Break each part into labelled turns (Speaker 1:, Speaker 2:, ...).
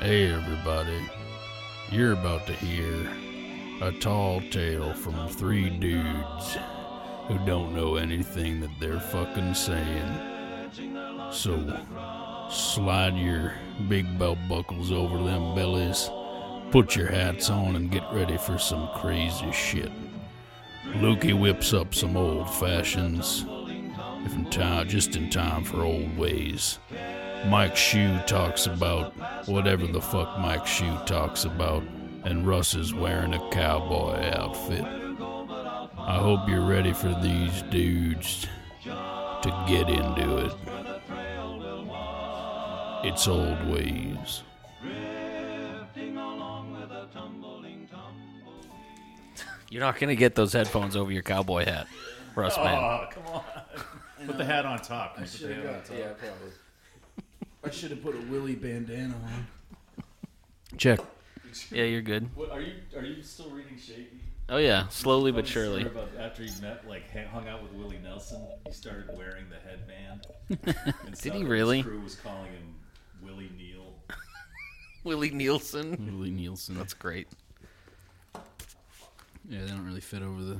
Speaker 1: Hey, everybody. You're about to hear a tall tale from three dudes who don't know anything that they're fucking saying. So, slide your big belt buckles over them bellies, put your hats on, and get ready for some crazy shit. Lukey whips up some old fashions, if in time, just in time for old ways. Mike Shue talks about whatever the fuck Mike Shue talks about, and Russ is wearing a cowboy outfit. I hope you're ready for these dudes to get into it. It's old ways.
Speaker 2: You're not gonna get those headphones over your cowboy hat, Russ man.
Speaker 3: Oh, come on. Put the hat on top. Put the hat on top.
Speaker 4: Yeah, probably. I should have put a Willy bandana on.
Speaker 2: Check. Yeah, you're good.
Speaker 3: What, are you are you still reading Shaky?
Speaker 2: Oh yeah, slowly but
Speaker 3: Story
Speaker 2: surely.
Speaker 3: About after he met, like, ha- hung out with Willie Nelson, he started wearing the headband. And
Speaker 2: Did
Speaker 3: so
Speaker 2: he
Speaker 3: his
Speaker 2: really?
Speaker 3: crew was calling him Willie Neal.
Speaker 2: Willie Nielsen.
Speaker 4: Willie Nielsen.
Speaker 2: That's great.
Speaker 4: yeah, they don't really fit over the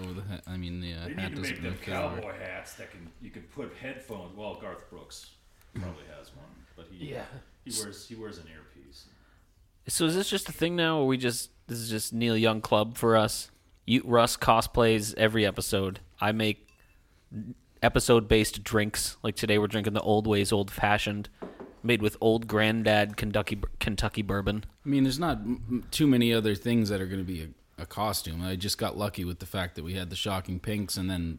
Speaker 4: over the hat. I mean, the uh,
Speaker 3: They
Speaker 4: hat
Speaker 3: need to
Speaker 4: doesn't
Speaker 3: make
Speaker 4: really
Speaker 3: them
Speaker 4: fit over.
Speaker 3: cowboy hats that can you can put headphones. Well, Garth Brooks probably has one, but he yeah. he wears he wears an earpiece.
Speaker 2: So is this just a thing now, or we just this is just Neil Young Club for us? You Russ cosplays every episode. I make episode based drinks. Like today, we're drinking the old ways, old fashioned, made with old granddad Kentucky Kentucky bourbon.
Speaker 4: I mean, there's not m- m- too many other things that are going to be a, a costume. I just got lucky with the fact that we had the shocking pinks and then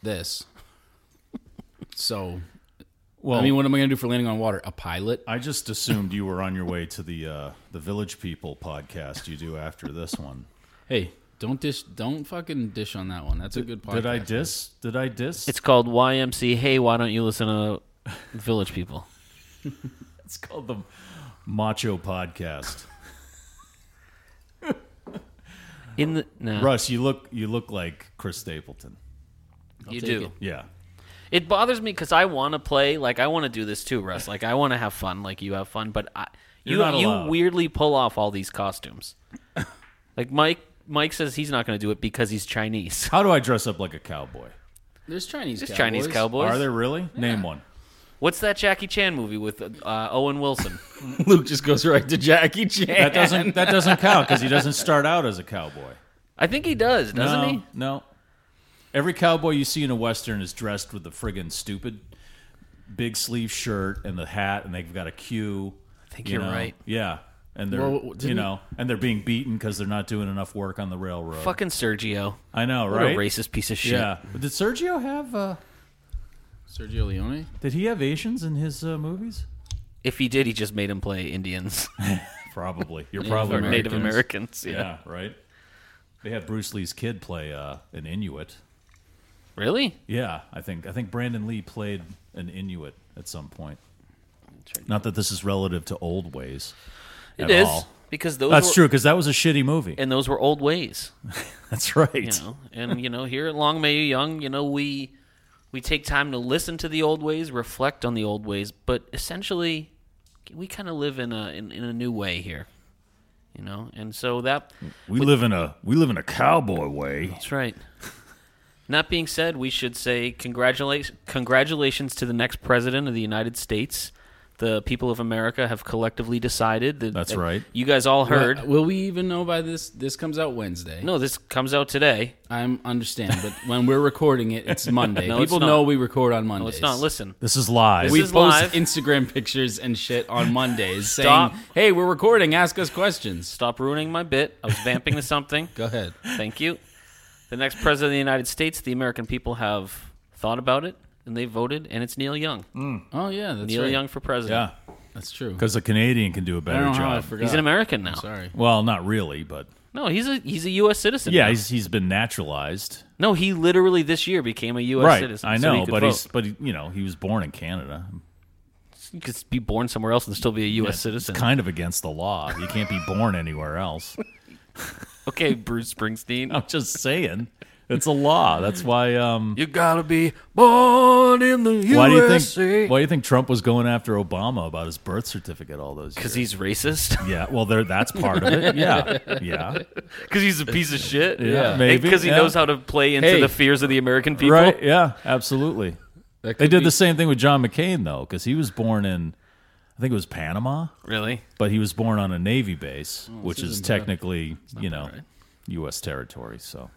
Speaker 4: this. So, well, I mean, what am I going to do for landing on water? A pilot?
Speaker 3: I just assumed you were on your way to the uh, the Village People podcast you do after this one.
Speaker 4: Hey, don't dish, don't fucking dish on that one. That's a good podcast.
Speaker 3: Did I diss? Did I diss?
Speaker 2: It's called YMC. Hey, why don't you listen to Village People?
Speaker 3: It's called the Macho Podcast.
Speaker 2: In the no,
Speaker 3: Russ, you look you look like Chris Stapleton.
Speaker 2: you
Speaker 4: take
Speaker 2: do.
Speaker 4: it.
Speaker 3: Yeah.
Speaker 2: It bothers me because I want to play. Like I want to do this too, Russ. Like I want to have fun, like you have fun. But I, you
Speaker 3: You're not
Speaker 2: you
Speaker 3: allowed.
Speaker 2: weirdly pull off all these costumes. like Mike Mike says he's not going to do it because he's Chinese.
Speaker 3: How do I dress up like a cowboy?
Speaker 4: There's Chinese
Speaker 2: Just
Speaker 4: cowboys.
Speaker 2: Chinese cowboys.
Speaker 3: Are there really? Name one.
Speaker 2: What's that Jackie Chan movie with uh, Owen Wilson?
Speaker 4: Luke just goes right to Jackie Chan.
Speaker 3: That doesn't that doesn't count because he doesn't start out as a cowboy.
Speaker 2: I think he does, doesn't
Speaker 3: no,
Speaker 2: he?
Speaker 3: No. Every cowboy you see in a western is dressed with the friggin' stupid big sleeve shirt and the hat, and they've got a cue. I
Speaker 2: think you're right.
Speaker 3: Yeah, and they're
Speaker 4: Well,
Speaker 3: you
Speaker 4: didn't-
Speaker 3: know, and they're being beaten because they're not doing enough work on the railroad.
Speaker 2: Fucking Sergio.
Speaker 3: I know,
Speaker 2: What
Speaker 3: right?
Speaker 2: a racist piece of shit.
Speaker 3: yeah. But did Sergio have? Uh,
Speaker 4: Sergio Leone.
Speaker 3: did he have Asians in his uh, movies?
Speaker 2: If he did, he just made him play Indians
Speaker 3: Probably. You're
Speaker 2: or
Speaker 3: probably right.
Speaker 2: Native Americans. Yeah.
Speaker 3: Yeah, right. They had Bruce Lee's kid play uh, an Inuit.
Speaker 2: Really?
Speaker 3: Yeah, I think I think Brandon Lee played an Inuit at some point.
Speaker 5: Not that this is relative to old ways.
Speaker 2: It
Speaker 5: at
Speaker 2: is
Speaker 5: all.
Speaker 2: because those
Speaker 5: That's
Speaker 2: were,
Speaker 5: true because that was a shitty movie.
Speaker 2: and those were old ways.
Speaker 5: That's right.
Speaker 2: you know and you know here at long may you young you know we we take time to listen to the old ways reflect on the old ways but essentially we kind of live in a in, in a new way here you know and so that
Speaker 5: we live in a we live in a cowboy way.
Speaker 2: that's right not being said we should say congratulations congratulations to the next president of the united states the people of america have collectively decided that
Speaker 5: That's
Speaker 2: that
Speaker 5: right.
Speaker 2: you guys all heard
Speaker 4: Will, will we even know by this? This comes out Wednesday.
Speaker 2: no this comes out today
Speaker 4: I understand, but when we're recording it, it's Monday.
Speaker 2: No, it's
Speaker 4: People
Speaker 2: not.
Speaker 4: know we record on Mondays.
Speaker 2: no it's not listen
Speaker 5: This is live.
Speaker 2: This
Speaker 4: we
Speaker 2: is
Speaker 4: post
Speaker 2: live.
Speaker 4: Instagram pictures and shit on Mondays saying,
Speaker 2: Stop.
Speaker 4: "Hey, we're recording. Ask us questions."
Speaker 2: stop ruining my bit i was vamping to something
Speaker 4: Go ahead.
Speaker 2: Thank you. The next president of the United States, the American people have thought about it and they voted, and it's Neil Young.
Speaker 4: Oh yeah, that's
Speaker 2: Neil
Speaker 4: right.
Speaker 2: Young for president.
Speaker 5: yeah,
Speaker 4: That's true.
Speaker 5: because a Canadian can do a
Speaker 4: I
Speaker 5: better
Speaker 4: don't know how I
Speaker 5: job.
Speaker 4: forgot.
Speaker 2: He's an American now.
Speaker 4: Sorry.
Speaker 5: well, not really, but
Speaker 2: No, he's a he's a U.S. citizen.
Speaker 5: yeah,
Speaker 2: now.
Speaker 5: he's he's been naturalized.
Speaker 2: no, he literally this year became a U.S.
Speaker 5: right,
Speaker 2: citizen.
Speaker 5: I
Speaker 2: so he
Speaker 5: know,
Speaker 2: could
Speaker 5: but
Speaker 2: vote.
Speaker 5: he's but he, you know he was born in Canada.
Speaker 2: he could be born somewhere else and still be a U.S. citizen.
Speaker 5: It's kind of against the law. You can't be born anywhere else.
Speaker 2: okay, Bruce Springsteen.
Speaker 5: I'm just saying, it's a law. That's why. Um,
Speaker 2: You gotta be born in the
Speaker 5: why do you think? Why do you think Trump was going after Obama about his birth certificate all those years?
Speaker 2: Because he's racist.
Speaker 5: yeah, well, there. That's part of it. Yeah, yeah.
Speaker 2: Because he's a piece of shit.
Speaker 5: Yeah, maybe,
Speaker 2: Because he
Speaker 5: yeah.
Speaker 2: knows how to play into
Speaker 4: Hey.
Speaker 2: the fears of the American people.
Speaker 5: Right? Yeah, absolutely.
Speaker 4: That
Speaker 5: They
Speaker 4: could
Speaker 5: did
Speaker 4: be-
Speaker 5: the same thing with John McCain though, because he was born in, I think it was Panama,
Speaker 2: Really?
Speaker 5: but he was born on a Navy base,
Speaker 4: Oh,
Speaker 5: which is technically you know U.S. territory. So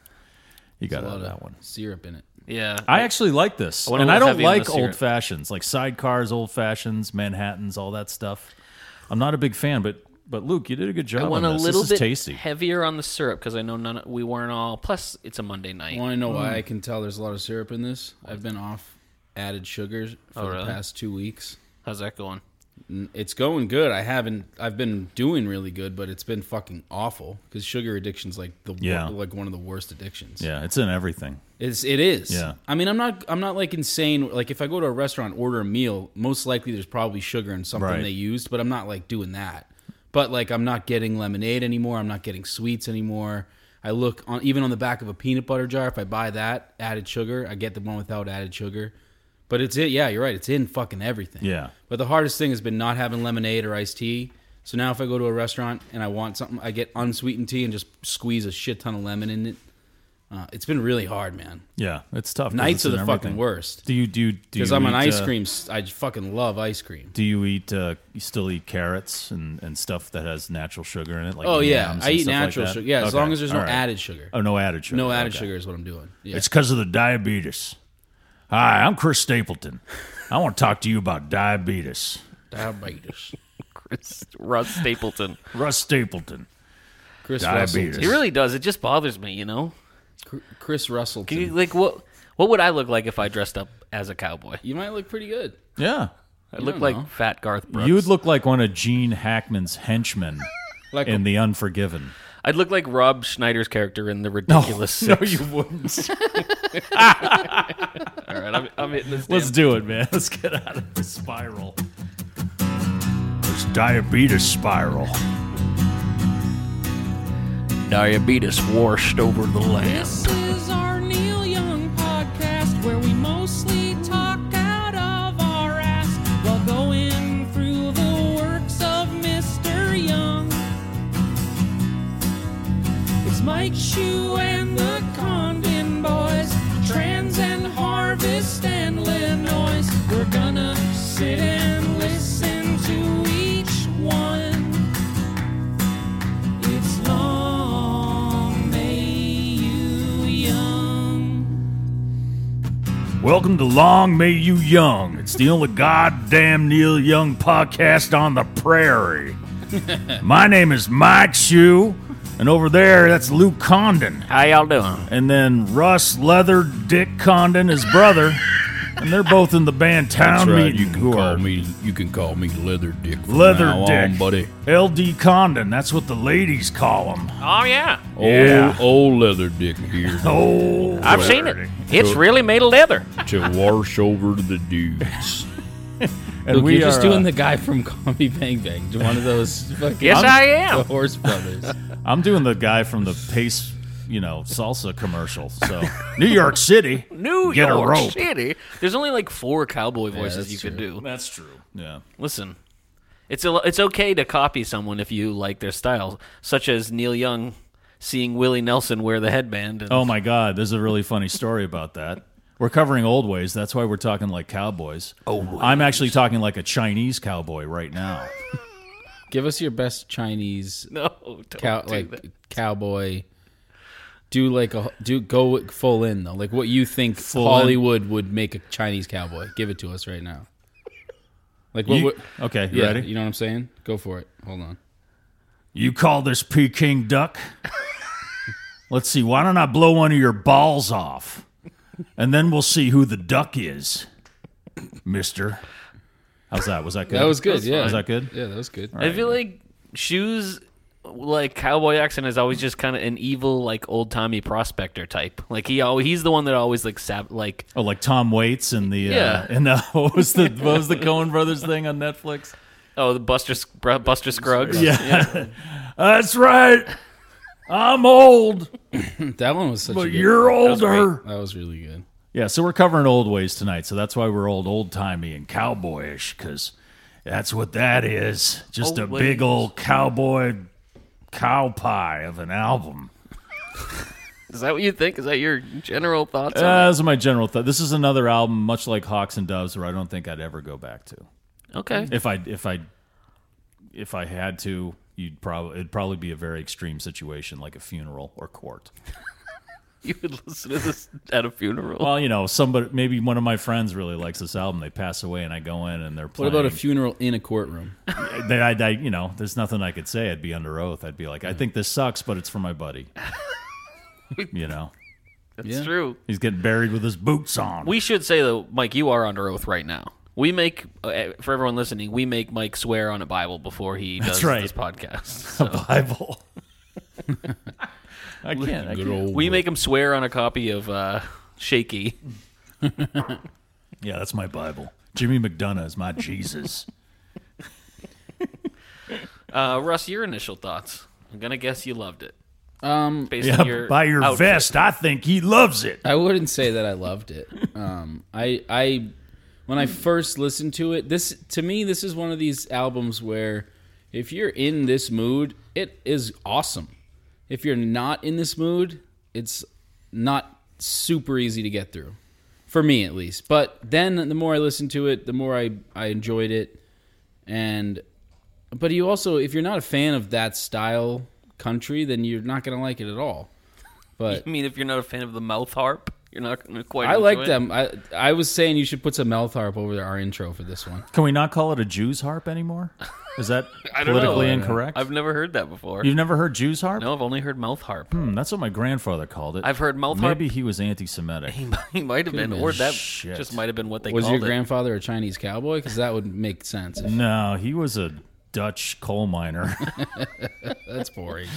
Speaker 5: you got out of that one.
Speaker 4: syrup in it.
Speaker 2: Yeah.
Speaker 5: I actually like this,
Speaker 2: wanna
Speaker 5: and I
Speaker 2: look
Speaker 5: don't
Speaker 2: heavy on
Speaker 5: like
Speaker 2: the syrup.
Speaker 5: old fashions like sidecars, old fashions, Manhattan's, all that stuff. I'm not a big fan, but but Luke, you did a good job.
Speaker 2: I want a
Speaker 5: on this.
Speaker 2: little
Speaker 5: this
Speaker 2: bit
Speaker 5: is tasty.
Speaker 2: heavier on the syrup because I know none. Of, we weren't all. Plus, it's a Monday night.
Speaker 4: Want to know why I can tell there's a lot of syrup in this? I've been off added sugars for
Speaker 2: Oh,
Speaker 4: the
Speaker 2: really?
Speaker 4: past two weeks.
Speaker 2: How's that going?
Speaker 4: N- It's going good. I haven't. I've been doing really good, but it's been fucking awful because sugar addiction's like the wor-
Speaker 5: Yeah.
Speaker 4: like one of the worst addictions.
Speaker 5: Yeah, it's in everything.
Speaker 4: It's it is.
Speaker 5: Yeah.
Speaker 4: I mean, I'm not I'm not like insane. Like if I go to a restaurant order a meal, most likely there's probably sugar in something
Speaker 5: Right.
Speaker 4: they used, but I'm not like doing that. But like I'm not getting lemonade anymore. I'm not getting sweets anymore. I look on even on the back of a peanut butter jar. If I buy that added sugar, I get the one without added sugar. But it's it. Yeah, you're right. It's in fucking everything.
Speaker 5: Yeah.
Speaker 4: But the hardest thing has been not having lemonade or iced tea. So now if I go to a restaurant and I want something, I get unsweetened tea and just squeeze a shit ton of lemon in it. Uh, it's been really hard, man.
Speaker 5: Yeah, it's tough. 'cause it's
Speaker 4: Nights are
Speaker 5: in
Speaker 4: the
Speaker 5: everything.
Speaker 4: fucking worst.
Speaker 5: Do you do? you- do
Speaker 4: Because
Speaker 5: you
Speaker 4: I'm an
Speaker 5: eat,
Speaker 4: ice
Speaker 5: uh,
Speaker 4: cream. s- I fucking love ice cream.
Speaker 5: Do you eat? Uh, you still eat carrots and, and stuff that has natural sugar in it? Like
Speaker 4: Oh yeah,
Speaker 5: yams
Speaker 4: I
Speaker 5: and
Speaker 4: eat
Speaker 5: stuff like
Speaker 4: natural
Speaker 5: that?
Speaker 4: sugar. Yeah, as
Speaker 5: Okay,
Speaker 4: long as there's no
Speaker 5: all right.
Speaker 4: added sugar.
Speaker 5: Oh, no added sugar.
Speaker 4: no added
Speaker 5: okay.
Speaker 4: sugar is what I'm doing. Yeah.
Speaker 5: It's because of the diabetes. Hi, I'm Chris Stapleton. I want to talk to you about diabetes.
Speaker 4: diabetes.
Speaker 2: Chris Russ Stapleton.
Speaker 5: Russ Stapleton.
Speaker 4: Chris
Speaker 5: Diabetes.
Speaker 2: he really does. It just bothers me. You know.
Speaker 4: Russell. Chris Russell.
Speaker 2: Can you,
Speaker 4: You,
Speaker 2: like what? What would I look like if I dressed up as a cowboy?
Speaker 4: might look pretty good.
Speaker 5: Yeah.
Speaker 2: I look
Speaker 4: don't
Speaker 2: like
Speaker 4: know.
Speaker 2: Fat Garth Brooks.
Speaker 5: You would look like one of Gene Hackman's henchmen
Speaker 4: Like
Speaker 5: in The Unforgiven.
Speaker 2: I'd look like Rob Schneider's character in the ridiculous.
Speaker 5: no,
Speaker 2: Six.
Speaker 5: you wouldn't.
Speaker 2: All right, I'm, I'm hitting this.
Speaker 5: Let's
Speaker 2: damn-
Speaker 5: do it, man. Let's get out of the spiral. This diabetes spiral.
Speaker 2: Diabetes washed over the land.
Speaker 6: This is our Neil Young podcast where we mostly talk out of our ass while going through the works of Mr. Young. It's Mike Shue and the Condon Boys, Trans and Harvest and Illinois. We're gonna sit and listen to each one. It's long may you young.
Speaker 5: Welcome to Long May You Young. It's the only goddamn Neil Young podcast on the prairie. My name is Mike Shue, and over there, that's Luke Condon.
Speaker 2: How y'all doing?
Speaker 5: And then Russ Leather Dick Condon, his brother. And they're both in the band Town Meeting. who are
Speaker 4: me. You can call me Leather Dick. From
Speaker 5: Leather Dick. LD Condon, that's what the ladies call him.
Speaker 2: Oh yeah,
Speaker 5: yeah.
Speaker 4: old Leather Dick here
Speaker 5: Oh,
Speaker 2: I've seen it. It's really made of leather.
Speaker 4: to wash over the dudes.
Speaker 3: And
Speaker 4: Look,
Speaker 3: we
Speaker 4: you're just
Speaker 3: are,
Speaker 4: doing
Speaker 3: uh,
Speaker 4: the guy from Comedy Bang Bang, one of those. Fucking,
Speaker 2: Yes,
Speaker 4: I'm-
Speaker 2: I am.
Speaker 4: The Horse Brothers.
Speaker 3: I'm doing the guy from the Pace, you know, salsa commercial. So New York City,
Speaker 2: New
Speaker 3: get
Speaker 2: York
Speaker 3: a rope.
Speaker 2: City. There's only like four cowboy voices
Speaker 4: that's
Speaker 2: you could do.
Speaker 3: That's true. Yeah.
Speaker 2: Listen, it's a, it's okay to copy someone if you like their style, such as Neil Young seeing Willie Nelson wear the headband. And,
Speaker 3: Oh my God, there's a really funny story about that. We're covering old ways. That's why we're talking like cowboys. Oh, I'm actually talking like a Chinese cowboy right now.
Speaker 4: Give us your best Chinese
Speaker 2: no, don't
Speaker 4: cow,
Speaker 2: do
Speaker 4: like
Speaker 2: that.
Speaker 4: cowboy. Do like a do go full in though, like what you think
Speaker 3: in.
Speaker 4: Hollywood would make a Chinese cowboy. Give it to us right now. Like what?
Speaker 3: You-
Speaker 4: would-
Speaker 3: okay, you
Speaker 4: yeah,
Speaker 3: ready?
Speaker 4: You know what I'm saying? Go for it. Hold on.
Speaker 3: You call this Peking duck? Let's see. Why don't I blow one of your balls off? And then we'll see who the duck is, mister. How's that? Was that good?
Speaker 4: That was good. yeah,
Speaker 3: Was that good?
Speaker 4: Yeah, that was good.
Speaker 2: I feel like shoes like cowboy accent is always just kind of an evil like old timey prospector type. Like he always, he's the one that always like sab- like
Speaker 3: Oh, like Tom Waits and the
Speaker 2: Yeah.
Speaker 3: uh, and the what was the what was the Cohen brothers thing on Netflix?
Speaker 2: oh the Buster Sc- Bru- Buster Scruggs.
Speaker 3: Yeah, that's right. I'm old,
Speaker 4: That one was such. a
Speaker 3: but
Speaker 4: good
Speaker 3: you're older.
Speaker 4: That was really good.
Speaker 3: Yeah, so we're covering old ways tonight, so that's why we're old, old timey and cowboyish, because that's what that is. Just a
Speaker 2: Old
Speaker 3: big
Speaker 2: ways.
Speaker 3: old cowboy cow pie of an album.
Speaker 2: Is that what you think? Is that your general thoughts?
Speaker 3: Uh,
Speaker 2: on
Speaker 3: those are my general thought. This is another album, much like Hawks and Doves, where I don't think I'd ever go back to.
Speaker 2: it? Okay.
Speaker 3: If I if I if I had to, you'd probably it'd probably be a very extreme situation, like a funeral or court.
Speaker 2: You would listen to this at a funeral.
Speaker 3: Well, you know, somebody maybe one of my friends really likes this album. They pass away, and I go in and they're
Speaker 4: What
Speaker 3: playing.
Speaker 4: about a funeral in a courtroom?
Speaker 3: that I'd, I, you know, there's nothing I could say. I'd be under oath. I'd be like, I think this sucks, but it's for my buddy. you know,
Speaker 2: That's
Speaker 4: yeah.
Speaker 2: true.
Speaker 3: he's getting buried with his boots on.
Speaker 2: We should say though, Mike, you are under oath right now. We make uh, for everyone listening, we make Mike swear on a Bible before he does
Speaker 3: right.
Speaker 2: this podcast. So
Speaker 3: the Bible. I can't. I
Speaker 4: Good
Speaker 3: can't.
Speaker 4: old.
Speaker 2: we make him swear on a copy of uh, Shaky.
Speaker 3: Yeah, that's my Bible. Jimmy McDonough is my Jesus.
Speaker 2: Uh, Russ, your initial thoughts? I'm gonna guess you loved it
Speaker 4: um,
Speaker 2: based
Speaker 3: yeah,
Speaker 2: on your
Speaker 3: by your
Speaker 2: outfit.
Speaker 3: vest, I think he loves it.
Speaker 4: I wouldn't say that I loved it. Um, I I when I first listened to it, this to me this is one of these albums where if you're in this mood, it is awesome. If you're not in this mood, it's not super easy to get through. For me at least. But then the more I listened to it, the more I I enjoyed it and but you also if you're not a fan of that style country, then you're not going to like it at all. But
Speaker 2: I mean, if you're not a fan of the mouth harp, you're not gonna quite.
Speaker 4: I
Speaker 2: enjoy
Speaker 4: like
Speaker 2: it.
Speaker 4: them. I I was saying you should put some mouth harp over our intro for this one.
Speaker 3: Can we not call it a Jew's harp anymore? Is that
Speaker 2: I don't know.
Speaker 3: politically incorrect?
Speaker 2: I've never heard that before.
Speaker 3: You've never heard Jew's harp?
Speaker 2: no, I've only heard mouth harp.
Speaker 3: Hmm, that's what my grandfather called it.
Speaker 2: I've heard mouth harp.
Speaker 3: Maybe he was anti-Semitic.
Speaker 2: he might have been, or that
Speaker 3: Shit.
Speaker 2: just might have been what they
Speaker 4: Was
Speaker 2: called
Speaker 4: your
Speaker 2: it.
Speaker 4: grandfather a Chinese cowboy? Because that would make sense. If
Speaker 3: No, he was a Dutch coal miner.
Speaker 4: that's boring.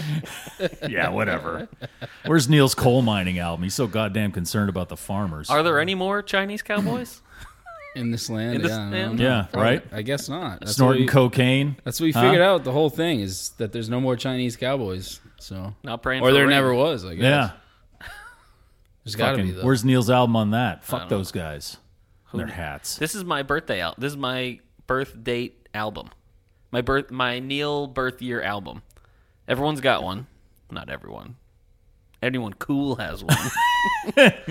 Speaker 3: yeah, whatever. Where's Neil's coal mining album? He's so goddamn concerned about the farmers.
Speaker 2: Are there any more Chinese cowboys?
Speaker 4: In this land,
Speaker 2: In this
Speaker 4: yeah, I don't
Speaker 2: land?
Speaker 4: know.
Speaker 3: Yeah,
Speaker 4: Probably-
Speaker 3: right?
Speaker 4: I guess not. That's
Speaker 3: Snorting
Speaker 4: what we,
Speaker 3: cocaine.
Speaker 4: That's what we
Speaker 3: Huh?
Speaker 4: figured out. The whole thing is that there's no more Chinese cowboys. So
Speaker 2: Not praying
Speaker 4: or
Speaker 2: for
Speaker 4: there
Speaker 2: rain.
Speaker 4: never was. I guess.
Speaker 3: Yeah.
Speaker 4: there's got to be
Speaker 3: Fucking-
Speaker 4: though.
Speaker 3: where's Neil's album on that? Fuck those guys. And their hats.
Speaker 2: This is my birthday out. This is my birth date album. My birth my Neil birth year album. Everyone's got one. Not everyone. Anyone cool has one.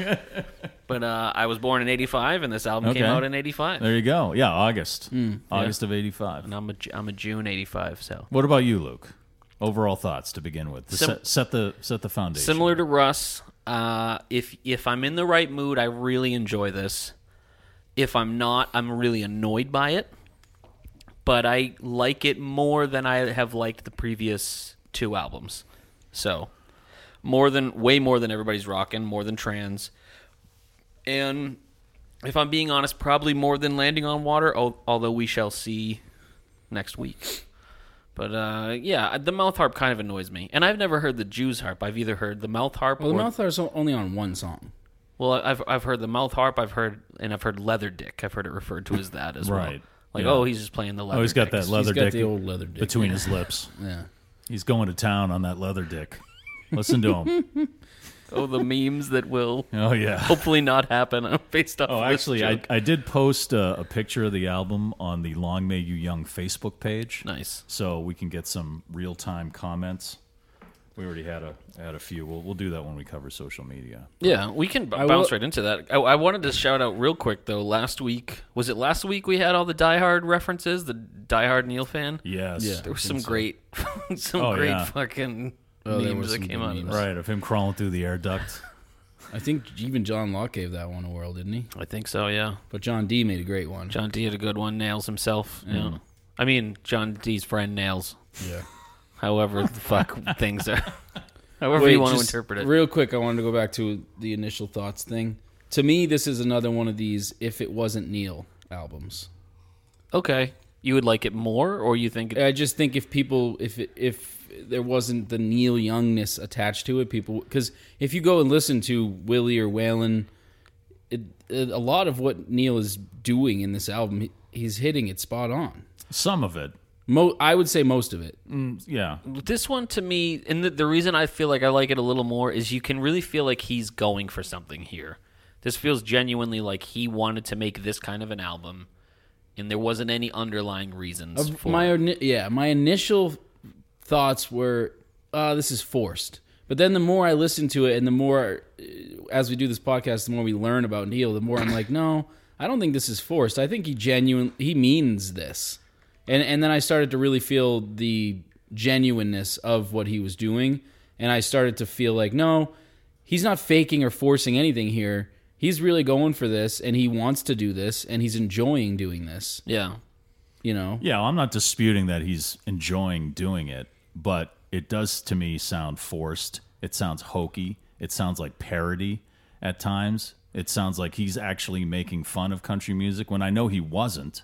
Speaker 2: but uh, I was born in 85 and this album came
Speaker 3: Okay.
Speaker 2: out in 85.
Speaker 3: There you go. Hmm, Yeah, August. August of 85.
Speaker 2: And I'm a, Ju- I'm a June 85, so.
Speaker 3: What about you, Luke? Overall thoughts to begin with. To
Speaker 2: Sim-
Speaker 3: set, set the set the foundation.
Speaker 2: Similar to Russ, uh, if if I'm in the right mood, I really enjoy this. If I'm not, I'm really annoyed by it. But I like it more than I have liked the previous two albums. So more than way more than everybody's rocking, more than trans. And if I'm being honest, probably more than landing on water, al- although we shall see next week. But uh, yeah, the mouth harp kind of annoys me, and I've never heard the Jew's harp. I've either heard the mouth harp
Speaker 4: well,
Speaker 2: or
Speaker 4: the mouth harp's only on one song.
Speaker 2: well, I've I've heard the mouth harp. I've heard and I've heard leather dick. I've heard it referred to as that as well.
Speaker 3: Right.
Speaker 2: Like,
Speaker 3: Yeah.
Speaker 2: oh, he's just playing the leather.
Speaker 3: Oh, he's got
Speaker 2: dick.
Speaker 3: that leather
Speaker 4: He's got
Speaker 3: dick
Speaker 4: the old leather dick.
Speaker 3: between his lips.
Speaker 4: Yeah.
Speaker 3: He's going to town on that leather dick. Listen to him.
Speaker 2: Oh, the memes that will
Speaker 3: Oh yeah.
Speaker 2: hopefully not happen based off.
Speaker 3: Oh,
Speaker 2: this
Speaker 3: actually, I,
Speaker 2: joke.
Speaker 3: I did post a, a picture of the album on the Long May You Young Facebook page.
Speaker 2: nice.
Speaker 3: So we can get some real time comments. We already had a had a few. We'll we'll do that when we cover social media.
Speaker 2: Yeah, we can b-
Speaker 4: I
Speaker 2: bounce
Speaker 4: will-
Speaker 2: right into that. I, I wanted to shout out real quick though. Last week was it? Last week we had all the Die Hard references. The Die Hard Neil fan.
Speaker 3: Yes.
Speaker 4: Yeah.
Speaker 2: there was some great, some
Speaker 3: Oh,
Speaker 2: great
Speaker 3: yeah.
Speaker 2: fucking
Speaker 4: Oh, there
Speaker 2: memes
Speaker 4: were
Speaker 2: that
Speaker 4: some
Speaker 2: came
Speaker 4: good
Speaker 2: out of
Speaker 4: memes.
Speaker 2: this.
Speaker 3: Right, of him crawling through the air duct.
Speaker 4: I think even John Locke gave that one a whirl, didn't he?
Speaker 2: I think so. Yeah,
Speaker 4: But John D made a great one.
Speaker 2: John D had a good one. Nails himself.
Speaker 4: Mm.
Speaker 2: Yeah, I mean John D's friend Nails.
Speaker 4: Yeah.
Speaker 2: However, the fuck things are. However
Speaker 4: Wait,
Speaker 2: you want to
Speaker 4: just
Speaker 2: interpret it.
Speaker 4: Real quick, I wanted to go back to the initial thoughts thing. To me, this is another one of these if it wasn't Neil albums.
Speaker 2: okay, you would like it more, or you think? It,
Speaker 4: I just think if people if it, if there wasn't the Neil Youngness attached to it, people because if you go and listen to Willie or Waylon, it, it, a lot of what Neil is doing in this album, he, he's hitting it spot on.
Speaker 3: Some of it.
Speaker 4: Mo- I would say most of it.
Speaker 3: Yeah.
Speaker 2: this one to me, and the, the reason I feel like I like it a little more is you can really feel like he's going for something here. This feels genuinely like he wanted to make this kind of an album, and there wasn't any underlying reasons for
Speaker 4: my
Speaker 2: it.
Speaker 4: ini- yeah my initial thoughts were uh, this is forced but then the more i listen to it and the more uh, as we do this podcast the more we learn about neil the more i'm like no i don't think this is forced i think he genuine he means this and and then i started to really feel the genuineness of what he was doing and i started to feel like no he's not faking or forcing anything here he's really going for this and he wants to do this and he's enjoying doing this
Speaker 2: Yeah.
Speaker 4: you know
Speaker 3: Yeah, well, I'm not disputing that he's enjoying doing it, but it does to me sound forced. It sounds hokey. It sounds like parody at times. It sounds like he's actually making fun of country music when I know he wasn't.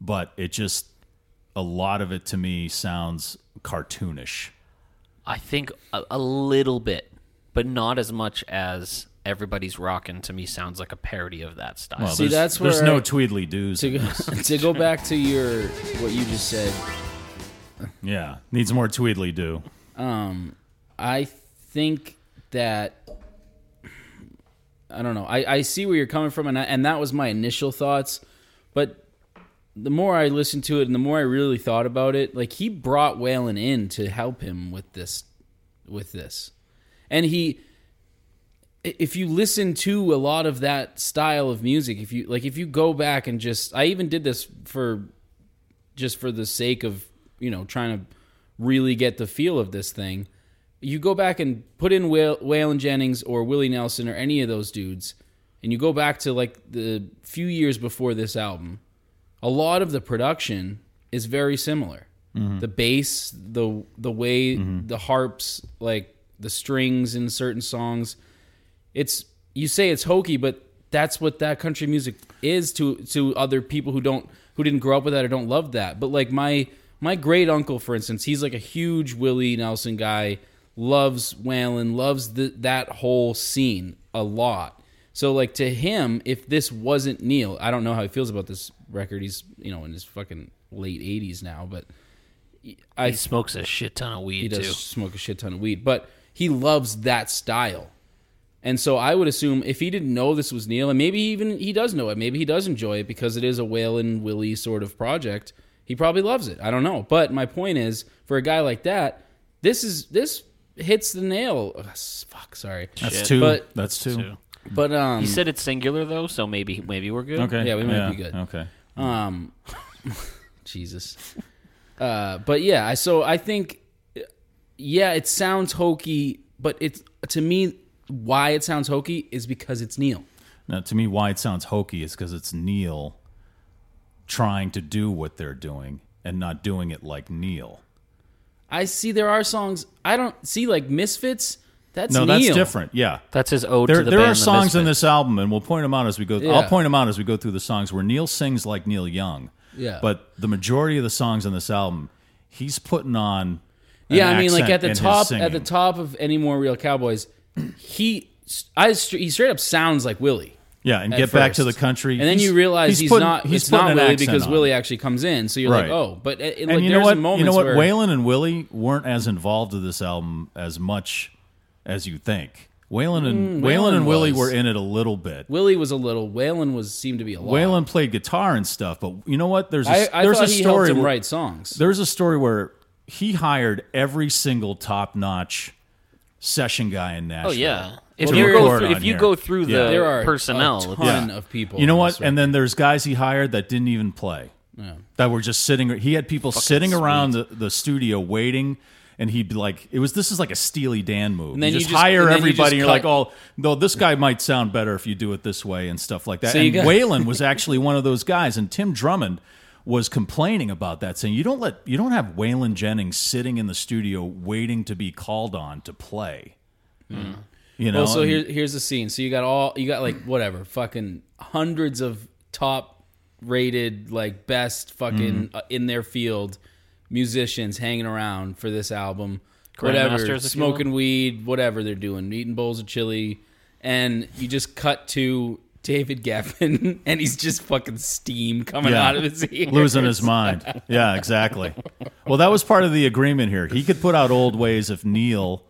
Speaker 3: But it just a lot of it to me sounds cartoonish.
Speaker 2: I think a, a little bit, but not as much as everybody's rockin' to me sounds like a parody of that style.
Speaker 3: Well,
Speaker 4: See,
Speaker 3: there's,
Speaker 4: that's
Speaker 3: there's
Speaker 4: where-
Speaker 3: no Tweedly doos.
Speaker 4: to go, to go back to your what you just said
Speaker 3: Yeah, needs more Tweedly do.
Speaker 4: i think that i don't know i, I see where you're coming from and, I, and that was my initial thoughts but the more i listened to it and the more i really thought about it like he brought Waylon in to help him with this with this and he i- if you listen to a lot of that style of music if you like if you go back and just i even did this for just for the sake of you know trying to really get the feel of this thing you go back and put in Whale, Waylon Jennings or Willie Nelson or any of those dudes, and you go back to like the few years before this album, a lot of the production is very similar. The bass, the the way the harps, like the strings in certain songs, it's you say it's hokey, but that's what that country music is to to other people who don't who didn't grow up with that or don't love that. But like my my great uncle, for instance, he's like a huge Willie Nelson guy, loves Waylon, loves th- that whole scene a lot. So like to him, if this wasn't Neil, I don't know how he feels about this record. He's you know in his fucking late eighties now, but I
Speaker 2: he smokes a shit ton of weed
Speaker 4: he does
Speaker 2: too.
Speaker 4: smoke a shit ton of weed, but he loves that style. And so I would assume if he didn't know this was Neil, and maybe even he does know it, maybe he does enjoy it because it is a Whale and Willie sort of project. He probably loves it. I don't know. But my point is, for a guy like that, this is this hits the nail. Ugh, s- fuck, sorry.
Speaker 3: That's
Speaker 2: Shit.
Speaker 3: two.
Speaker 4: But-
Speaker 3: that's two.
Speaker 4: But um,
Speaker 2: He said it's singular though, so maybe maybe we're good.
Speaker 3: Okay.
Speaker 4: Yeah, we might be good.
Speaker 3: Okay.
Speaker 4: Um, Jesus. Uh, but yeah, I so I think, yeah, it sounds hokey, but it's to me why it sounds hokey is because it's Neil.
Speaker 3: Now, to me, why it sounds hokey is because it's Neil trying to do what they're doing and not doing it like Neil.
Speaker 4: I see there are songs I don't see like Misfits. That's
Speaker 3: No,
Speaker 4: Neil.
Speaker 3: that's different. Yeah.
Speaker 2: That's his ode
Speaker 3: There,
Speaker 2: to the
Speaker 3: there
Speaker 2: band.
Speaker 3: are
Speaker 2: The
Speaker 3: songs in
Speaker 2: Misfits.
Speaker 3: this album, and we'll point them out as we go.
Speaker 4: Yeah.
Speaker 3: I'll point them out as we go through the songs where Neil sings like Neil Young.
Speaker 4: Yeah.
Speaker 3: But the majority of the songs on this album, he's putting on. an
Speaker 4: Yeah, I mean, like
Speaker 3: accent
Speaker 4: at
Speaker 3: in
Speaker 4: the
Speaker 3: his
Speaker 4: top, at the
Speaker 3: singing.
Speaker 4: top of any more real cowboys, he, I, he straight up sounds like Willie.
Speaker 3: Yeah, and
Speaker 4: at
Speaker 3: get back to the
Speaker 4: first.
Speaker 3: country.
Speaker 4: And then
Speaker 3: He's-
Speaker 4: you realize
Speaker 3: he's
Speaker 4: he's,
Speaker 3: putting-
Speaker 4: not.
Speaker 3: he's
Speaker 4: it's
Speaker 3: putting
Speaker 4: not
Speaker 3: an
Speaker 4: Willie
Speaker 3: accent
Speaker 4: because
Speaker 3: on.
Speaker 4: Willie actually comes in. So you're
Speaker 3: Right.
Speaker 4: like, oh, but it, it-
Speaker 3: and
Speaker 4: like,
Speaker 3: you know
Speaker 4: there's
Speaker 3: what?
Speaker 4: a moment
Speaker 3: You know what?
Speaker 4: where
Speaker 3: Waylon and Willie weren't as involved with this album as much as you think. Waylon and
Speaker 4: Mm,
Speaker 3: Waylon
Speaker 4: Waylon
Speaker 3: and Willie
Speaker 4: was.
Speaker 3: were in it a little bit.
Speaker 4: Willie was a little. Waylon was seemed to be a lot.
Speaker 3: Waylon played guitar and stuff, but you know what? There's a,
Speaker 4: I, I
Speaker 3: there's
Speaker 4: thought
Speaker 3: a
Speaker 4: he
Speaker 3: story
Speaker 4: helped him
Speaker 3: where-
Speaker 4: write songs.
Speaker 3: There's a story where he hired every single top notch session guy in Nashville.
Speaker 2: Oh yeah. If
Speaker 3: to
Speaker 2: you go
Speaker 3: record
Speaker 2: through,
Speaker 3: on
Speaker 2: if you
Speaker 3: here.
Speaker 2: go through the
Speaker 3: Yeah.
Speaker 4: There are
Speaker 2: personnel,
Speaker 4: a
Speaker 2: it's-
Speaker 4: ton of people.
Speaker 3: You know
Speaker 4: on
Speaker 3: what?
Speaker 4: this
Speaker 3: And then there's guys he hired that didn't even play. That were just sitting. He had people sitting around the, the studio waiting, and he'd be like, "It was this is like a Steely Dan move.
Speaker 4: And then
Speaker 3: you
Speaker 4: you
Speaker 3: just
Speaker 4: just-
Speaker 3: hire
Speaker 4: and then you
Speaker 3: everybody.
Speaker 4: just
Speaker 3: and you're like,
Speaker 4: cut-
Speaker 3: oh, no, this guy might sound better if you do it this way and stuff like that.
Speaker 4: So you
Speaker 3: and
Speaker 4: got-
Speaker 3: Waylon was actually one of those guys, and Tim Drummond was complaining about that, saying you don't let you don't have Waylon Jennings sitting in the studio waiting to be called on to play. You know,
Speaker 4: Hmm. Well, so
Speaker 3: and-
Speaker 4: here, here's the scene. So you got all you got like whatever, fucking hundreds of top rated, like best fucking
Speaker 2: Mm.
Speaker 4: uh, in their field musicians hanging around for this album.
Speaker 2: Grandmasters, if you
Speaker 4: Whatever,
Speaker 2: will.
Speaker 4: smoking weed, whatever they're doing, eating bowls of chili, and you just cut to David Geffen, and he's just fucking steam coming
Speaker 3: Yeah.
Speaker 4: out of his ears,
Speaker 3: losing his mind. Yeah, exactly. Well, that was part of the agreement here. He could put out old ways if Neil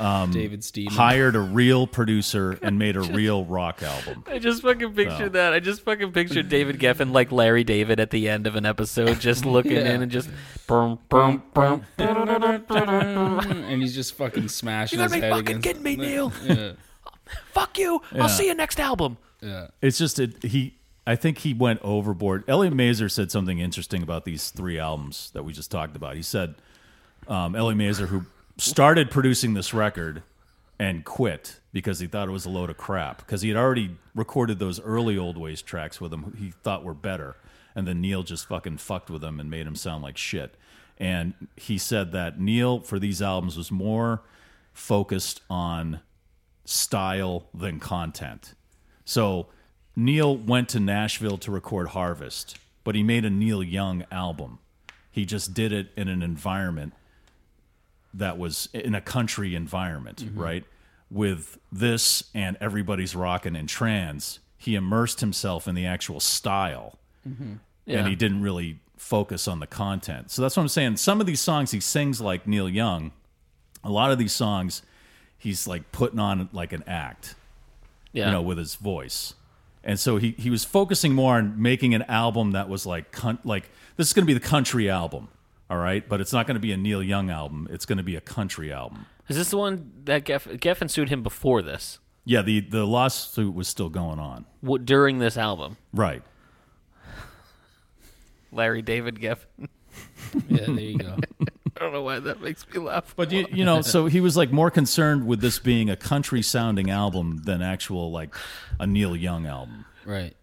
Speaker 2: Um,
Speaker 4: David Steam.
Speaker 3: hired a real producer and made a real rock album.
Speaker 2: I just fucking picture that. I just fucking picture David Geffen like Larry David at the end of an episode, just looking in and just. Brum, brum, brum.
Speaker 4: and he's just fucking smashing his head against.
Speaker 2: me, Neil. Fuck you. I'll see you next album.
Speaker 3: It's just it, he. I think he went overboard. Elliot Mazer said something interesting about these three albums that we just talked about. He said um, Elliot Mazer, who started producing this record and quit because he thought it was a load of crap, because he had already recorded those early Old Ways tracks with him, who he thought were better, and then Neil just fucking fucked with him and made him sound like shit. And he said that Neil for these albums was more focused on style than content. So Neil went to Nashville to record Harvest, but he made a Neil Young album. He just did it in an environment that was in a country environment, right? With this and everybody's rocking and trans, he immersed himself in the actual style and he didn't really focus on the content. So that's what I'm saying. Some of these songs he sings like Neil Young. A lot of these songs he's like putting on like an act,
Speaker 2: Yeah.
Speaker 3: you know, with his voice. And so he he was focusing more on making an album that was like con- like this is going to be the country album, all right? But it's not going to be a Neil Young album. It's going to be a country album.
Speaker 2: Is this the one that Geffen, Geffen sued him before this?
Speaker 3: Yeah, the the lawsuit was still going on.
Speaker 2: What, during this album?
Speaker 3: Right.
Speaker 2: Larry David Geffen.
Speaker 4: Yeah, there you go.
Speaker 2: I don't know why that makes me laugh.
Speaker 3: But you, you know, so he was like more concerned with this being a country sounding album than actual like a Neil Young album.
Speaker 4: Right.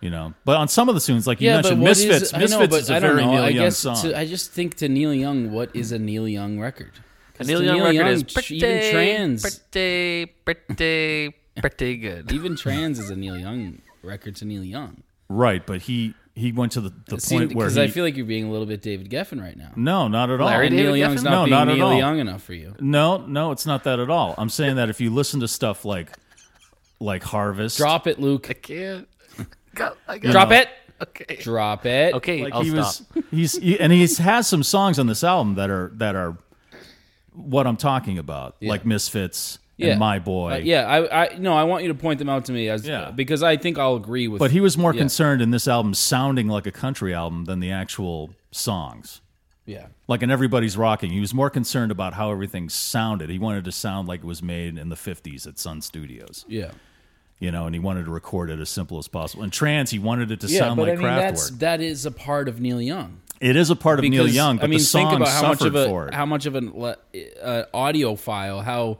Speaker 3: You know, but on some of the tunes, like you
Speaker 4: yeah, but
Speaker 3: mentioned,
Speaker 4: what is
Speaker 3: Misfits,
Speaker 4: I
Speaker 3: Misfits
Speaker 4: know, but
Speaker 3: is a
Speaker 4: I don't
Speaker 3: very
Speaker 4: know.
Speaker 3: Neil
Speaker 4: I
Speaker 3: Young
Speaker 4: guess
Speaker 3: song.
Speaker 4: To, I just think to Neil Young, what is a Neil Young record? 'Cause
Speaker 2: Neil
Speaker 4: to
Speaker 2: Young record is
Speaker 4: ch-
Speaker 2: pretty,
Speaker 4: even trans.
Speaker 2: pretty, pretty, pretty good.
Speaker 4: Even trans is a Neil Young record to Neil Young.
Speaker 3: right, but he he went to the, the point where
Speaker 4: Because
Speaker 3: he,
Speaker 4: I feel like you're being a little bit David Geffen right now.
Speaker 3: no, not at all.
Speaker 2: Larry
Speaker 4: And
Speaker 2: David
Speaker 4: Neil Young's
Speaker 2: Geffen?
Speaker 4: not
Speaker 3: No,
Speaker 4: being
Speaker 3: not at
Speaker 4: Neil
Speaker 3: all.
Speaker 4: Young enough for you.
Speaker 3: No, no, it's not that at all. I'm saying that if you listen to stuff like like Harvest,
Speaker 4: Drop it, Luke.
Speaker 2: can't. Go- I got-
Speaker 4: Drop
Speaker 3: know.
Speaker 4: it.
Speaker 2: Okay.
Speaker 4: Drop it.
Speaker 2: Okay,
Speaker 3: like
Speaker 2: I'll
Speaker 3: he
Speaker 2: stop.
Speaker 3: was he's he, and he's has some songs on this album that are that are what I'm talking about, like Misfits
Speaker 4: Yeah.
Speaker 3: and My Boy.
Speaker 4: Uh, yeah, I, I no, I want you to point them out to me as
Speaker 3: Yeah.
Speaker 4: because I think I'll agree with.
Speaker 3: But he was more
Speaker 4: Yeah.
Speaker 3: concerned in this album sounding like a country album than the actual songs.
Speaker 4: yeah,
Speaker 3: Like in Everybody's Rocking, he was more concerned about how everything sounded. He wanted to sound like it was made in the 50s at Sun Studios,
Speaker 4: yeah.
Speaker 3: you know, and he wanted to record it as simple as possible. And Trans, he wanted it to
Speaker 4: Yeah,
Speaker 3: sound
Speaker 4: but
Speaker 3: like
Speaker 4: I mean that's
Speaker 3: Kraftwerk.
Speaker 4: that is a part of Neil Young.
Speaker 3: It is a part of Neil
Speaker 4: Because,
Speaker 3: Young, but
Speaker 4: I mean,
Speaker 3: the song
Speaker 4: think about how much
Speaker 3: suffered
Speaker 4: of a
Speaker 3: for it.
Speaker 4: how much of an le- uh, audio file, how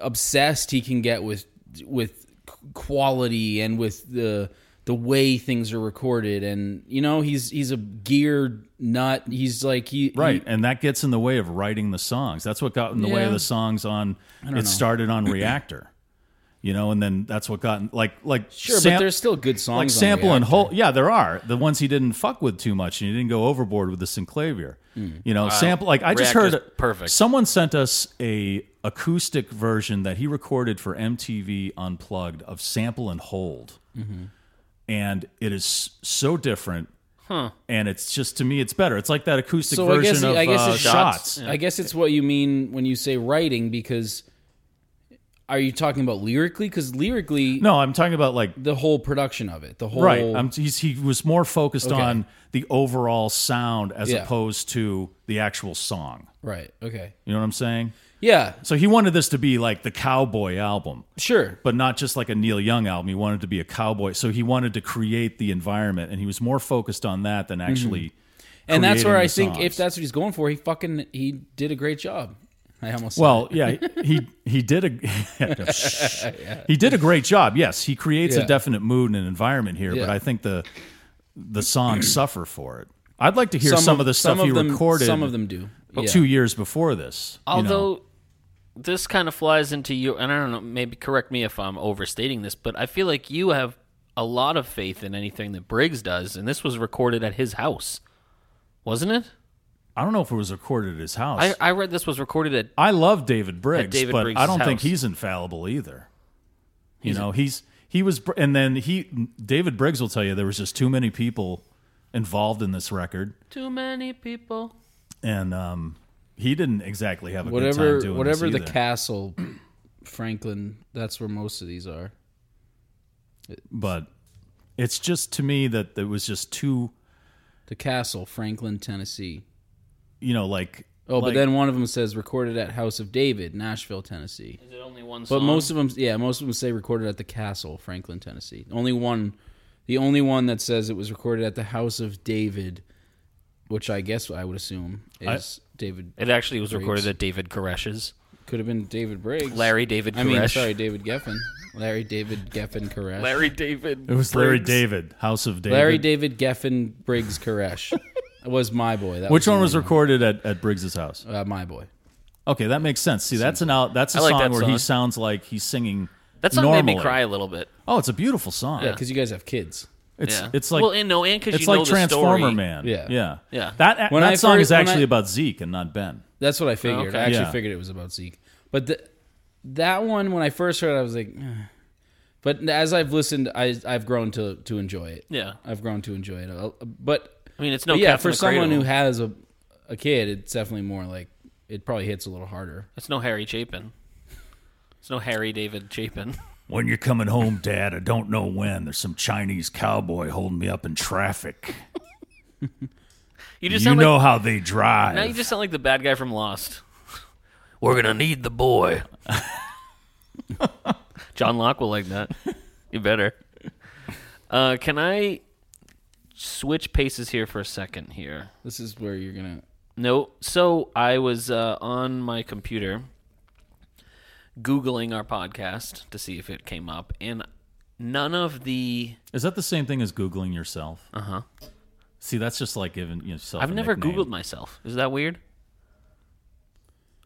Speaker 4: obsessed he can get with with qu- quality and with the the way things are recorded, and you know he's he's a geared nut. He's like he
Speaker 3: Right, and that gets in the way of writing the songs. That's what got in the way of
Speaker 4: Yeah.
Speaker 3: the songs on. It started on Reactor, you know, and then that's what got in- like like
Speaker 4: he- sure,
Speaker 3: Sam-
Speaker 4: but there's still good songs.
Speaker 3: like
Speaker 4: on
Speaker 3: sample
Speaker 4: React.
Speaker 3: and whole. Yeah, there are the ones he didn't fuck with too much, and he didn't go
Speaker 4: Mm.
Speaker 3: overboard with the Synclavier. You know, sample like I just
Speaker 2: Reactor's
Speaker 3: heard
Speaker 2: perfect.
Speaker 3: Someone sent us a acoustic version that he recorded for MTV Unplugged of Sample and Hold.
Speaker 4: Mm-hmm.
Speaker 3: And it is so different. Huh. And it's just, to me, it's better. It's like that acoustic
Speaker 4: so I
Speaker 3: version
Speaker 4: guess,
Speaker 3: of
Speaker 4: I guess
Speaker 3: uh,
Speaker 4: it's
Speaker 3: Shots.
Speaker 4: I guess it's what you mean when you say writing because are you talking about lyrically? Because lyrically,
Speaker 3: No, I'm talking about like
Speaker 4: the whole production of it, the whole
Speaker 3: Right. I'm, he's, he was more focused
Speaker 4: Okay.
Speaker 3: on the overall sound as
Speaker 4: Yeah.
Speaker 3: opposed to the actual song.
Speaker 4: right. Okay.
Speaker 3: You know what I'm saying?
Speaker 4: Yeah.
Speaker 3: So he wanted this to be like the cowboy album,
Speaker 4: Sure.
Speaker 3: but not just like a Neil Young album. He wanted to be a cowboy. So he wanted to create the environment, and he was more focused on that than actually.
Speaker 4: Mm-hmm. and that's where I
Speaker 3: creating the
Speaker 4: think if
Speaker 3: songs.
Speaker 4: that's what he's going for, he fucking he did a great job. I almost said
Speaker 3: Well,
Speaker 4: it.
Speaker 3: yeah, he he did a he did a great job. Yes, he creates
Speaker 4: Yeah.
Speaker 3: a definite mood and an environment here, but
Speaker 4: Yeah.
Speaker 3: I think the the songs suffer for it. I'd like to hear some, of the stuff
Speaker 4: some
Speaker 3: he
Speaker 4: of them,
Speaker 3: recorded.
Speaker 4: Some of them do. Yeah.
Speaker 3: two years before this. you know.
Speaker 2: Although this kind of flies into you, and I don't know, maybe correct me if I'm overstating this, but I feel like you have a lot of faith in anything that Briggs does, and this was recorded at his house, wasn't it?
Speaker 3: I don't know if it was recorded at his house.
Speaker 2: I,
Speaker 3: I,
Speaker 2: I read this was recorded at.
Speaker 3: love David Briggs,
Speaker 2: David
Speaker 3: but
Speaker 2: Briggs'
Speaker 3: I don't think
Speaker 2: house.
Speaker 3: he's infallible either. You know, he's he was, br- and then he David Briggs will tell you there was just too many people involved in this record,
Speaker 2: Too many people.
Speaker 3: and um, he didn't exactly have a good time
Speaker 4: whatever
Speaker 3: doing
Speaker 4: whatever
Speaker 3: this
Speaker 4: the
Speaker 3: either.
Speaker 4: castle, Franklin. That's where most of these are.
Speaker 3: But it's just to me that it was just too,
Speaker 4: The castle, Franklin, Tennessee.
Speaker 3: you know, like
Speaker 4: Oh, but
Speaker 3: like-
Speaker 4: then one of them says recorded at House of David, Nashville, Tennessee.
Speaker 2: Is it only one song?
Speaker 4: But most of them, yeah, most of them say recorded at the castle, Franklin, Tennessee. Only one, the only one that says it was recorded at the House of David, which I guess I would assume is David.
Speaker 2: It actually was recorded
Speaker 4: Briggs.
Speaker 2: at David Koresh's.
Speaker 4: Could have been David Briggs,
Speaker 2: Larry David
Speaker 4: I mean,
Speaker 2: Koresh.
Speaker 4: sorry, David Geffen, Larry David Geffen Koresh,
Speaker 2: Larry David.
Speaker 3: it was Larry David, House of David.
Speaker 4: Larry David Geffen Briggs Koresh. That was my boy. That
Speaker 3: Which
Speaker 4: the
Speaker 3: one was
Speaker 4: name.
Speaker 3: recorded at, at Briggs's house?
Speaker 4: Uh, my boy.
Speaker 3: Okay, that makes sense. See, that's an out. That's a
Speaker 2: I like
Speaker 3: song
Speaker 2: that
Speaker 3: where he
Speaker 2: song.
Speaker 3: sounds like he's singing.
Speaker 2: That song
Speaker 3: normally.
Speaker 2: made me cry a little bit.
Speaker 3: Oh, it's a beautiful song.
Speaker 4: Yeah, because you guys have kids.
Speaker 3: it's
Speaker 2: yeah.
Speaker 3: it's like
Speaker 2: Well, and no, and 'cause
Speaker 3: it's
Speaker 2: you
Speaker 3: like
Speaker 2: know the
Speaker 3: Transformer
Speaker 2: story.
Speaker 3: Man.
Speaker 4: Yeah.
Speaker 3: yeah,
Speaker 2: Yeah.
Speaker 3: That
Speaker 4: When
Speaker 3: that
Speaker 4: I
Speaker 3: song
Speaker 4: first-
Speaker 3: is actually
Speaker 4: when I-
Speaker 3: about Zeke and not Ben.
Speaker 4: That's what I figured.
Speaker 2: Oh, Okay.
Speaker 4: I actually
Speaker 3: Yeah.
Speaker 4: figured it was about Zeke. But th- that one, when I first heard, it, I was like, "Ugh." but as I've listened, I, I've grown to to enjoy it.
Speaker 2: Yeah.
Speaker 4: I've grown to enjoy it. Uh, But
Speaker 2: I mean, it's no
Speaker 4: but yeah,
Speaker 2: Cat from
Speaker 4: for
Speaker 2: the
Speaker 4: someone
Speaker 2: Cradle.
Speaker 4: who has a a kid, it's definitely more like it probably hits a little harder.
Speaker 2: It's no Harry Chapin. It's no Harry David Chapin.
Speaker 3: When you're coming home, Dad, I don't know when. There's some Chinese cowboy holding me up in traffic.
Speaker 2: You
Speaker 3: You,
Speaker 2: just sound like
Speaker 3: know how they drive.
Speaker 2: Now you just sound like the bad guy from Lost. We're gonna need the boy. John Locke will like that. You better. Uh, can I switch paces here for a second? Here,
Speaker 4: This is where you're gonna.
Speaker 2: no. So I was uh, on my computer googling our podcast to see if it came up, and none of the
Speaker 3: is that the same thing as googling yourself? Uh huh. See, that's just like giving yourself.
Speaker 2: Uh-huh. I've
Speaker 3: a
Speaker 2: never
Speaker 3: nickname.
Speaker 2: googled myself. Is that weird?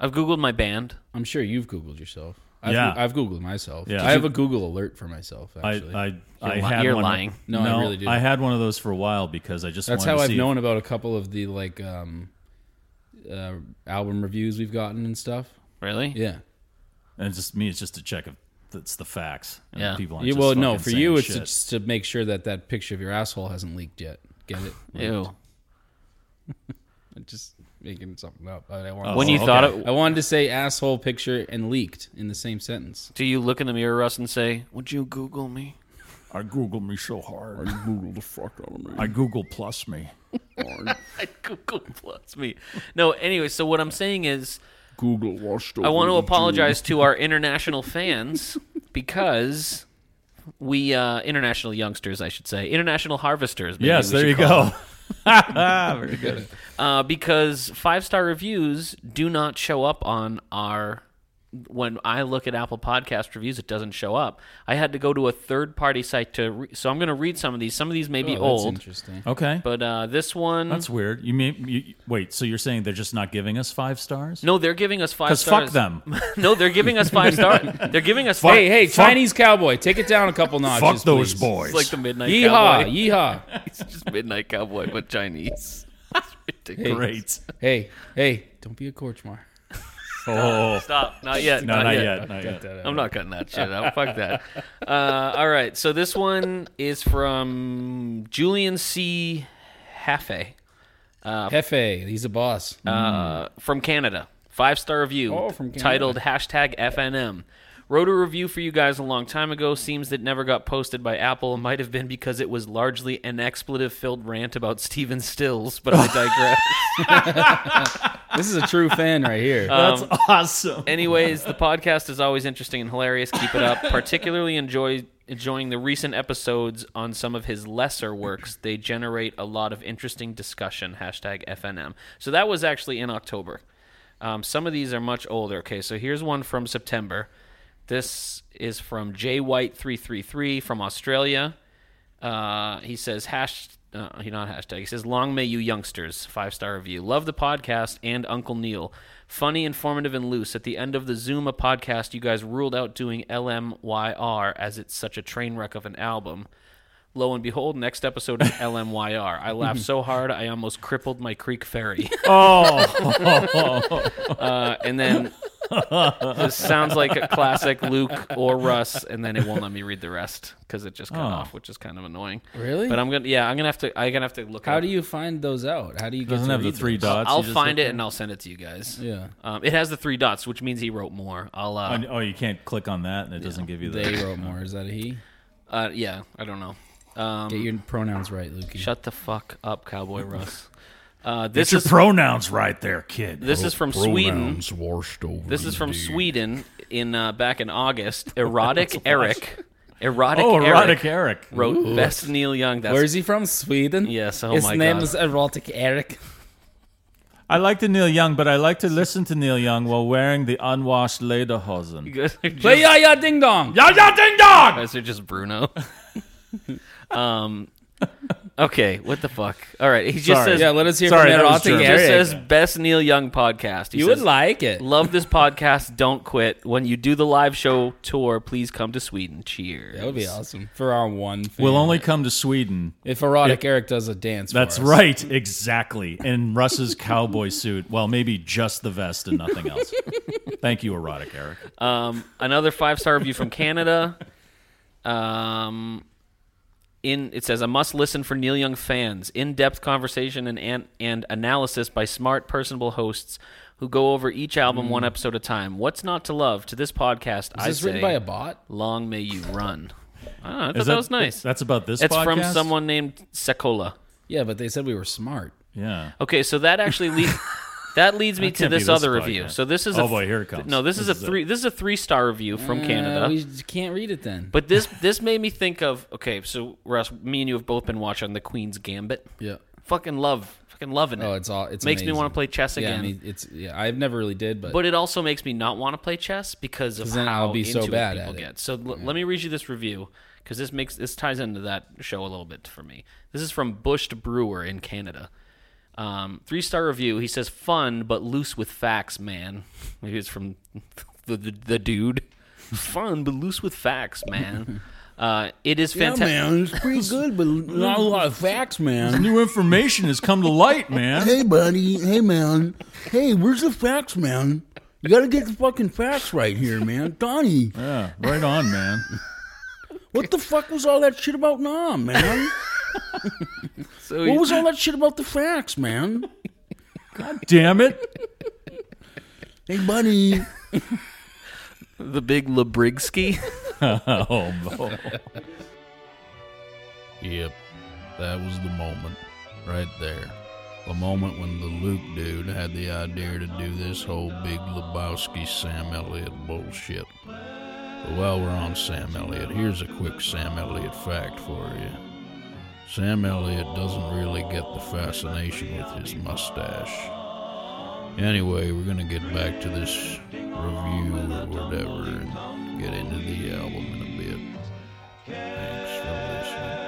Speaker 2: I've googled my band.
Speaker 4: I'm sure you've googled yourself. I've,
Speaker 3: Yeah.
Speaker 4: I've googled myself.
Speaker 3: Yeah.
Speaker 4: I have a Google alert for myself.
Speaker 3: I
Speaker 4: Actually,
Speaker 3: I, I
Speaker 2: li-
Speaker 3: had
Speaker 2: you're
Speaker 3: one.
Speaker 2: lying.
Speaker 4: No, I really do.
Speaker 3: I had one of those for a while because I just
Speaker 4: that's
Speaker 3: wanted
Speaker 4: how
Speaker 3: to
Speaker 4: I've
Speaker 3: see if-
Speaker 4: known about a couple of the like um, uh, album reviews we've gotten and stuff.
Speaker 2: Really?
Speaker 4: Yeah.
Speaker 3: And it's just me, it's just to check if that's the facts. And
Speaker 2: Yeah.
Speaker 3: People aren't
Speaker 4: Yeah,
Speaker 3: just
Speaker 4: well, no,
Speaker 3: fucking
Speaker 4: for
Speaker 3: saying
Speaker 4: you, it's
Speaker 3: shit.
Speaker 4: just to make sure that that picture of your asshole hasn't leaked yet. Get it?
Speaker 2: Ew.
Speaker 4: I'm just making something up. but I, wanted
Speaker 3: Oh,
Speaker 2: When you
Speaker 3: okay.
Speaker 2: thought it,
Speaker 4: I wanted to say asshole picture and leaked in the same sentence.
Speaker 2: Do you look in the mirror, Russ, and say, "Would you Google me?"
Speaker 3: I Google me so hard.
Speaker 4: Google the fuck out of me.
Speaker 3: I Google plus me.
Speaker 2: Google plus me. No. Anyway, so what I'm saying is,
Speaker 4: Google washed over.
Speaker 2: I want to apologize to our international fans because we uh, international youngsters, I should say, international harvesters. maybe
Speaker 3: Yes,
Speaker 2: we
Speaker 3: there
Speaker 2: should
Speaker 3: you
Speaker 2: call
Speaker 3: go.
Speaker 2: uh, because five star reviews do not show up on our. When I look at Apple Podcast reviews, it doesn't show up. I had to go to a third party site to. Re- so I'm going to read some of these. Some of these may be old,
Speaker 4: Interesting.
Speaker 3: Okay.
Speaker 2: but uh, this one.
Speaker 3: Oh, that's weird. You mean you, wait? So you're saying they're just not giving us five stars?
Speaker 2: no, they're giving us five
Speaker 3: Because
Speaker 2: stars.
Speaker 3: fuck them.
Speaker 2: no, they're giving us five stars. They're giving us
Speaker 3: Fuck-
Speaker 2: five.
Speaker 4: Hey, hey,
Speaker 3: Fuck-
Speaker 4: Chinese cowboy, take it down a couple notches.
Speaker 3: Fuck those
Speaker 4: please.
Speaker 3: boys.
Speaker 2: It's like the Midnight
Speaker 4: Yeehaw,
Speaker 2: Cowboy.
Speaker 4: yeehaw.
Speaker 2: It's just Midnight Cowboy, but Chinese. It's ridiculous.
Speaker 3: Great.
Speaker 4: Hey, hey, don't be a Korchmar.
Speaker 3: Oh,
Speaker 2: Stop. Not yet.
Speaker 3: no, not yet. Not yet.
Speaker 2: I'm not cutting that shit out. Fuck that. Uh, all right. So this one is from Julian C. Hafe
Speaker 3: Uh,
Speaker 4: Hefe, he's a boss.
Speaker 2: uh, from Canada. Five star review
Speaker 4: Oh, from Canada.
Speaker 2: titled hashtag FNM. Wrote a review for you guys a long time ago. Seems that never got posted by Apple. Might have been because it was largely an expletive filled rant about Steven Stills, but I digress.
Speaker 4: this is a true fan right here.
Speaker 3: That's
Speaker 2: Um,
Speaker 3: awesome.
Speaker 2: Anyways, the podcast is always interesting and hilarious. Keep it up. Particularly enjoy enjoying the recent episodes on some of his lesser works. They generate a lot of interesting discussion. Hashtag FNM. So that was actually in October. Um, some of these are much older. Okay, so here's one from September. This is from J White three three three from Australia. Uh, he says hash. Uh, he not hashtag. He says, "Long may you youngsters." Five star review. Love the podcast and Uncle Neil. Funny, informative, and loose. At the end of the Zuma podcast, you guys ruled out doing LMYR as it's such a train wreck of an album. Lo and behold, next episode is LMYR. I laughed so hard I almost crippled my creek ferry. Uh, and then this sounds like a classic Luke or Russ, and then it won't let me read the rest because it just cut off, which is kind of annoying.
Speaker 4: Really?
Speaker 2: But I'm gonna, yeah, I'm gonna have to, I'm gonna have to look. it
Speaker 4: How
Speaker 2: up.
Speaker 4: do you find those out? How do you get
Speaker 3: Doesn't
Speaker 4: to
Speaker 3: have the
Speaker 4: read
Speaker 3: three
Speaker 4: those?
Speaker 3: dots.
Speaker 2: I'll
Speaker 3: you just
Speaker 2: find
Speaker 3: look-
Speaker 2: it and I'll send it to you guys.
Speaker 4: Yeah,
Speaker 2: Um, it has the three dots, which means he wrote more. I'll, uh,
Speaker 3: Oh, you can't click on that, and it doesn't give you the.
Speaker 4: they wrote more. Is that a he?
Speaker 2: uh, yeah, I don't know.
Speaker 3: Um,
Speaker 4: Get your pronouns right, Lukey.
Speaker 2: Shut the fuck up, Cowboy Russ. Uh,
Speaker 5: It's
Speaker 2: this
Speaker 5: your
Speaker 2: is
Speaker 5: pronouns right there, kid.
Speaker 2: this is from Sweden.
Speaker 1: Pronouns washed over
Speaker 2: This is from
Speaker 1: indeed.
Speaker 2: Sweden in uh, back in August. Erotic Eric, erotic,
Speaker 3: Oh,
Speaker 2: Eric
Speaker 3: erotic Eric.
Speaker 2: wrote best Neil Young. That's
Speaker 4: Where is he from? Sweden.
Speaker 2: Yes, oh
Speaker 4: His
Speaker 2: my
Speaker 4: name
Speaker 2: God.
Speaker 4: is Erotic Eric.
Speaker 3: I like the Neil Young, but I like to listen to Neil Young while wearing the unwashed lederhosen.
Speaker 2: You guys are just,
Speaker 4: But yeah, yeah, ding dong.
Speaker 5: Ya ya ding dong.
Speaker 2: guys are just Bruno. um, okay, what the fuck? All right, he just
Speaker 3: Sorry.
Speaker 2: says
Speaker 4: Yeah, let us hear
Speaker 3: Sorry,
Speaker 4: from
Speaker 3: that was
Speaker 4: Erotic
Speaker 3: German.
Speaker 2: he
Speaker 4: Eric.
Speaker 2: just says best Neil Young podcast. He
Speaker 4: you
Speaker 2: says,
Speaker 4: would like it.
Speaker 2: love this podcast. Don't quit. When you do the live show tour, please come to Sweden. Cheers.
Speaker 4: That would be awesome for our one. Fan.
Speaker 3: We'll only come to Sweden.
Speaker 4: if Erotic Eric does a dance. for
Speaker 3: That's
Speaker 4: us.
Speaker 3: right, exactly. In Russ's cowboy suit. Well, maybe just the vest and nothing else. Thank you, erotic Eric.
Speaker 2: Um, another five star review from Canada. Um, in it says a must listen for Neil Young fans. In depth conversation and, and and analysis by smart, personable hosts who go over each album one episode at a time. What's not to love? To this podcast,
Speaker 4: Is
Speaker 2: I
Speaker 4: this
Speaker 2: say,
Speaker 4: written by a bot?
Speaker 2: long may you run. Ah, I thought
Speaker 3: Is
Speaker 2: that, was nice.
Speaker 3: That's about this.
Speaker 2: it's from
Speaker 3: podcast?
Speaker 2: someone named Sekola.
Speaker 4: Yeah, but they said we were smart.
Speaker 3: Yeah.
Speaker 2: Okay, so that actually leads that leads me
Speaker 3: That
Speaker 2: to
Speaker 3: can't be
Speaker 2: this,
Speaker 3: this
Speaker 2: other
Speaker 3: podcast.
Speaker 2: review. So this is
Speaker 3: Oh
Speaker 2: a,
Speaker 3: boy, here it comes.
Speaker 2: No, this, is, a three. This is a three star review from Canada.
Speaker 4: Uh, we can't read it then.
Speaker 2: But this this made me think of okay, so Russ, me and you have both been watching The Queen's Gambit.
Speaker 4: yeah.
Speaker 2: Fucking love, fucking loving it.
Speaker 4: Oh, it's all. It's
Speaker 2: makes me
Speaker 4: amazing.
Speaker 2: want to play chess
Speaker 4: Yeah,
Speaker 2: again.
Speaker 4: I mean, it's. Yeah, I've never really did, but
Speaker 2: but it also makes me not want to play chess because of
Speaker 4: 'Cause then
Speaker 2: how
Speaker 4: I'll be
Speaker 2: into
Speaker 4: so bad
Speaker 2: it people
Speaker 4: at it.
Speaker 2: get. So l- let me read you this review because this makes this ties into that show a little bit for me. This is from Bushed Brewer in Canada. Um, three star review. He says fun but loose with facts, man. Maybe it's from the the, the dude. Fun but loose with facts, man. Uh, it is fantastic.
Speaker 4: it's pretty good, but not a lot of facts, man.
Speaker 3: New information has come to light, man.
Speaker 7: Hey, buddy. Hey, man. Hey, where's the facts, man? You gotta get the fucking facts right here, man. Donnie,
Speaker 3: Yeah, right on, man.
Speaker 7: what the fuck was all that shit about Nam, man?
Speaker 2: So
Speaker 7: What was all that shit about the facts, man?
Speaker 3: Damn it.
Speaker 7: Hey, buddy.
Speaker 2: the big Labrigsky.
Speaker 3: Oh, no.
Speaker 1: Yep, that was the moment right there. The moment when the Luke dude had the idea to do this whole big Lebowski Sam Elliott bullshit. But while we're on Sam Elliott, here's a quick Sam Elliott fact for you. Sam Elliott doesn't really get the fascination with his mustache. Anyway, we're gonna get back to this review or whatever and get into the album in a bit. Thanks for listening.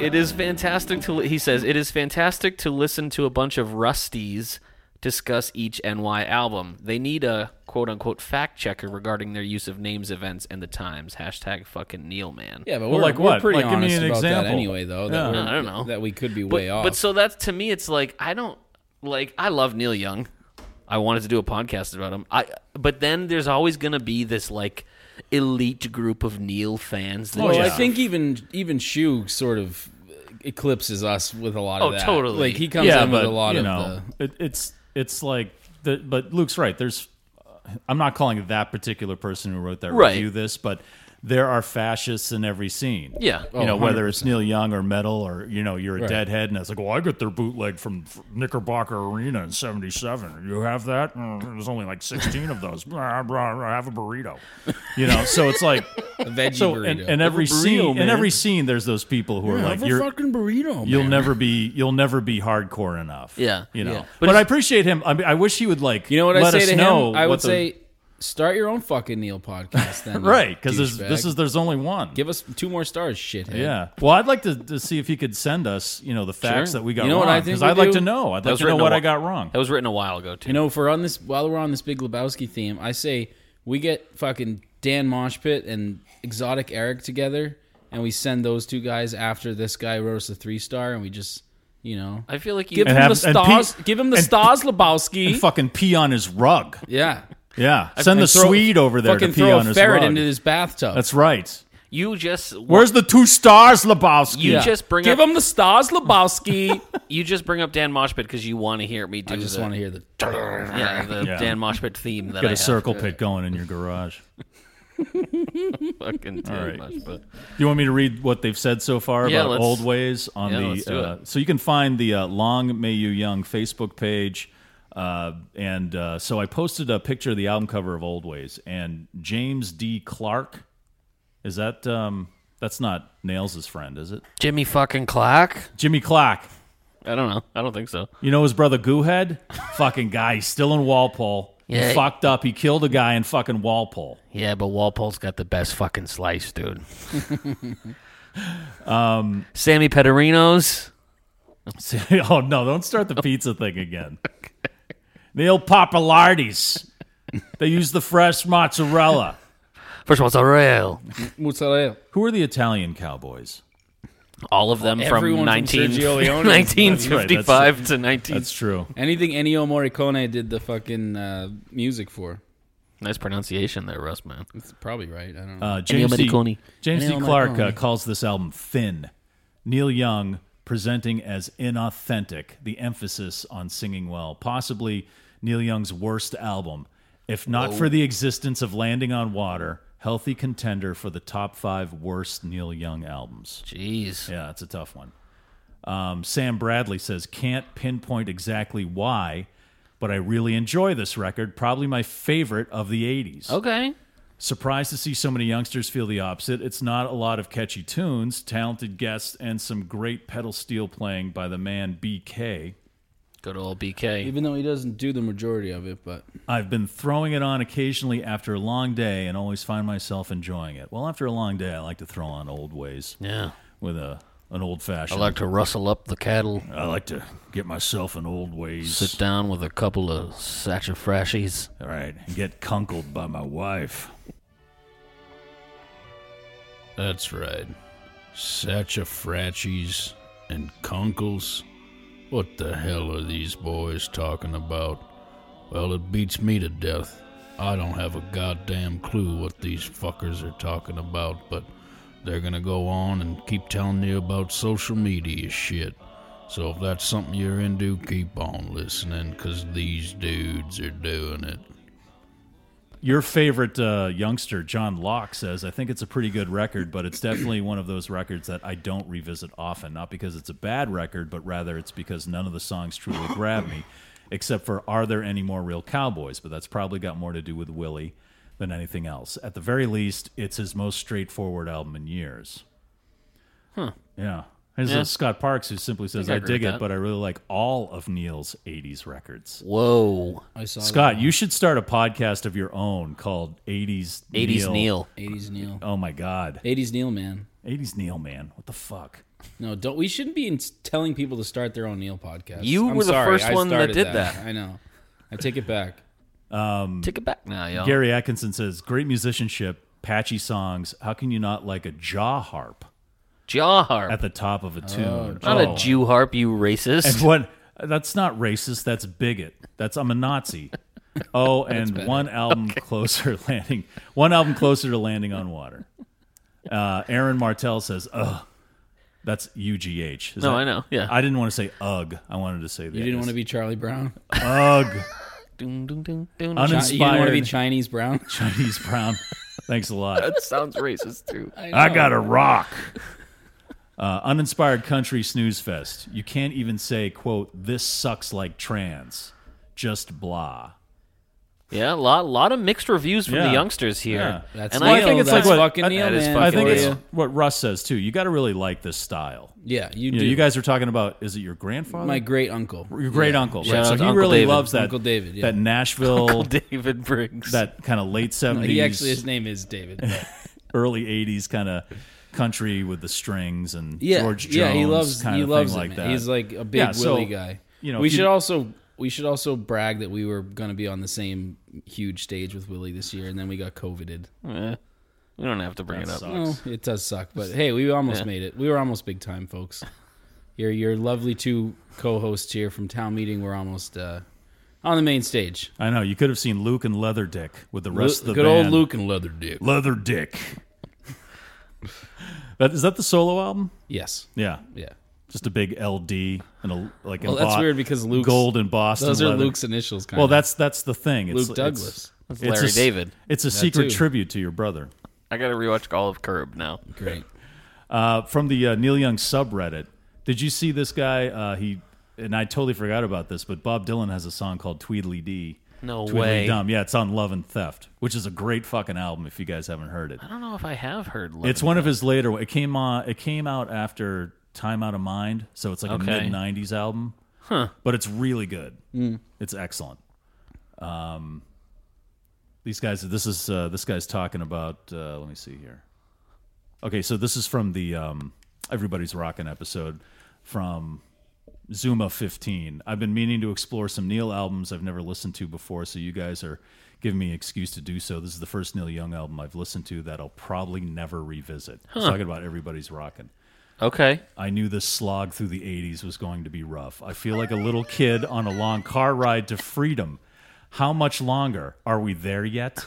Speaker 2: It is fantastic to li- he says it is fantastic to listen to a bunch of rusties discuss each NY album. They need a quote unquote fact checker regarding their use of names, events, and the times. Hashtag fucking Neil man.
Speaker 4: Yeah, but
Speaker 3: Well,
Speaker 4: we're
Speaker 3: like
Speaker 4: we're
Speaker 3: what?
Speaker 4: pretty
Speaker 3: Like, give me
Speaker 4: honest
Speaker 3: an
Speaker 4: about that
Speaker 3: example.
Speaker 4: anyway, though. That
Speaker 3: Yeah.
Speaker 4: we're-
Speaker 2: I don't know
Speaker 4: that we could be
Speaker 2: but,
Speaker 4: way off.
Speaker 2: But so that's to me, it's like I don't like I love Neil Young. I wanted to do a podcast about him. I but then there's always going to be this like elite group of Neil fans.
Speaker 3: Oh,
Speaker 2: That
Speaker 4: Well, I
Speaker 2: just-
Speaker 4: think even even Shu sort of eclipses us with a lot of
Speaker 2: Oh,
Speaker 4: that.
Speaker 2: totally.
Speaker 4: Like he comes in with a lot
Speaker 3: you
Speaker 4: of
Speaker 3: know, it, it's it's like the, but Luke's right. There's I'm not calling that particular person who wrote that
Speaker 2: Right.
Speaker 3: review this, but there are fascists in every scene.
Speaker 2: Yeah.
Speaker 3: you know whether it's Neil Young or metal or you know you're a deadhead and it's like, well, I got their bootleg from Knickerbocker Arena in '77. You have that? Mm, there's only like 16 of those. Blah, blah, blah, have a burrito. You know, so it's like
Speaker 4: the veggie
Speaker 3: so
Speaker 4: burrito.
Speaker 3: in, in every scene, in every scene, there's those people who are
Speaker 7: Yeah,
Speaker 3: like,
Speaker 7: have a
Speaker 3: you're
Speaker 7: fucking burrito.
Speaker 3: you'll
Speaker 7: man.
Speaker 3: never be you'll never be hardcore enough.
Speaker 2: Yeah,
Speaker 3: you know.
Speaker 2: yeah.
Speaker 3: But, I appreciate him. I, mean, I wish he would like.
Speaker 4: you know what
Speaker 3: let
Speaker 4: I say
Speaker 3: us
Speaker 4: to
Speaker 3: know
Speaker 4: him? I
Speaker 3: what
Speaker 4: would
Speaker 3: the-
Speaker 4: say, start your own fucking Neil podcast then. you
Speaker 3: right because this
Speaker 4: douchebag.
Speaker 3: is there's only one.
Speaker 4: give us two more stars, shit.
Speaker 3: yeah. Well, I'd like to, to see if he could send us you know the facts
Speaker 4: Sure.
Speaker 3: that we got
Speaker 4: You know what I
Speaker 3: wrong
Speaker 4: think
Speaker 3: because
Speaker 4: we
Speaker 3: I'd like
Speaker 4: do?
Speaker 3: to know. I'd like
Speaker 2: was
Speaker 3: to know
Speaker 2: written a
Speaker 3: what I
Speaker 2: whi-
Speaker 3: got wrong.
Speaker 2: that was written a while ago too.
Speaker 4: You know, if we're on this while we're on this Big Lebowski theme, I say we get fucking Dan Moshpit and Exotic Eric together, and we send those two guys after this guy wrote us a three star, and we just you know
Speaker 2: I feel like you
Speaker 4: give him
Speaker 3: have-
Speaker 4: the
Speaker 3: and Pete-
Speaker 4: stars, give him the
Speaker 3: and-
Speaker 4: stars, Lebowski.
Speaker 3: And fucking pee on his rug.
Speaker 4: yeah,
Speaker 3: Yeah, send
Speaker 4: And
Speaker 3: the
Speaker 4: throw-
Speaker 3: Swede over there to
Speaker 4: Fucking
Speaker 3: pee
Speaker 4: throw
Speaker 3: on
Speaker 4: a
Speaker 3: his
Speaker 4: ferret
Speaker 3: rug.
Speaker 4: into his bathtub.
Speaker 3: That's right.
Speaker 2: you just
Speaker 3: Where's the two stars, Lebowski?
Speaker 2: you just bring
Speaker 4: give
Speaker 2: up
Speaker 4: him the stars, Lebowski.
Speaker 2: you just bring up Dan Moshpit because you want to hear me do.
Speaker 4: I just
Speaker 2: the-
Speaker 4: want to hear the
Speaker 2: yeah the
Speaker 3: Yeah.
Speaker 2: Dan Moshpit theme that I
Speaker 3: Get a
Speaker 2: have.
Speaker 3: circle pit going in your garage.
Speaker 2: fucking too
Speaker 3: right.
Speaker 2: much, but
Speaker 3: Do you want me to read what they've said so far
Speaker 2: Yeah,
Speaker 3: about
Speaker 2: let's-
Speaker 3: old ways on
Speaker 2: yeah,
Speaker 3: the?
Speaker 2: let's do
Speaker 3: uh, So you can find the uh, Long May You Young Facebook page, uh, and uh, so I posted a picture of the album cover of Old Ways, and James D. Clark, is that? Um, that's not Nails' friend, is it?
Speaker 2: Jimmy fucking Clark.
Speaker 3: Jimmy Clark.
Speaker 2: I don't know. I don't think so.
Speaker 3: You know his brother Goohead? fucking guy, he's still in Walpole.
Speaker 2: Yeah.
Speaker 3: He fucked up. He killed a guy in fucking Walpole.
Speaker 2: Yeah, but Walpole's got the best fucking slice, dude. um,
Speaker 3: Um,
Speaker 2: Sammy Petorino's.
Speaker 3: oh no! Don't start the pizza thing again. The old Papalardi's. They use the fresh mozzarella.
Speaker 2: First of all, it's a rail.
Speaker 4: mozzarella.
Speaker 3: Who are the Italian cowboys?
Speaker 2: All of them
Speaker 4: Everyone
Speaker 2: from,
Speaker 4: from
Speaker 2: 19,
Speaker 4: Sergio Leone.
Speaker 2: 1955
Speaker 3: That's
Speaker 2: to 19.
Speaker 3: That's true.
Speaker 4: Anything Ennio Morricone did the fucking uh, music for.
Speaker 2: nice pronunciation there, Russ, man.
Speaker 4: It's probably right. I don't know.
Speaker 3: Uh, James D.
Speaker 2: Morricone.
Speaker 3: James D.
Speaker 4: Ennio
Speaker 3: Clark uh,
Speaker 4: Morricone.
Speaker 3: calls this album "Thin." Neil Young presenting as inauthentic, the emphasis on singing well, possibly Neil Young's worst album, if not for the existence of "Landing on Water." Healthy contender for the top five worst Neil Young albums.
Speaker 2: Jeez.
Speaker 3: Yeah, it's a tough one. Um, Sam Bradley says, can't pinpoint exactly why, but I really enjoy this record. Probably my favorite of the 80s.
Speaker 2: Okay.
Speaker 3: Surprised to see so many youngsters feel the opposite. It's not a lot of catchy tunes, talented guests, and some great pedal steel playing by the man BK.
Speaker 2: Good old BK.
Speaker 4: Even though he doesn't do the majority of it, but
Speaker 3: I've been throwing it on occasionally after a long day and always find myself enjoying it. Well, after a long day, I like to throw on old ways
Speaker 2: Yeah.
Speaker 3: with a an old
Speaker 2: I
Speaker 3: fashioned.
Speaker 2: like to rustle up the cattle,
Speaker 3: I like to get myself in old ways.
Speaker 2: sit down with a couple of satchafrashies.
Speaker 3: All right, and get cunkled by my wife.
Speaker 1: That's right. Satchafrachis and conkles. What the hell are these boys talking about? Well, it beats me to death. I don't have a goddamn clue what these fuckers are talking about, but they're gonna go on and keep telling you about social media shit. So if that's something you're into, keep on listening, 'cause these dudes are doing it.
Speaker 3: Your favorite uh, youngster, John Locke, says, I think it's a pretty good record, but it's definitely one of those records that I don't revisit often. Not because it's a bad record, but rather it's because none of the songs truly grab me, except for Are There Any More Real Cowboys? But that's probably got more to do with Willie than anything else. At the very least, it's his most straightforward album in years. Huh. Yeah. There's a Scott Parks who simply says, I,
Speaker 2: I agree
Speaker 3: dig
Speaker 2: with
Speaker 3: it,
Speaker 2: that."
Speaker 3: but I really like all of Neil's 80s records.
Speaker 2: Whoa.
Speaker 4: I saw
Speaker 3: Scott, you should start a podcast of your own called 80s
Speaker 2: 80s Neil.
Speaker 4: that. 80s Neil.
Speaker 3: Oh my god.
Speaker 4: 80s Neil, man.
Speaker 3: 80s Neil, man. What the fuck?
Speaker 4: No, don't. We shouldn't be in- telling people to start their own Neil podcast.
Speaker 2: You
Speaker 4: I'm
Speaker 2: were the
Speaker 4: sorry,
Speaker 2: first
Speaker 4: I
Speaker 2: one that
Speaker 4: started
Speaker 2: did that.
Speaker 4: I know. I take it back.
Speaker 3: Mm.
Speaker 2: Take it back now, y'all.
Speaker 3: Gary Atkinson says, "Great musicianship, patchy songs. How can you not like a jaw harp
Speaker 2: Jaw harp.
Speaker 3: at the top of a tune?"
Speaker 2: Not a Jew harp, you racist.
Speaker 3: And what That's not racist. That's bigot. That's I'm a Nazi. Oh, and one album closer landing. One album closer to landing on water. Uh, Aaron Martell says, "Ugh." That's UGH. Is
Speaker 2: No,
Speaker 3: that-
Speaker 2: I know. Yeah.
Speaker 3: I didn't want to say ugh. I wanted to say that.
Speaker 4: You didn't want to be Charlie Brown.
Speaker 3: ugh.
Speaker 2: Dun, dun, dun, dun.
Speaker 3: Uh,
Speaker 4: Chi- You didn't want to be
Speaker 3: Uninspired
Speaker 4: Chinese Brown.
Speaker 3: Chinese Brown. Thanks a lot.
Speaker 2: That sounds racist too.
Speaker 5: I got a rock.
Speaker 3: Uh, uninspired country snooze fest. You can't even say, quote, this sucks like trans. Just blah.
Speaker 2: Yeah, a lot, lot of mixed reviews from
Speaker 3: Yeah.
Speaker 2: the youngsters here.
Speaker 3: Yeah.
Speaker 4: That's
Speaker 2: and
Speaker 4: Neil.
Speaker 2: I think it's
Speaker 4: that's
Speaker 2: like what
Speaker 4: fucking
Speaker 3: I-
Speaker 4: Neil,
Speaker 2: that is
Speaker 4: man.
Speaker 2: fucking
Speaker 3: I think
Speaker 2: Neil.
Speaker 3: it's what Russ says too. You got to really like this style.
Speaker 4: yeah, you do.
Speaker 3: You know, you guys are talking about is it your grandfather?
Speaker 4: my great uncle.
Speaker 3: your great uncle.
Speaker 2: Shout
Speaker 3: Right? So he
Speaker 2: out to Uncle
Speaker 3: really
Speaker 2: David.
Speaker 3: loves that
Speaker 4: Uncle David, yeah.
Speaker 3: that Nashville
Speaker 2: David Briggs.
Speaker 3: that kind of late
Speaker 4: He actually, his
Speaker 3: seventies,
Speaker 4: name is David. but-
Speaker 3: early eighties kind of country with the strings and
Speaker 4: yeah,
Speaker 3: George Jones
Speaker 4: yeah, he loves
Speaker 3: kind
Speaker 4: he
Speaker 3: of
Speaker 4: loves
Speaker 3: thing
Speaker 4: it,
Speaker 3: like
Speaker 4: man.
Speaker 3: that.
Speaker 4: He's like a big
Speaker 3: Yeah,
Speaker 4: Willie
Speaker 3: so,
Speaker 4: guy.
Speaker 3: you know,
Speaker 4: we
Speaker 3: if you-
Speaker 4: should also we should also brag that we were going to be on the same huge stage with Willie this year, and then we got coveted.
Speaker 2: Eh, we don't have to bring it up.
Speaker 4: Well, it does suck, but hey, we almost made it. We were almost big time, folks. Your your lovely two co-hosts here from town meeting were almost uh, on the main stage.
Speaker 3: I know you could have seen Luke and Leatherdick with the rest
Speaker 4: Lu-
Speaker 3: of the
Speaker 4: good
Speaker 3: band.
Speaker 4: old Luke and Leather Dick.
Speaker 3: Leather Dick. that, is that the solo album?
Speaker 4: Yes,
Speaker 3: Yeah,
Speaker 4: yeah.
Speaker 3: just a big LD and a like.
Speaker 4: Well, that's
Speaker 3: embo-
Speaker 4: weird because Luke's-
Speaker 3: gold and Boston.
Speaker 4: Those are
Speaker 3: leather.
Speaker 4: Luke's initials. Kind
Speaker 3: Well,
Speaker 4: of.
Speaker 3: that's that's the thing. It's, it's-
Speaker 4: Luke Douglas.
Speaker 2: That's
Speaker 3: it's a
Speaker 2: Larry
Speaker 3: s-
Speaker 2: David.
Speaker 3: It's a secret
Speaker 4: too.
Speaker 3: tribute to your brother.
Speaker 2: I gotta rewatch all of Curb now.
Speaker 4: great.
Speaker 3: Uh, from the uh, Neil Young subreddit, did you see this guy? Uh, he and I totally forgot about this, but Bob Dylan has a song called Tweedly D.
Speaker 2: No
Speaker 3: Tweedly
Speaker 2: way.
Speaker 3: Dumb. Yeah, it's on Love and Theft, which is a great fucking album if you guys haven't heard it.
Speaker 2: I don't know if I have heard. Love
Speaker 3: It's one of his later. It came on. It came out after Time Out of Mind, so it's like a
Speaker 2: Okay.
Speaker 3: mid '90s album. Huh. But it's really good. It's excellent. Um, these guys. This is uh, this guy's talking about. Uh, let me see here. Okay, so this is from the um, Everybody's Rockin' episode from Zuma 15. I've been meaning to explore some Neil albums I've never listened to before, so you guys are giving me an excuse to do so. This is the first Neil Young album I've listened to that I'll probably never revisit. He's talking about Everybody's Rockin'.
Speaker 2: Okay.
Speaker 3: I knew this slog through the 80s was going to be rough. I feel like a little kid on a long car ride to freedom. How much longer? Are we there yet?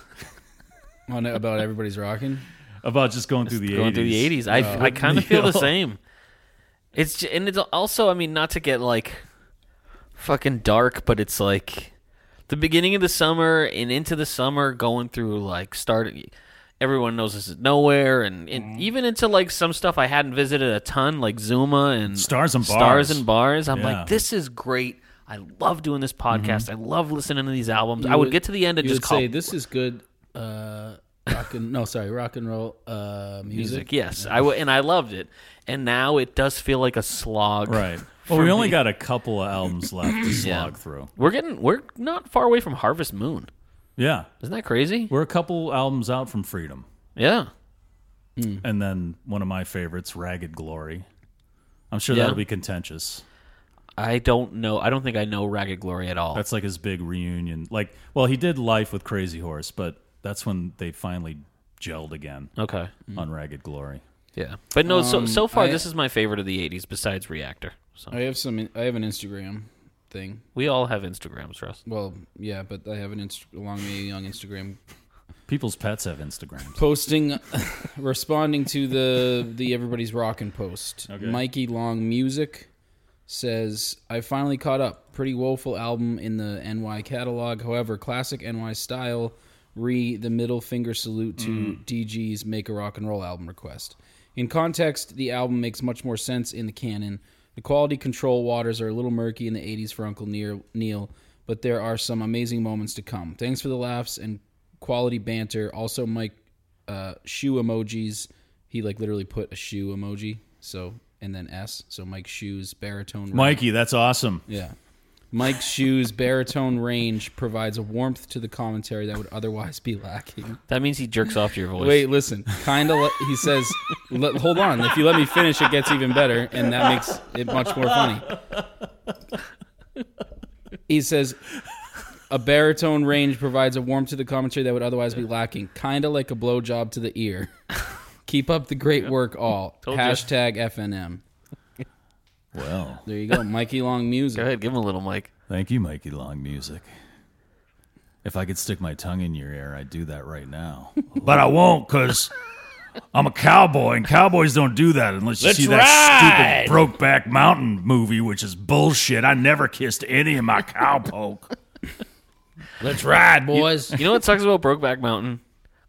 Speaker 4: On about everybody's rocking.
Speaker 3: About just going through the
Speaker 2: going
Speaker 3: 80s.
Speaker 2: through the eighties. I I kind of feel the same. It's j and it's also I mean not to get like fucking dark, but it's like the beginning of the summer and into the summer, going through like starting. Everyone knows this is nowhere, and,
Speaker 3: Mm-hmm.
Speaker 2: and even into like some stuff I hadn't visited a ton, like Zuma and
Speaker 3: Stars and Bars.
Speaker 2: Stars and Bars. I'm
Speaker 3: Yeah. Mm-hmm.
Speaker 2: like, this is great. I love doing this podcast. I love listening to these albums. I would get to the end and
Speaker 4: you
Speaker 2: just
Speaker 4: would
Speaker 2: call
Speaker 4: say this is good. Uh, rock and no, sorry, rock and roll uh, music.
Speaker 2: music. Yes, I w- and I loved it. And now it does feel like a slog.
Speaker 3: Right.
Speaker 2: for
Speaker 3: Well, we only
Speaker 2: me.
Speaker 3: got a couple of albums left to
Speaker 2: Yeah.
Speaker 3: slog through.
Speaker 2: We're getting we're not far away from Harvest Moon.
Speaker 3: Yeah.
Speaker 2: Isn't that crazy?
Speaker 3: We're a couple albums out from Freedom.
Speaker 2: Yeah.
Speaker 3: And then one of my favorites, Ragged Glory. I'm sure
Speaker 2: Yeah.
Speaker 3: that'll be contentious.
Speaker 2: I don't know. I don't think I know Ragged Glory at all.
Speaker 3: That's like his big reunion. Like, well, he did Life with Crazy Horse, but that's when they finally gelled again
Speaker 2: okay.
Speaker 3: on Ragged Glory.
Speaker 2: Yeah. But no, so so far
Speaker 4: Um, I-
Speaker 2: this is my favorite of the 80s besides Reactor. So
Speaker 4: I have some. I have an Instagram thing.
Speaker 2: we all have Instagrams, Russ.
Speaker 4: Well, yeah, but I have an Inst- long May Young Instagram
Speaker 3: People's pets have Instagrams.
Speaker 4: posting, responding to the the everybody's rockin' post. Mikey Long Music says, "I finally caught up. Pretty woeful album in the NY catalog. However, classic NY style. Re the middle finger salute to DG's Make a Rock and Roll album request. In context, the album makes much more sense in the canon. The quality control waters are a little murky in the '80s for Uncle Neil, Neil, but there are some amazing moments to come. Thanks for the laughs and quality banter. Also, Mike uh, shoe emojis. He like literally put a shoe emoji. So and then S. So Mike shoes baritone. range.
Speaker 3: Mikey, that's awesome.
Speaker 4: Yeah. Mike shoes baritone range provides a warmth to the commentary that would otherwise be lacking.
Speaker 2: That means he jerks off to your voice.
Speaker 4: Wait, listen. Kind of. Li- he says, "L- "Hold on. If you let me finish, it gets even better, and that makes it much more funny." He says, "A baritone range provides a warmth to the commentary that would otherwise be lacking. Kind of like a blowjob to the ear. Keep up the great work, all.
Speaker 2: ya.
Speaker 4: Hashtag FNM."
Speaker 3: Well,
Speaker 4: There you go, Mikey Long music.
Speaker 2: Go ahead, give him a little mic.
Speaker 3: thank you, Mikey Long Music. If I could stick my tongue in your ear, I'd do that right now.
Speaker 5: But I won't because I'm a cowboy, and cowboys don't do that unless you
Speaker 4: Let's
Speaker 5: see that stupid Brokeback Mountain movie, which is bullshit. I never kissed any of my cowpoke.
Speaker 4: Let's ride, boys.
Speaker 2: You know what sucks about Brokeback Mountain?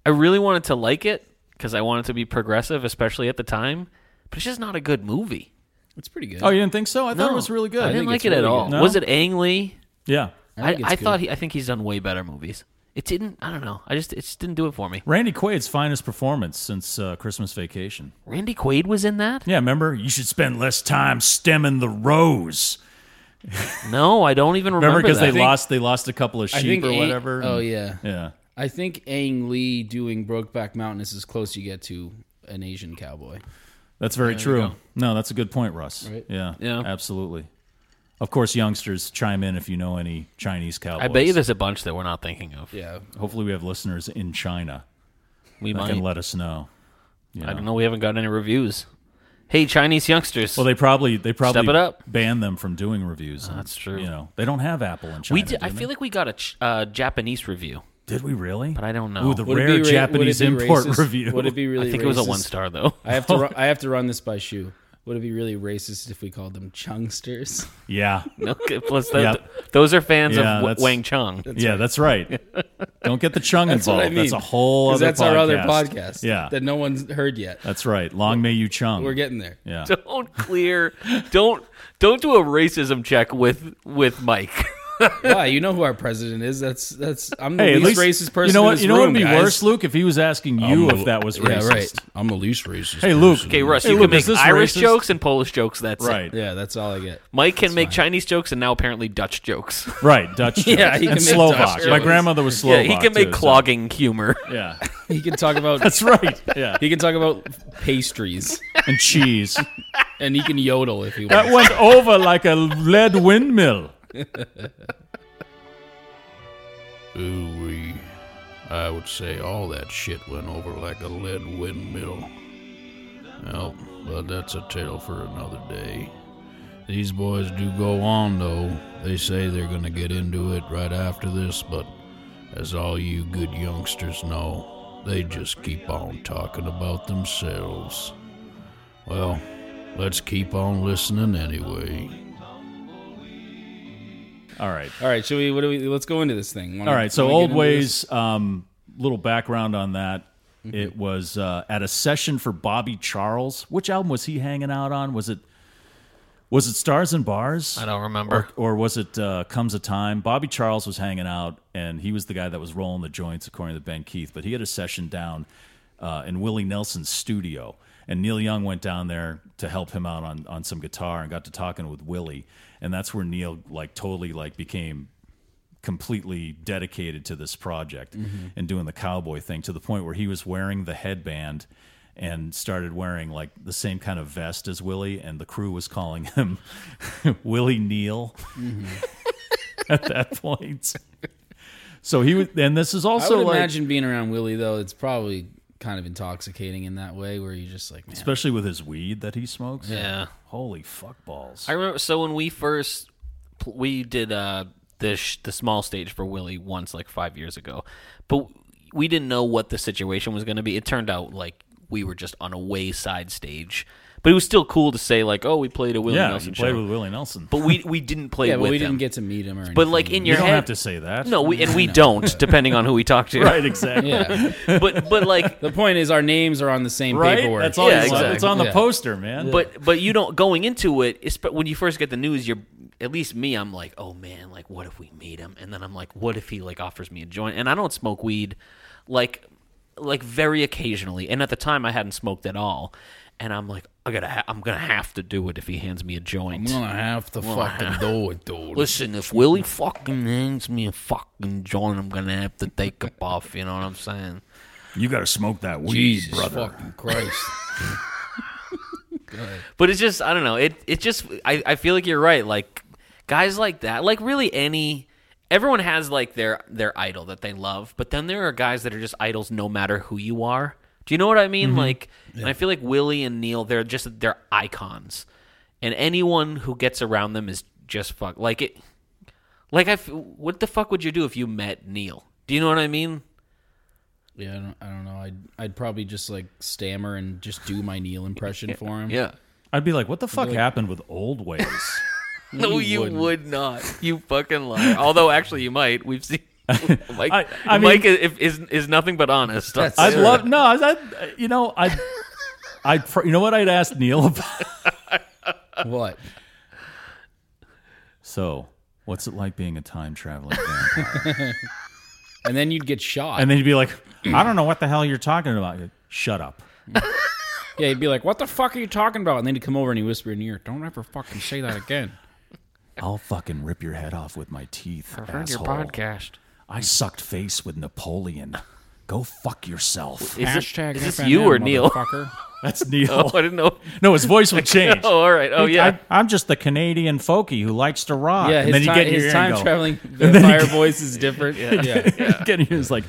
Speaker 2: I really wanted to like it because I wanted to be progressive, especially at the time. But it's just not a good movie.
Speaker 4: it's pretty good.
Speaker 3: Oh, you didn't think so? I thought it was really good.
Speaker 2: I didn't
Speaker 4: think
Speaker 2: like
Speaker 4: it's
Speaker 2: it at
Speaker 4: really
Speaker 2: all.
Speaker 4: good.
Speaker 3: No?
Speaker 2: Was it Ang Lee?
Speaker 3: yeah.
Speaker 2: I,
Speaker 4: think
Speaker 2: I,
Speaker 4: it's good.
Speaker 2: thought he, I think he's done way better movies. It didn't. I don't know. I just it just didn't do it for me.
Speaker 3: Randy Quaid's finest performance since uh, Christmas Vacation.
Speaker 2: Randy Quaid was in that.
Speaker 3: Yeah, remember? You
Speaker 5: You should spend less time stemming the rose.
Speaker 2: No, I don't even remember.
Speaker 3: remember because they
Speaker 2: that.
Speaker 3: lost they lost a couple of
Speaker 4: I
Speaker 3: sheep or
Speaker 4: Ang-
Speaker 3: whatever.
Speaker 4: Oh
Speaker 3: and-
Speaker 4: yeah.
Speaker 3: Yeah.
Speaker 4: I think Ang Lee doing Brokeback Mountain is as close you get to an Asian cowboy.
Speaker 3: That's very true. No, that's a good point, Russ.
Speaker 4: Right?
Speaker 3: Yeah.
Speaker 2: Yeah.
Speaker 3: Absolutely. Of course, youngsters chime in if you know any Chinese cowboys.
Speaker 2: I bet you there's a bunch that we're not thinking of.
Speaker 4: Yeah.
Speaker 3: Hopefully, we have listeners in China
Speaker 2: we
Speaker 3: that
Speaker 2: might.
Speaker 3: can let us know.
Speaker 2: I don't know. We haven't got any reviews. Hey, Chinese youngsters.
Speaker 3: Well, they probably they probably
Speaker 2: Step it up. Ah,
Speaker 3: ban them from doing reviews. and,
Speaker 2: That's true.
Speaker 3: You know, they don't have Apple in China.
Speaker 2: we did,
Speaker 3: do
Speaker 2: I
Speaker 3: they?
Speaker 2: feel like we got a ch- uh, Japanese review.
Speaker 3: did we really?
Speaker 2: But I don't know.
Speaker 3: Ooh, the
Speaker 4: Would it be
Speaker 3: rare
Speaker 4: ra- would it
Speaker 3: Japanese
Speaker 4: be
Speaker 3: import
Speaker 4: racist-
Speaker 3: review.
Speaker 4: Would it be really?
Speaker 2: I think it was a
Speaker 4: racist?
Speaker 2: one star though.
Speaker 4: I have to. Ru- I have to run this by shoe. Would it be really racist if we called them chungsters?
Speaker 3: yeah.
Speaker 2: no, good. plus that,
Speaker 3: Yep.
Speaker 2: those are fans
Speaker 3: Yeah,
Speaker 2: of w-
Speaker 3: that's-
Speaker 2: Wang Chung.
Speaker 3: yeah, that's right. Don't get the chung
Speaker 4: That's
Speaker 3: involved.
Speaker 4: what I mean.
Speaker 3: That's a whole
Speaker 4: 'Cause
Speaker 3: other
Speaker 4: that's
Speaker 3: podcast.
Speaker 4: our other podcast.
Speaker 3: Yeah. Uh,
Speaker 4: that no one's heard yet.
Speaker 3: That's right. Long may you chung.
Speaker 4: We're getting there.
Speaker 3: yeah.
Speaker 2: Don't clear. Don't don't do a racism check with with Mike.
Speaker 4: Why? You know who our president is? That's that's. I'm the
Speaker 3: Hey, at
Speaker 4: least,
Speaker 3: least-
Speaker 4: racist person.
Speaker 3: You know
Speaker 4: in
Speaker 3: what?
Speaker 4: this
Speaker 3: you know
Speaker 4: room,
Speaker 3: what would be
Speaker 4: guys. Um,
Speaker 3: worse, Luke, if he was asking you if that was racist.
Speaker 4: Yeah, right.
Speaker 7: I'm the least racist.
Speaker 3: Hey, Luke.
Speaker 2: Okay, Russ,
Speaker 3: Hey,
Speaker 2: you
Speaker 3: Luke,
Speaker 2: can make
Speaker 3: is this
Speaker 2: Irish
Speaker 3: racist?
Speaker 2: jokes and Polish jokes. That's it.
Speaker 3: Right.
Speaker 4: Yeah, that's all I get.
Speaker 2: Mike can make Chinese jokes and now apparently Dutch jokes.
Speaker 3: Right. Dutch. jokes.
Speaker 4: Yeah, he can
Speaker 3: and
Speaker 4: make
Speaker 3: Slovak.
Speaker 4: Dutch
Speaker 3: My
Speaker 4: jokes.
Speaker 3: grandmother was
Speaker 2: yeah,
Speaker 3: Slovak.
Speaker 2: he can make
Speaker 3: too, so-
Speaker 2: clogging humor.
Speaker 3: Yeah.
Speaker 4: He can talk about.
Speaker 3: That's right. Yeah.
Speaker 4: He can talk about pastries,
Speaker 3: and cheese.
Speaker 4: and he can yodel if he
Speaker 3: That
Speaker 4: wants.
Speaker 3: went over like a lead windmill.
Speaker 1: Ooh wee. I would say all that shit went over like a lead windmill. Well, but that's a tale for another day. These boys do go on, though. They say they're going to get into it right after this, but as all you good youngsters know, they just keep on talking about themselves. Well, let's keep on listening anyway.
Speaker 3: All right.
Speaker 4: All right, should we? What do we? Let's go into this thing. Wanna-
Speaker 3: All right. So
Speaker 4: wanna get
Speaker 3: old
Speaker 4: into this?
Speaker 3: ways. Um, little background on that.
Speaker 4: Mm-hmm.
Speaker 3: It was uh, at a session for Bobby Charles. Which album was he hanging out on? Was it was it Stars and Bars?
Speaker 2: I don't remember.
Speaker 3: Or, or was it uh, Comes a Time? Bobby Charles was hanging out, and he was the guy that was rolling the joints, according to Ben Keith. But he had a session down uh, in Willie Nelson's studio, and Neil Young went down there to help him out on on some guitar, and got to talking with Willie, and that's where Neil like totally like became completely dedicated to this project
Speaker 2: Mm-hmm.
Speaker 3: and doing the cowboy thing to the point where he was wearing the headband and started wearing like the same kind of vest as Willie and the crew was calling him Willie Neal
Speaker 2: Mm-hmm.
Speaker 3: at that point. So he would and this is
Speaker 4: I
Speaker 3: also
Speaker 4: would
Speaker 3: like
Speaker 4: imagine being around Willie though. It's probably kind of intoxicating in that way, where you're just like, man,
Speaker 3: especially with his weed that he smokes.
Speaker 2: Yeah.
Speaker 3: Holy fuck balls.
Speaker 2: I remember. So when we first pl- we did uh the sh- the small stage for Willie once like five years ago, but we didn't know what the situation was going to be. It turned out like we were just on a wayside stage, but it was still cool to say like, oh, we played a Willie
Speaker 3: yeah,
Speaker 2: Nelson
Speaker 3: you played
Speaker 2: show.
Speaker 3: with Willie Nelson.
Speaker 2: but we we didn't play
Speaker 4: yeah,
Speaker 2: with
Speaker 4: but we
Speaker 2: them.
Speaker 4: didn't get to meet him or. Anything.
Speaker 2: But like in your
Speaker 3: you don't
Speaker 2: head,
Speaker 3: have to say that.
Speaker 2: no, we and we don't, depending on who we talk to.
Speaker 3: Right, exactly.
Speaker 4: yeah.
Speaker 2: But but like
Speaker 4: The point is, our names are on the same
Speaker 3: Right?
Speaker 4: paperwork.
Speaker 3: That's all
Speaker 2: Yeah,
Speaker 3: you want.
Speaker 2: exactly.
Speaker 3: It's on the
Speaker 4: Yeah.
Speaker 3: poster, man.
Speaker 2: But but you don't going into it. It's, but when you first get the news, you're at least me. I'm like, oh man, like what if we meet him? And then I'm like, what if he like offers me a joint? And I don't smoke weed, like like very occasionally. And at the time, I hadn't smoked at all. And I'm like, I gotta, ha- I'm gonna have to do it if he hands me a joint.
Speaker 7: I'm gonna have to fucking do it, dude.
Speaker 2: Listen, if Willie fucking hands me a fucking joint, I'm gonna have to take a puff. You know what I'm saying?
Speaker 5: You got to smoke that weed,
Speaker 7: Jesus
Speaker 5: brother.
Speaker 7: fucking Christ.
Speaker 2: But it's just I don't know. It it just I, I feel like you're right. Like guys like that, like really any everyone has like their their idol that they love, but then there are guys that are just idols no matter who you are. Do you know what I mean? Like and I feel like Willie and Neil, they're just they're icons. and anyone who gets around them is just fuck. Like it, like I. f- What the fuck would you do if you met Neil? Do you know what I mean?
Speaker 4: Yeah, I don't, I don't know. I'd I'd probably just like stammer and just do my Neil impression for him.
Speaker 2: Yeah.
Speaker 3: I'd be like, what the fuck happened with old ways?
Speaker 2: No, you would not. You fucking liar. Although, actually, you might. We've seen Mike.
Speaker 3: I- I mean-
Speaker 2: Mike is, is is nothing but honest.
Speaker 3: I'd love no, I, I, you know, I, I, you know what I'd ask Neil about.
Speaker 4: What?
Speaker 3: So, what's it like being a time traveling vampire?
Speaker 4: And then you'd get shot.
Speaker 3: and then you'd be like, I don't know what the hell you're talking about. You'd, Shut up.
Speaker 4: yeah, he'd be like, "What the fuck are you talking about?" And then he'd come over and he'd whisper in your ear, "Don't ever fucking say that again."
Speaker 3: I'll fucking rip your head off with my teeth. I've asshole. I sucked face with Napoleon. Go fuck yourself.
Speaker 2: Is this,
Speaker 4: Hashtag
Speaker 2: is this
Speaker 4: FNM,
Speaker 2: you or Neil?
Speaker 4: motherfucker.
Speaker 3: That's Neil.
Speaker 2: Oh, I didn't know.
Speaker 3: No, his voice would change.
Speaker 2: Oh, all right. Oh, yeah.
Speaker 3: I, am just the Canadian folkie who likes to rock.
Speaker 4: Yeah,
Speaker 3: and
Speaker 4: his,
Speaker 3: then you
Speaker 4: time,
Speaker 3: get in your
Speaker 4: his
Speaker 3: ear and
Speaker 4: time
Speaker 3: go,
Speaker 4: traveling vampire voice is different. Yeah,
Speaker 3: Get in here, it's like,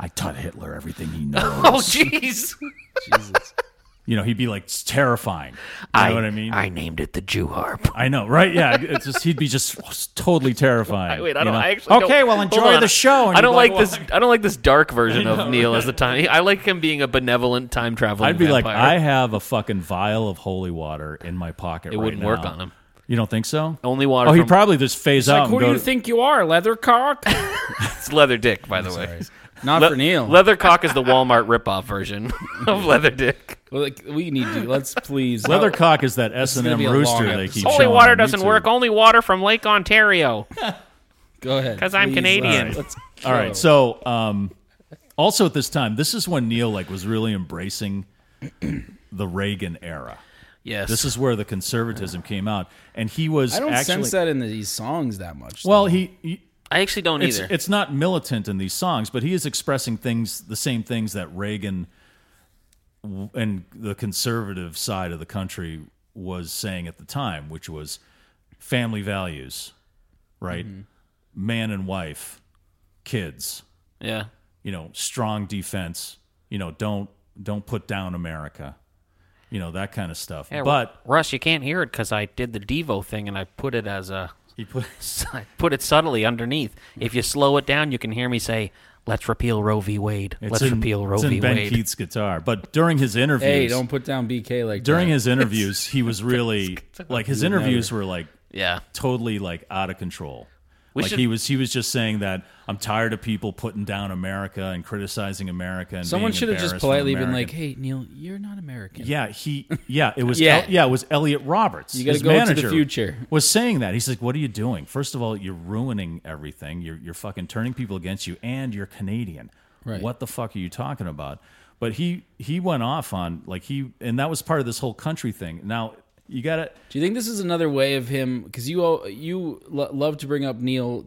Speaker 3: I taught Hitler everything he knows.
Speaker 2: Oh, jeez.
Speaker 3: you know, he'd be like it's terrifying. You know what I mean? I named it the Jew harp. I know, right? Yeah, it's just he'd be just totally terrifying.
Speaker 2: Wait, I
Speaker 3: you
Speaker 2: don't.
Speaker 3: know?
Speaker 2: I actually
Speaker 3: okay,
Speaker 2: don't-
Speaker 3: well,
Speaker 2: hold
Speaker 3: enjoy
Speaker 2: on.
Speaker 3: the show. and
Speaker 2: I don't
Speaker 3: you'd
Speaker 2: like
Speaker 3: be
Speaker 2: this.
Speaker 3: "Well,
Speaker 2: I don't like this dark version
Speaker 3: know,
Speaker 2: of Neil as the time. I like him being a benevolent time traveling.
Speaker 3: I'd be like, I
Speaker 2: vampire.
Speaker 3: have a fucking vial of holy water in my pocket.
Speaker 2: It
Speaker 3: right
Speaker 2: wouldn't work
Speaker 3: now."
Speaker 2: on him.
Speaker 3: You don't think so?
Speaker 2: Only water
Speaker 3: Oh, he'd
Speaker 2: from-
Speaker 3: probably just phase out.
Speaker 4: Like,
Speaker 3: and
Speaker 4: who
Speaker 3: go
Speaker 4: do you
Speaker 3: to-
Speaker 4: think you are, Leathercock?
Speaker 2: It's leather dick, by the way.
Speaker 4: Not
Speaker 2: Le-
Speaker 4: for Neil.
Speaker 2: Leathercock is the Walmart ripoff version of leather dick.
Speaker 4: Well, like, we need to. Let's please.
Speaker 2: Oh.
Speaker 3: Leathercock is that S and
Speaker 4: gonna
Speaker 3: M
Speaker 4: be a
Speaker 3: rooster
Speaker 4: long
Speaker 3: they keep.
Speaker 4: episode.
Speaker 3: showing on YouTube.
Speaker 2: Only water from Lake Ontario.
Speaker 4: Go ahead.
Speaker 2: 'Cause I'm
Speaker 4: please.
Speaker 2: Canadian.
Speaker 4: Let's
Speaker 3: All
Speaker 4: go.
Speaker 3: right. So, um, also at this time, this is when Neil like was really embracing the Reagan era.
Speaker 2: Yes.
Speaker 3: This is where the conservatism came out, and he was
Speaker 4: I don't
Speaker 3: actually
Speaker 4: sense that in these songs that much. though.
Speaker 3: well. He, he
Speaker 2: I actually don't
Speaker 3: it's,
Speaker 2: either.
Speaker 3: it's not militant in these songs, but he is expressing things the same things that Reagan w- and the conservative side of the country was saying at the time, which was family values, right?
Speaker 4: Mm-hmm.
Speaker 3: Man and wife, kids,
Speaker 2: yeah.
Speaker 3: you know, strong defense, you know, don't don't put down America. You know, that kind of stuff. but
Speaker 2: Russ, you can't hear it because I did the Devo thing and I put it as a.
Speaker 3: he put
Speaker 2: I put it subtly underneath. If you slow it down, you can hear me say, "Let's repeal Roe v. Wade. Let's
Speaker 3: in,
Speaker 2: repeal Roe
Speaker 3: it's in
Speaker 2: v.
Speaker 3: Ben
Speaker 2: Wade."
Speaker 3: Keats' guitar. But during his interviews
Speaker 4: hey, don't put down BK like
Speaker 3: during
Speaker 4: that.
Speaker 3: his interviews, he was really like his interviews were like
Speaker 2: Yeah.
Speaker 3: totally like out of control.
Speaker 2: We
Speaker 3: like
Speaker 2: should-
Speaker 3: he was he was just saying that I'm tired of people putting down America and criticizing America and
Speaker 4: Someone
Speaker 3: being
Speaker 4: should have just
Speaker 3: embarrassed for
Speaker 4: politely been
Speaker 3: American-
Speaker 4: like, "Hey, Neil, you're not American."
Speaker 3: yeah, he yeah, it was
Speaker 4: Yeah.
Speaker 3: El- yeah, it was Elliot Roberts.
Speaker 4: You gotta
Speaker 3: his
Speaker 4: go to the
Speaker 3: manager
Speaker 4: future.
Speaker 3: Was saying that. He's like, "What are you doing? First of all, you're ruining everything. You're you're fucking turning people against you and you're Canadian.
Speaker 4: Right.
Speaker 3: What the fuck are you talking about?" But he he went off on like he and that was part of this whole country thing. Now, you got to
Speaker 4: Do you think this is another way of him? Because you all- you lo- love to bring up Neil.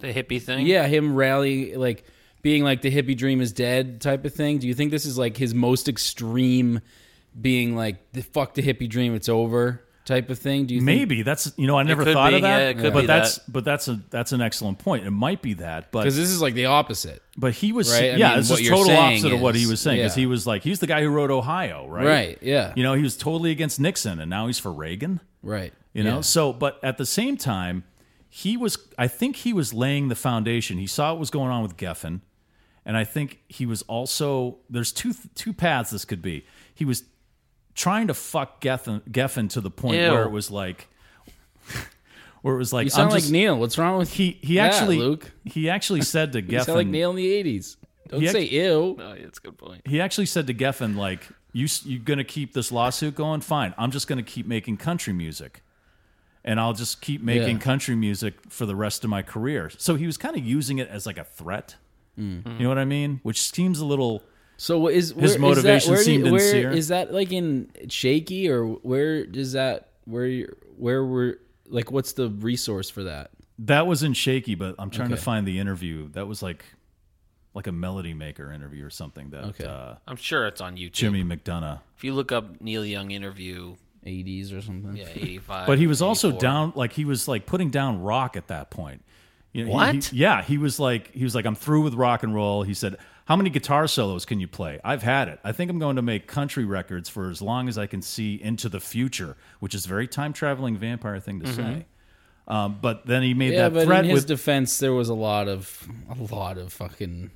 Speaker 2: The hippie thing.
Speaker 4: Yeah, him rallying like being like the hippie dream is dead type of thing. Do you think this is like his most extreme, being like the fuck the hippie dream, it's over type of thing? Do you think?
Speaker 3: Maybe that's you know I never
Speaker 2: could
Speaker 3: thought
Speaker 2: be,
Speaker 3: of that,
Speaker 2: yeah, it could
Speaker 3: but
Speaker 2: be
Speaker 3: that's
Speaker 2: that.
Speaker 3: but that's a that's an excellent point. It might be that,
Speaker 4: Because
Speaker 3: but
Speaker 4: this is like the opposite.
Speaker 3: but he was
Speaker 4: Right, I
Speaker 3: yeah,
Speaker 4: mean,
Speaker 3: this
Speaker 4: what
Speaker 3: is
Speaker 4: you're
Speaker 3: total
Speaker 4: saying
Speaker 3: opposite of what he
Speaker 4: is-
Speaker 3: was saying because
Speaker 4: yeah.
Speaker 3: he was like he's the guy who wrote Ohio, right?
Speaker 4: Right, yeah.
Speaker 3: You know, he was totally against Nixon, and now he's for Reagan.
Speaker 4: Right.
Speaker 3: You know,
Speaker 4: Yeah.
Speaker 3: so but at the same time, he was I think he was laying the foundation. He saw what was going on with Geffen, and I think he was also there's two two paths this could be. He was trying to fuck Geffen, Geffen to the point
Speaker 2: Ew.
Speaker 3: where it was like. Where it was like
Speaker 4: You sound
Speaker 3: I'm
Speaker 4: like
Speaker 3: just,
Speaker 4: Neil. What's wrong with
Speaker 3: he he
Speaker 4: Yeah,
Speaker 3: actually
Speaker 4: Luke?
Speaker 3: he actually said to Geffen
Speaker 4: You sound like Neil in the eighties. Don't
Speaker 3: He act-
Speaker 4: say ew.
Speaker 2: Oh, yeah, that's a good point.
Speaker 3: he actually said to Geffen like you s- you gonna keep this lawsuit going fine I'm just gonna keep making country music and I'll just keep making
Speaker 4: Yeah.
Speaker 3: country music for the rest of my career so he was kind of using it as like a threat
Speaker 4: Mm-hmm.
Speaker 3: you know what I mean which seems a little
Speaker 4: So what is where,
Speaker 3: His motivation
Speaker 4: is that, where do you-
Speaker 3: seemed
Speaker 4: where-
Speaker 3: sincere.
Speaker 4: Is that like in shaky or where is that where you- where were like what's the resource for that?
Speaker 3: that was in shaky but I'm trying to
Speaker 4: Okay.
Speaker 3: find the interview that was like like a melody maker interview or something that
Speaker 4: Okay.
Speaker 3: uh,
Speaker 2: I'm sure it's on YouTube.
Speaker 3: Jimmy McDonough
Speaker 2: If you look up Neil Young interview,
Speaker 4: Eighties or something.
Speaker 2: yeah, 85.
Speaker 3: But he was also
Speaker 2: 84.
Speaker 3: down, like he was like putting down rock at that point. You know, he-
Speaker 2: What?
Speaker 3: he- yeah, he was like he was like I'm through with rock and roll. He said How many guitar solos can you play? I've had it. I think I'm going to make country records for as long as I can see into the future, which is a very time traveling vampire thing to say. Um, but then he made
Speaker 4: Mm-hmm. Yeah,
Speaker 3: that
Speaker 4: but
Speaker 3: threat
Speaker 4: in his
Speaker 3: with
Speaker 4: defense, there was a lot of a lot of fucking.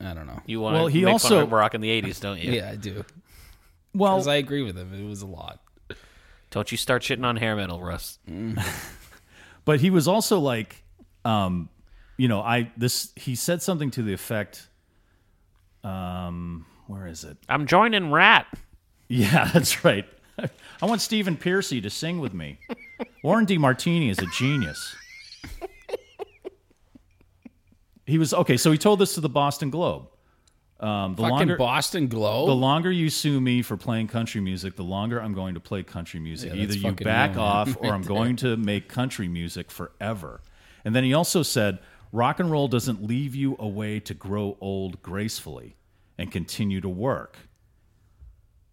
Speaker 4: I don't know.
Speaker 2: You want
Speaker 3: Well,
Speaker 2: to
Speaker 3: he
Speaker 2: make
Speaker 3: also-
Speaker 2: fun of rock in the '80s, don't you?
Speaker 4: Yeah, I do.
Speaker 3: well,
Speaker 4: Because I agree with him. It was a lot.
Speaker 2: Don't you start shitting on hair metal, Russ?
Speaker 3: but he was also like um you know i this he said something to the effect um where is it
Speaker 2: I'm joining Rat.
Speaker 3: yeah that's right i want stephen piercy to sing with me warren d martini is a genius he was okay so he told this to the boston globe um, the
Speaker 4: Fucking
Speaker 3: longer
Speaker 4: Boston Glow.
Speaker 3: the longer you sue me for playing country music, the longer I'm going to play country music.
Speaker 4: that's
Speaker 3: Either you
Speaker 4: fucking
Speaker 3: back
Speaker 4: real, man.
Speaker 3: off or I'm going to make country music forever. And then he also said, rock and roll doesn't leave you a way to grow old gracefully and continue to work.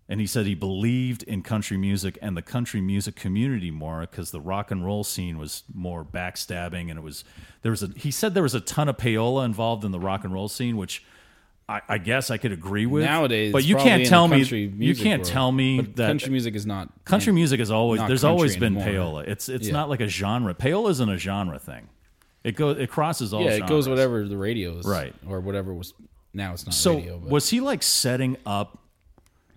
Speaker 3: And he said he believed in country music and the country music community more because the rock and roll scene was more backstabbing and it was there was a he said there was a ton of payola involved in the rock and roll scene, which I, I guess I could agree with
Speaker 4: Nowadays,
Speaker 3: But you
Speaker 4: probably in
Speaker 3: can't
Speaker 4: the
Speaker 3: tell me
Speaker 4: country
Speaker 3: you
Speaker 4: music
Speaker 3: can't
Speaker 4: world.
Speaker 3: tell me
Speaker 4: But
Speaker 3: that
Speaker 4: country music is not
Speaker 3: country music is always
Speaker 4: not
Speaker 3: there's always
Speaker 4: country
Speaker 3: been
Speaker 4: anymore.
Speaker 3: payola. It's it's not like a genre. Payola isn't a genre thing. It goes it crosses all.
Speaker 4: Yeah, it goes
Speaker 3: genres.
Speaker 4: whatever the radio is,
Speaker 3: Right.
Speaker 4: or whatever was. Now it's not
Speaker 3: So
Speaker 4: radio. But
Speaker 3: was he like setting up?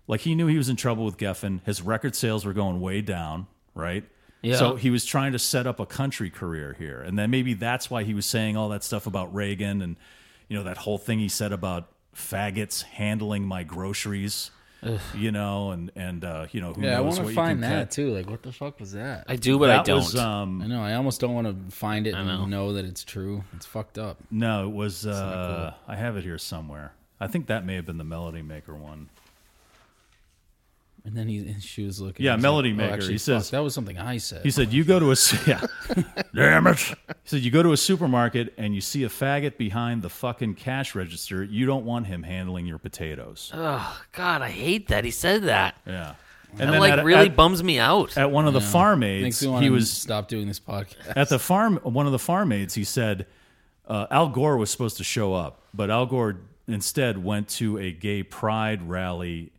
Speaker 3: Like he knew he was in trouble with Geffen. His record sales were going way down, right? Yeah. So he was trying to set up a country career here, and then maybe that's why he was saying all that stuff about Reagan and you know that whole thing he said about faggots handling my groceries, you know, and and uh, you know who
Speaker 4: yeah, I
Speaker 3: knows
Speaker 4: want
Speaker 3: what
Speaker 4: to
Speaker 3: you
Speaker 4: find
Speaker 3: can
Speaker 4: that
Speaker 3: cut.
Speaker 4: too. Like, what the fuck was that?
Speaker 2: I do, but I
Speaker 3: That
Speaker 2: don't.
Speaker 3: was um,
Speaker 4: I know. I almost don't want to find it and know. that it's true. It's fucked up.
Speaker 3: No, it was. Uh, I have it here somewhere. I think that may have been the Melody Maker one.
Speaker 4: And then he, and she was looking.
Speaker 3: Yeah,
Speaker 4: he's
Speaker 3: Melody
Speaker 4: like, oh,
Speaker 3: Maker,
Speaker 4: actually,
Speaker 3: he says-
Speaker 4: fuck, that was something I said.
Speaker 3: He said, "You go to a yeah, damn it." He said, "You go to a supermarket and you see a faggot behind the fucking cash register. You don't want him handling your potatoes."
Speaker 2: oh God, I hate that he said that.
Speaker 3: yeah, and
Speaker 2: that like
Speaker 3: at,
Speaker 2: really
Speaker 3: at,
Speaker 2: bums me out.
Speaker 3: at one of the farm aids,
Speaker 4: Makes me want
Speaker 3: he
Speaker 4: to
Speaker 3: was
Speaker 4: stop doing this podcast.
Speaker 3: at the farm one of the farm aides he said uh, al gore was supposed to show up but al gore instead went to a gay pride rally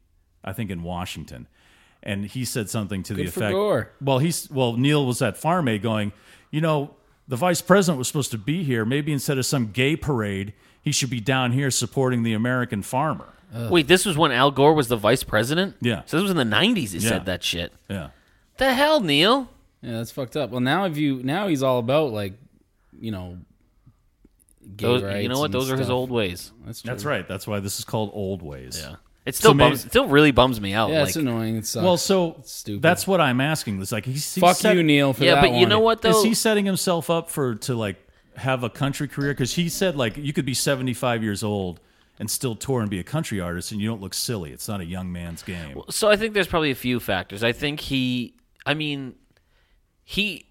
Speaker 3: i think in washington and he said something to the
Speaker 4: Good for
Speaker 3: effect
Speaker 4: Gore.
Speaker 3: well he's well neil was at farm aid going you know the vice president was supposed to be here maybe instead of some gay parade he should be down here supporting the american farmer
Speaker 2: Wait, this was when Al Gore was the vice president.
Speaker 3: Yeah.
Speaker 2: So this was in the '90s. He
Speaker 3: Yeah.
Speaker 2: said that shit.
Speaker 3: yeah
Speaker 2: The hell, Neil?
Speaker 4: Yeah, that's fucked up. Well, now if you now he's all about like, you know, gay
Speaker 2: Those,
Speaker 4: rights.
Speaker 2: you know what?
Speaker 4: and
Speaker 2: Those are his
Speaker 4: stuff.
Speaker 2: old ways.
Speaker 4: That's, true.
Speaker 3: that's right that's why this is called old ways
Speaker 2: Yeah. It still
Speaker 3: So maybe-
Speaker 2: bums. it still really bums me out.
Speaker 4: Yeah,
Speaker 2: like,
Speaker 4: it's annoying. It sucks.
Speaker 3: well so
Speaker 4: stupid.
Speaker 3: that's what i'm asking this like he's, he's
Speaker 4: fuck
Speaker 3: set-
Speaker 4: you, Neil. For
Speaker 2: yeah,
Speaker 4: that
Speaker 2: but you
Speaker 4: one.
Speaker 2: know what though?
Speaker 3: is he setting himself up for to like have a country career? Because he said like you could be seventy five years old and still tour and be a country artist, and you don't look silly. It's not a young man's game.
Speaker 2: So I think there's probably a few factors. I think he I mean he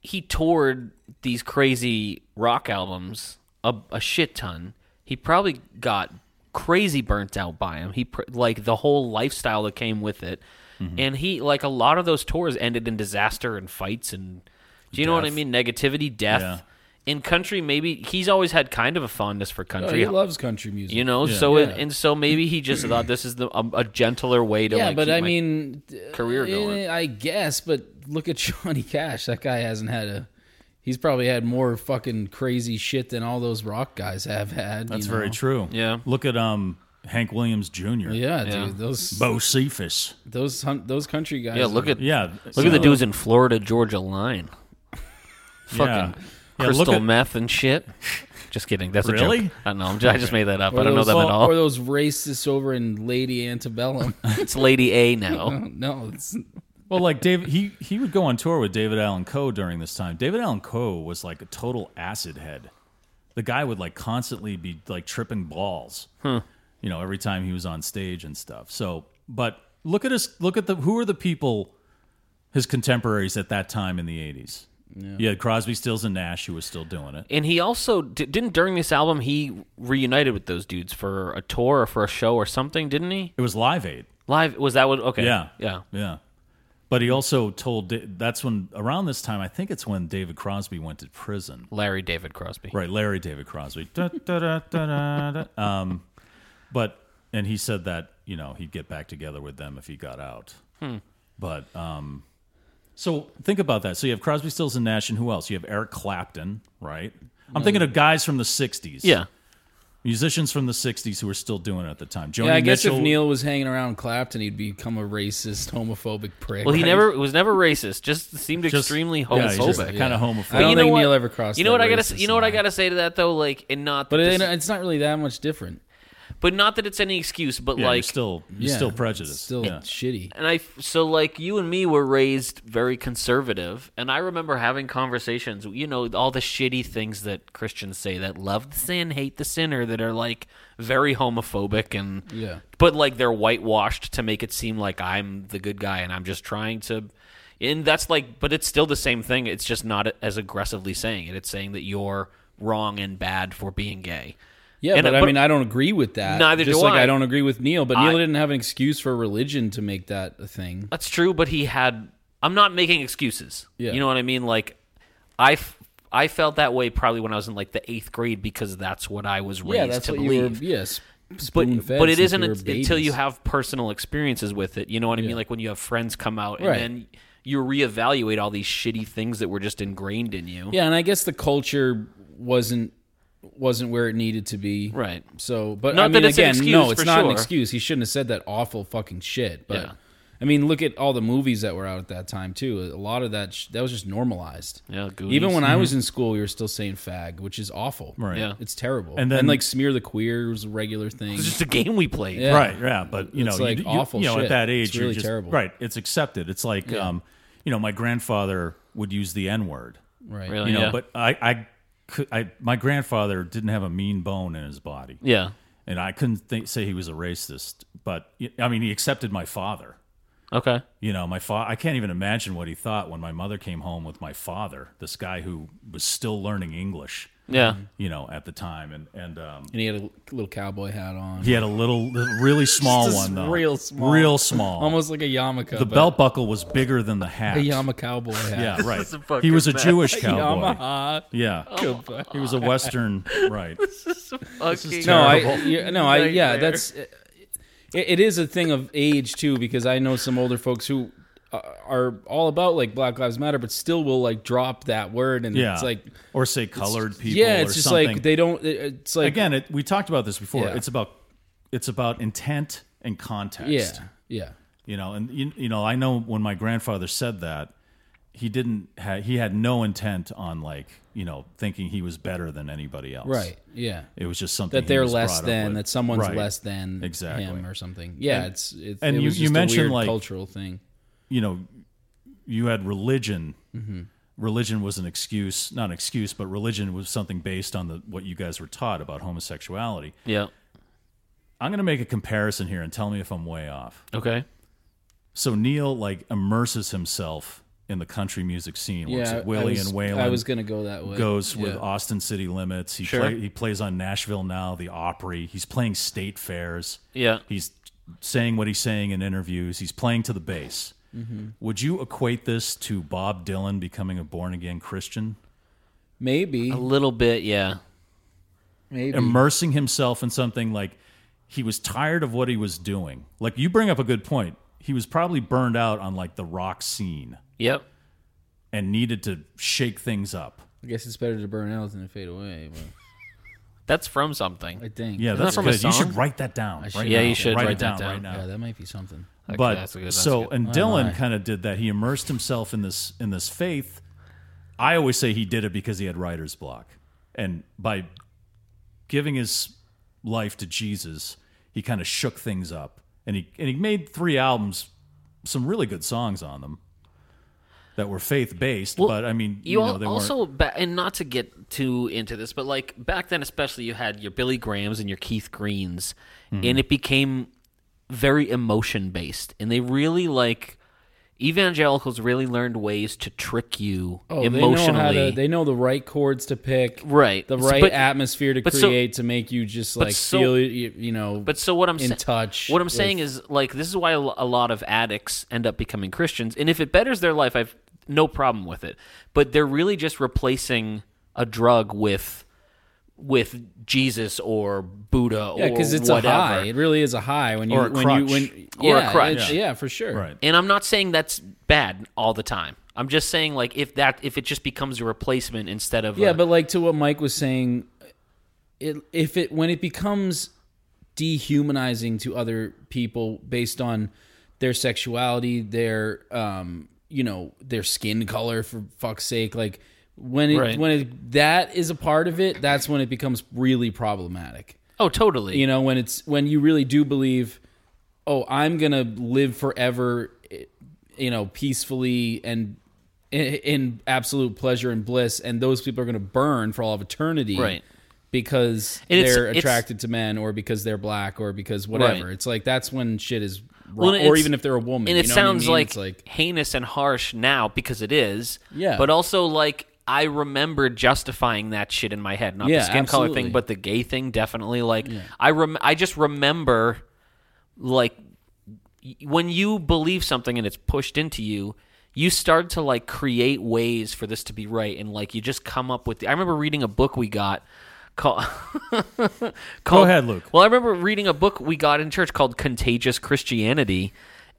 Speaker 2: he toured these crazy rock albums a, a shit ton. He probably got crazy burnt out by him. He pr- like the whole lifestyle that came with it.
Speaker 3: Mm-hmm.
Speaker 2: And he like a lot of those tours ended in disaster and fights and do you know what I
Speaker 3: Death.
Speaker 2: mean? Negativity, death.
Speaker 3: Yeah.
Speaker 2: In country, maybe he's always had kind of a fondness for
Speaker 4: Oh,
Speaker 2: country.
Speaker 4: he loves country music.
Speaker 2: you know, so it, and so maybe he just thought this is the, a, a gentler way to
Speaker 4: yeah,
Speaker 2: like,
Speaker 4: but
Speaker 2: keep
Speaker 4: I
Speaker 2: my
Speaker 4: mean,
Speaker 2: career going.
Speaker 4: eh, I guess. But look at Johnny Cash. That guy hasn't had a. He's probably had more fucking crazy shit than all those rock guys have had.
Speaker 3: That's
Speaker 4: you
Speaker 3: very
Speaker 4: know?
Speaker 3: true.
Speaker 2: Yeah.
Speaker 3: Look at um Hank Williams Jr.
Speaker 4: Yeah,
Speaker 2: Yeah.
Speaker 4: dude. Those
Speaker 3: Bo Cephas.
Speaker 4: those hun- those country guys.
Speaker 2: Yeah, look
Speaker 4: are-
Speaker 2: at
Speaker 3: Yeah.
Speaker 2: look at the dudes in Florida Georgia line. Fucking
Speaker 3: Yeah. Yeah, look
Speaker 2: crystal
Speaker 3: at-
Speaker 2: meth and shit. Just kidding. That's a
Speaker 3: Really?
Speaker 2: joke. I don't know. I'm just, I just made that up.
Speaker 4: or
Speaker 2: I don't know
Speaker 4: those-
Speaker 2: them at
Speaker 4: Or
Speaker 2: all.
Speaker 4: those racists over in Lady Antebellum.
Speaker 2: It's Lady A now.
Speaker 4: no, it's
Speaker 3: Well, like Dave, he he would go on tour with David Allen Coe during this time. David Allen Coe was like a total acid head. The guy would like constantly be like tripping balls, you know, every time he was on stage and stuff. So, but look at his look at the who are the people his contemporaries at that time in the eighties. Yeah, you had Crosby, Stills, and Nash who was still doing it.
Speaker 2: And he also di- didn't during this album he reunited with those dudes for a tour or for a show or something, didn't he?
Speaker 3: It was Live Aid.
Speaker 2: Live was that what? Okay,
Speaker 3: Yeah,
Speaker 2: yeah.
Speaker 3: yeah. But he also told Da- that's when around this time I think it's when David Crosby went to prison.
Speaker 2: Larry David Crosby.
Speaker 3: Right, Larry David Crosby. Da, da, da, da, da, da. Um, but and he said that you know he'd get back together with them if he got out.
Speaker 4: Hmm.
Speaker 3: But um, so think about that. So you have Crosby, Stills, and Nash, and who else? You have Eric Clapton, right?
Speaker 4: Mm.
Speaker 3: I'm thinking of guys from the '60s.
Speaker 2: Yeah.
Speaker 3: musicians from the '60s who were still doing it at the time. Joni
Speaker 4: Yeah, I guess
Speaker 3: Mitchell,
Speaker 4: if Neil was hanging around Clapton, he'd become a racist, homophobic prick.
Speaker 2: Well, he
Speaker 4: Right?
Speaker 2: never was never racist. Just seemed
Speaker 3: just-
Speaker 2: extremely
Speaker 3: yeah, he's
Speaker 2: homophobic.
Speaker 3: just kind of homophobic.
Speaker 4: I don't
Speaker 2: you know
Speaker 4: think
Speaker 2: what?
Speaker 4: Neil ever crossed.
Speaker 2: you know
Speaker 4: that
Speaker 2: what I gotta s-
Speaker 4: racist
Speaker 2: you know what I
Speaker 4: line.
Speaker 2: gotta say to that though, like, and not that
Speaker 4: But it,
Speaker 2: this-
Speaker 4: it's not really that much different.
Speaker 2: but not that it's any excuse, but
Speaker 3: yeah, you're
Speaker 2: like,
Speaker 3: still you're
Speaker 4: Yeah,
Speaker 3: still
Speaker 4: it's
Speaker 3: prejudiced.
Speaker 4: Still
Speaker 3: yeah.
Speaker 4: shitty.
Speaker 2: and I f- so like you and me were raised very conservative, and I remember having conversations, you know, all the shitty things that Christians say that love the sin, hate the sinner, that are like very homophobic and
Speaker 4: Yeah.
Speaker 2: but like they're whitewashed to make it seem like I'm the good guy and I'm just trying to. And that's like, but it's still the same thing. It's just not as aggressively saying it. It's saying that you're wrong and bad for being gay.
Speaker 4: Yeah,
Speaker 2: And,
Speaker 4: but,
Speaker 2: uh,
Speaker 4: I mean, I don't agree with that.
Speaker 2: Neither
Speaker 4: Just
Speaker 2: do
Speaker 4: like
Speaker 2: I.
Speaker 4: I don't agree with Neil, but Neil
Speaker 2: I-
Speaker 4: didn't have an excuse for religion to make that a thing.
Speaker 2: That's true, but he had. I'm not making excuses.
Speaker 4: Yeah.
Speaker 2: You know what I mean? Like, I, f- I felt that way probably when I was in like the eighth grade because that's what I was raised
Speaker 4: yeah, that's
Speaker 2: to
Speaker 4: what
Speaker 2: believe.
Speaker 4: you were. Yes,
Speaker 2: but
Speaker 4: spoon-fed
Speaker 2: but it
Speaker 4: since
Speaker 2: isn't
Speaker 4: we were
Speaker 2: un- until you
Speaker 4: babies.
Speaker 2: have personal experiences with it. You know what I mean? Like when you have friends come out and
Speaker 4: Right.
Speaker 2: then you reevaluate all these shitty things that were just ingrained in you.
Speaker 4: Yeah, and I guess the culture wasn't wasn't where it needed to be.
Speaker 2: Right.
Speaker 4: So, but
Speaker 2: Not
Speaker 4: I mean,
Speaker 2: that it's an
Speaker 4: again, no,
Speaker 2: excuse,
Speaker 4: it's
Speaker 2: for
Speaker 4: not an
Speaker 2: sure.
Speaker 4: excuse. He shouldn't have said that awful fucking shit. But
Speaker 2: Yeah.
Speaker 4: I mean, look at all the movies that were out at that time too. A lot of that sh- that was just normalized.
Speaker 2: Yeah, Goonies.
Speaker 4: Even when I was in school, we were still saying fag, which is awful.
Speaker 3: Right.
Speaker 2: Mm-hmm. Yeah.
Speaker 4: It's terrible.
Speaker 3: And
Speaker 4: And
Speaker 3: then-
Speaker 4: then like smear the queer was a regular thing.
Speaker 2: It's just a game we played.
Speaker 4: Yeah.
Speaker 3: Right, yeah, but you know,
Speaker 4: It's,
Speaker 3: you-
Speaker 4: like,
Speaker 3: you,
Speaker 4: awful
Speaker 3: you know, at
Speaker 4: shit.
Speaker 3: that age,
Speaker 4: It's
Speaker 3: you're
Speaker 4: really
Speaker 3: just-
Speaker 4: terrible.
Speaker 3: Right, it's accepted. It's like, um, you know, my grandfather would use the N word.
Speaker 4: right.
Speaker 2: Really?
Speaker 3: You know,
Speaker 2: yeah.
Speaker 3: but I, I, could, I, my grandfather didn't have a mean bone in his body,
Speaker 2: yeah.
Speaker 3: and I couldn't think, say he was a racist. But I mean, he accepted my father.
Speaker 2: Okay.
Speaker 3: You know, my fa- I can't even imagine what he thought when my mother came home with my father, this guy who was still learning English.
Speaker 2: Yeah.
Speaker 4: Mm-hmm.
Speaker 3: You know, at the time, and and um,
Speaker 4: And he had a little cowboy hat on.
Speaker 3: he had a little, really small
Speaker 4: Just
Speaker 3: one though,
Speaker 4: real small.
Speaker 3: real small,
Speaker 4: Almost like a yarmulke.
Speaker 3: The
Speaker 4: but
Speaker 3: belt buckle was bigger than the hat.
Speaker 4: A Yama cowboy hat.
Speaker 3: Yeah, right. He was a Jewish cowboy.
Speaker 4: Yamaha. Oh
Speaker 3: Yeah. He was a Western, right.
Speaker 2: Fucking-
Speaker 4: No, I yeah, no, I yeah, that's it, it is a thing of age too because I know some older folks who uh, are all about like Black Lives Matter but still will like drop that word and
Speaker 3: Yeah.
Speaker 4: it's like
Speaker 3: or say colored people
Speaker 4: yeah, it's
Speaker 3: or
Speaker 4: just
Speaker 3: something.
Speaker 4: like they don't it- it's like
Speaker 3: Again, it, we talked about this before.
Speaker 4: Yeah.
Speaker 3: It's about it's about intent and context.
Speaker 4: yeah, yeah.
Speaker 3: You know, and you, you know, I know when my grandfather said that, he didn't ha- he had no intent on like, you know, thinking he was better than anybody else.
Speaker 4: Right. Yeah.
Speaker 3: It was just something
Speaker 4: That
Speaker 3: he
Speaker 4: they're
Speaker 3: was
Speaker 4: less
Speaker 3: brought up
Speaker 4: than,
Speaker 3: with.
Speaker 4: that someone's
Speaker 3: Right.
Speaker 4: less than
Speaker 3: Exactly.
Speaker 4: him or something. Yeah, it's it's
Speaker 3: and
Speaker 4: it
Speaker 3: you-
Speaker 4: was
Speaker 3: you
Speaker 4: just a
Speaker 3: mentioned,
Speaker 4: weird
Speaker 3: like-
Speaker 4: cultural thing.
Speaker 3: you know, you had religion.
Speaker 4: Mm-hmm.
Speaker 3: Religion was an excuse, not an excuse, but religion was something based on the what you guys were taught about homosexuality.
Speaker 2: Yeah.
Speaker 3: I'm going to make a comparison here and tell me if I'm way off.
Speaker 2: Okay.
Speaker 3: So Neil like immerses himself in the country music scene. Works
Speaker 4: Yeah,
Speaker 3: at Willie
Speaker 4: I was,
Speaker 3: and Waylon.
Speaker 4: I was gonna go that way.
Speaker 3: goes with
Speaker 4: Yeah.
Speaker 3: Austin City Limits. He
Speaker 2: Sure.
Speaker 3: play, he plays on Nashville now, the Opry. He's playing state fairs.
Speaker 2: Yeah.
Speaker 3: He's saying what he's saying in interviews. He's playing to the bass. Would you equate this to Bob Dylan becoming a born again Christian,
Speaker 4: maybe
Speaker 2: A little bit. Yeah.
Speaker 4: maybe
Speaker 3: immersing himself in something like he was tired of what he was doing? Like you bring up a good point. He was probably burned out on like the rock scene
Speaker 2: Yep.
Speaker 3: and needed to shake things up.
Speaker 4: I guess it's better to burn out than to fade away. But
Speaker 2: That's from something.
Speaker 4: I think.
Speaker 3: Yeah,
Speaker 2: Isn't that
Speaker 3: that's
Speaker 2: from a
Speaker 3: good. You should
Speaker 2: song?
Speaker 3: write that down. Right
Speaker 2: Yeah,
Speaker 3: now.
Speaker 2: you should write
Speaker 3: it down,
Speaker 2: that down.
Speaker 3: right now.
Speaker 4: Yeah, that might be something.
Speaker 3: but
Speaker 2: that's a good- that's
Speaker 3: so
Speaker 2: good.
Speaker 3: and Dylan kind of did that. He immersed himself in this in this faith. I always say he did it because he had writer's block, and by giving his life to Jesus, he kind of shook things up, and he and he made three albums, some really good songs on them that were faith based. but I mean, you,
Speaker 2: you,
Speaker 3: know,
Speaker 2: al-
Speaker 3: they weren't.
Speaker 2: also ba- and not to get too into this but like back then especially you had your billy grahams and your keith greens
Speaker 4: Mm-hmm.
Speaker 2: and it became very emotion based and they really like evangelicals really learned ways to trick you
Speaker 4: Oh,
Speaker 2: emotionally.
Speaker 4: They know, how to, they know the right chords to pick,
Speaker 2: Right.
Speaker 4: The
Speaker 2: S-
Speaker 4: right
Speaker 2: but-
Speaker 4: atmosphere to
Speaker 2: but so-
Speaker 4: create to make you just like
Speaker 2: so-
Speaker 4: feel you, you know.
Speaker 2: But so what I'm
Speaker 4: in
Speaker 2: sa-
Speaker 4: touch
Speaker 2: What I'm
Speaker 4: with-
Speaker 2: saying is like this is why a lo- a lot of addicts end up becoming Christians, and if it betters their life, I've no problem with it. But they're really just replacing a drug with with Jesus or Buddha
Speaker 4: yeah,
Speaker 2: or
Speaker 4: because it's
Speaker 2: whatever.
Speaker 4: a high. It really is a high when you
Speaker 3: Or a
Speaker 4: when you
Speaker 3: crutch.
Speaker 4: when
Speaker 2: Or a
Speaker 4: yeah,
Speaker 2: crutch.
Speaker 4: it's- yeah, for sure.
Speaker 3: Right.
Speaker 2: And I'm not saying that's bad all the time. I'm just saying like if that if it just becomes a replacement instead of
Speaker 4: Yeah,
Speaker 2: a-
Speaker 4: but like to what Mike was saying, it, if it when it becomes dehumanizing to other people based on their sexuality, their um, you know, their skin color for fuck's sake, like when it,
Speaker 2: Right.
Speaker 4: when it, that is a part of it, that's when it becomes really problematic.
Speaker 2: oh totally
Speaker 4: You know, when it's when you really do believe, oh, I'm gonna live forever, eh, you know, peacefully and in, in absolute pleasure and bliss, and those people are gonna burn for all of eternity,
Speaker 2: Right.
Speaker 4: Because
Speaker 2: And it's-
Speaker 4: they're
Speaker 2: it's-
Speaker 4: attracted to men, or because they're black, or because whatever.
Speaker 2: Right.
Speaker 4: It's like that's when shit is
Speaker 2: Well,
Speaker 4: wrong,
Speaker 2: and
Speaker 4: or
Speaker 2: it's-
Speaker 4: even if they're a woman.
Speaker 2: And it
Speaker 4: you know what I
Speaker 2: sounds
Speaker 4: mean?
Speaker 2: like,
Speaker 4: It's like
Speaker 2: heinous and harsh now because it is.
Speaker 4: Yeah.
Speaker 2: But also like I remember justifying that shit in my head, not
Speaker 4: Yeah,
Speaker 2: the skin color
Speaker 4: absolutely.
Speaker 2: thing, but the gay thing definitely. Like I rem- I just remember like y- when you believe something and it's pushed into you you start to like create ways for this to be right and like you just come up with i remember reading a book we got called Go
Speaker 3: ahead, Luke.
Speaker 2: well i remember reading a book we got in church called contagious christianity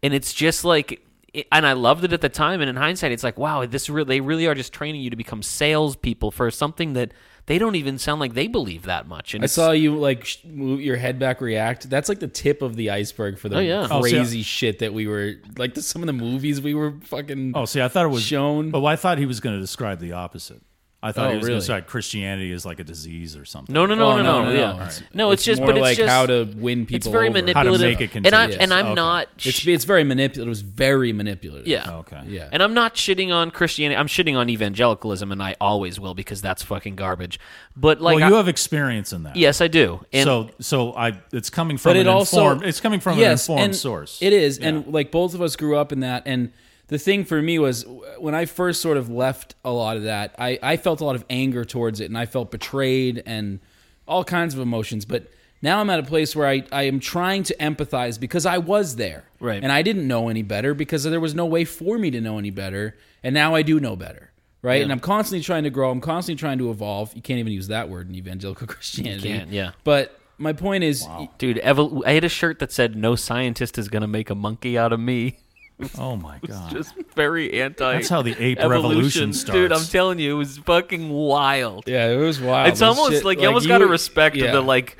Speaker 2: and it's just like it- and I loved it at the time, and in hindsight, it's like, wow, this re- they really are just training you to become salespeople for something that they don't even sound like they believe that much. And
Speaker 4: I
Speaker 2: it's-
Speaker 4: saw you like sh- move your head back, react. That's like the tip of the iceberg for the
Speaker 2: Oh, yeah.
Speaker 3: Oh, see, I-
Speaker 4: crazy shit that we were like the, some of the movies we were fucking.
Speaker 3: Oh, see, I thought it was
Speaker 4: shown.
Speaker 3: Oh, I thought he was going to describe the opposite. I thought
Speaker 4: Oh,
Speaker 3: he was
Speaker 4: really?
Speaker 3: going to describe Christianity as like a disease or something.
Speaker 2: No, no, no,
Speaker 4: Oh,
Speaker 2: no, no,
Speaker 4: no, no,
Speaker 2: yeah.
Speaker 4: no.
Speaker 2: No,
Speaker 4: It's-
Speaker 2: it's,
Speaker 4: it's
Speaker 2: just,
Speaker 4: more
Speaker 2: but it's
Speaker 4: like
Speaker 2: just
Speaker 4: how to win
Speaker 2: It's
Speaker 4: people
Speaker 2: very
Speaker 4: over. How to
Speaker 2: manipulative.
Speaker 3: make it
Speaker 2: and I'm
Speaker 3: contagious.
Speaker 2: and I'm
Speaker 3: Okay.
Speaker 2: not.
Speaker 4: It's
Speaker 2: sh-
Speaker 4: it's very manipulative. It was very manipulative.
Speaker 2: yeah.
Speaker 3: Okay.
Speaker 4: yeah.
Speaker 2: And I'm not shitting on Christianity. I'm shitting on evangelicalism, and I always will because that's fucking garbage. But like,
Speaker 3: well, you
Speaker 2: I-
Speaker 3: have experience in that.
Speaker 2: yes, I do. And
Speaker 3: so, so I it's coming from an informed. It's coming from
Speaker 4: yes,
Speaker 3: an informed
Speaker 4: and
Speaker 3: source.
Speaker 4: It is, and like both of us grew up in that. And the thing for me was when I first sort of left a lot of that, I I felt a lot of anger towards it, and I felt betrayed and all kinds of emotions. But now I'm at a place where I I am trying to empathize because I was there,
Speaker 2: Right.
Speaker 4: And I didn't know any better because there was no way for me to know any better, and now I do know better. Right, and I'm constantly trying to grow. I'm constantly trying to evolve. You can't even use that word in evangelical Christianity.
Speaker 2: can't, yeah.
Speaker 4: But my point is,
Speaker 2: dude, evol- I had a shirt that said "No scientist is gonna make a monkey out of me."
Speaker 3: oh my god!
Speaker 2: Just very anti.
Speaker 3: That's how the ape revolution starts.
Speaker 2: dude. I'm telling you, it was fucking wild.
Speaker 4: Yeah, it was wild.
Speaker 2: it's almost like you almost gotta respect the like.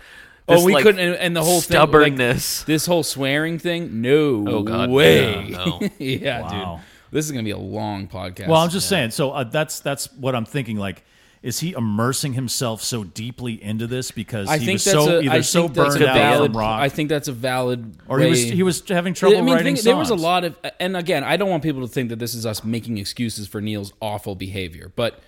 Speaker 4: Oh,
Speaker 2: this,
Speaker 4: we
Speaker 2: like,
Speaker 4: couldn't, and, and the whole
Speaker 2: stubbornness.
Speaker 4: thing, like, this whole swearing thing. No,
Speaker 2: Oh, God.
Speaker 4: way.
Speaker 2: Yeah,
Speaker 4: Yeah,
Speaker 2: no.
Speaker 3: Wow.
Speaker 4: dude, this is gonna be a long podcast.
Speaker 3: Well, I'm just saying. So uh, that's that's what I'm thinking. Like, is he immersing himself so deeply into this because
Speaker 4: I
Speaker 3: he
Speaker 4: think
Speaker 3: was
Speaker 4: that's
Speaker 3: so
Speaker 4: a,
Speaker 3: either
Speaker 4: I
Speaker 3: so
Speaker 4: think that's
Speaker 3: burned
Speaker 4: a
Speaker 3: out
Speaker 4: valid.
Speaker 3: from rock,
Speaker 4: I think that's a valid.
Speaker 3: or he was
Speaker 4: way-
Speaker 3: he was having trouble
Speaker 4: I mean,
Speaker 3: writing
Speaker 4: think- there was a
Speaker 3: songs.
Speaker 4: lot of, and again, I don't want people to think that this is us making excuses for Neil's awful behavior, but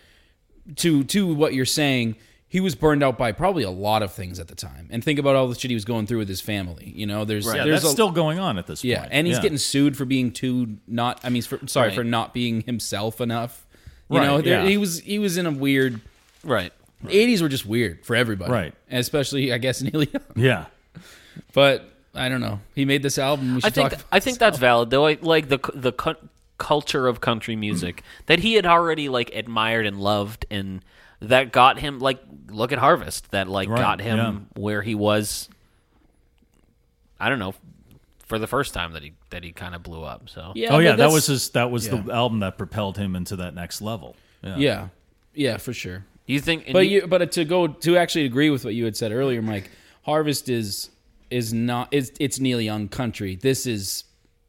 Speaker 4: to to what you're saying, he was burned out by probably a lot of things at the time, and think about all the shit he was going through with his family. You know, there's
Speaker 3: Yeah,
Speaker 4: there's
Speaker 3: that's
Speaker 4: a,
Speaker 3: still going on at this
Speaker 4: yeah,
Speaker 3: point.
Speaker 4: and he's getting sued for being too not. I mean, he's for, sorry for not being himself enough. You
Speaker 3: Right,
Speaker 4: know, there,
Speaker 3: yeah.
Speaker 4: he was he was in a weird.
Speaker 2: Right.
Speaker 4: The 80s were just weird for everybody,
Speaker 3: Right.
Speaker 4: And especially, I guess, Neil Young.
Speaker 3: yeah.
Speaker 4: But I don't know. He made this album. We should
Speaker 2: I think
Speaker 4: talk.
Speaker 2: I think that's valid though. I like the cu- the cu- culture of country music
Speaker 3: Mm.
Speaker 2: that he had already like admired and loved, and that got him like look at Harvest that like
Speaker 3: Right,
Speaker 2: got him
Speaker 3: yeah.
Speaker 2: where he was. I don't know for the first time that he that he kind of blew up. So
Speaker 3: oh
Speaker 4: but
Speaker 3: yeah, that
Speaker 4: that's-
Speaker 3: was his. That was the album that propelled him into that next level. Yeah.
Speaker 4: Yeah, yeah, for sure.
Speaker 2: you think? and
Speaker 4: But
Speaker 2: you-
Speaker 4: you, but to go to actually agree with what you had said earlier, Mike, Harvest is is not is it's Neil Young country. This is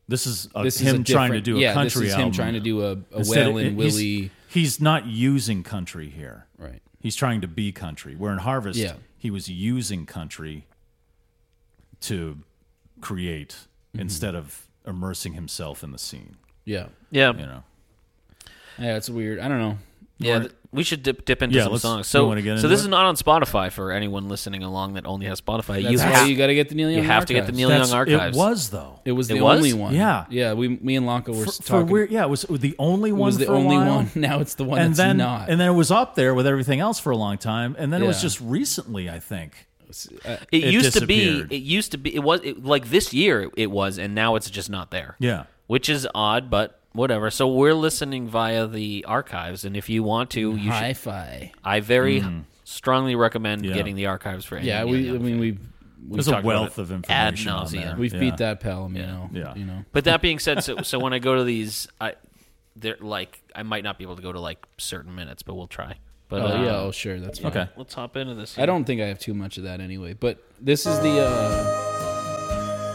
Speaker 3: This is a,
Speaker 4: this is
Speaker 3: him
Speaker 4: a
Speaker 3: trying to
Speaker 4: different-
Speaker 3: do a
Speaker 4: yeah,
Speaker 3: country
Speaker 4: This is
Speaker 3: album.
Speaker 4: him trying to do a, a
Speaker 3: Instead of-
Speaker 4: Waylon
Speaker 3: he's-
Speaker 4: Willie.
Speaker 3: He's not using country here.
Speaker 4: Right.
Speaker 3: He's trying to be country. Where in Harvest,
Speaker 4: Yeah.
Speaker 3: he was using country to create
Speaker 4: Mm-hmm.
Speaker 3: instead of immersing himself in the scene.
Speaker 4: Yeah,
Speaker 2: yeah,
Speaker 3: You know.
Speaker 4: yeah, it's weird. I don't know.
Speaker 2: Yeah, th- we should dip, dip into
Speaker 3: Yeah,
Speaker 2: some
Speaker 3: let's-
Speaker 2: songs.
Speaker 3: you
Speaker 2: So,
Speaker 3: wanna get
Speaker 2: so
Speaker 3: into
Speaker 2: this
Speaker 3: it?
Speaker 2: is not on Spotify for anyone listening along that only has Spotify. You
Speaker 4: That's
Speaker 2: have,
Speaker 4: why you got to get the Neil
Speaker 2: you
Speaker 4: Young.
Speaker 2: have to get the
Speaker 4: Archives.
Speaker 2: Neil Young archives.
Speaker 3: It was though.
Speaker 4: It was
Speaker 2: It
Speaker 4: the
Speaker 2: was?
Speaker 4: only one.
Speaker 3: Yeah.
Speaker 4: yeah. We, me and Lanka were
Speaker 3: for, for
Speaker 4: talking.
Speaker 3: weird, yeah, it was the only
Speaker 4: it
Speaker 3: one.
Speaker 4: was the
Speaker 3: for a
Speaker 4: only
Speaker 3: while.
Speaker 4: one. Now it's the one
Speaker 3: and
Speaker 4: that's
Speaker 3: then
Speaker 4: not.
Speaker 3: and then it was up there with everything else for a long time, and then it was
Speaker 4: Yeah.
Speaker 3: just recently, I think.
Speaker 2: it,
Speaker 3: it
Speaker 2: used to be.
Speaker 3: disappeared.
Speaker 2: It used to be. It was it, like this year. It was, and now it's just not there.
Speaker 3: Yeah,
Speaker 2: which is odd, but whatever. So we're listening via the archives, and if you want to, you should.
Speaker 4: Hi-fi.
Speaker 2: I very strongly recommend
Speaker 3: Yeah.
Speaker 2: getting the archives for any
Speaker 4: Yeah,
Speaker 2: Neil
Speaker 4: we. I
Speaker 2: Young
Speaker 4: mean, we.
Speaker 3: there's
Speaker 2: talked
Speaker 3: a
Speaker 2: about
Speaker 3: wealth
Speaker 2: it
Speaker 3: of
Speaker 2: ad
Speaker 3: information. on
Speaker 2: nauseam.
Speaker 3: there.
Speaker 4: We've
Speaker 3: Yeah.
Speaker 4: beat that Palomino.
Speaker 3: Yeah.
Speaker 4: You know.
Speaker 2: But that being said, so so when I go to these, I they're like I might not be able to go to like certain minutes, but we'll try. But
Speaker 4: Oh
Speaker 2: uh,
Speaker 4: yeah. Oh sure. That's fine.
Speaker 3: Okay.
Speaker 2: let's hop into this.
Speaker 4: I don't think I have too much of that anyway. But this is the. Uh,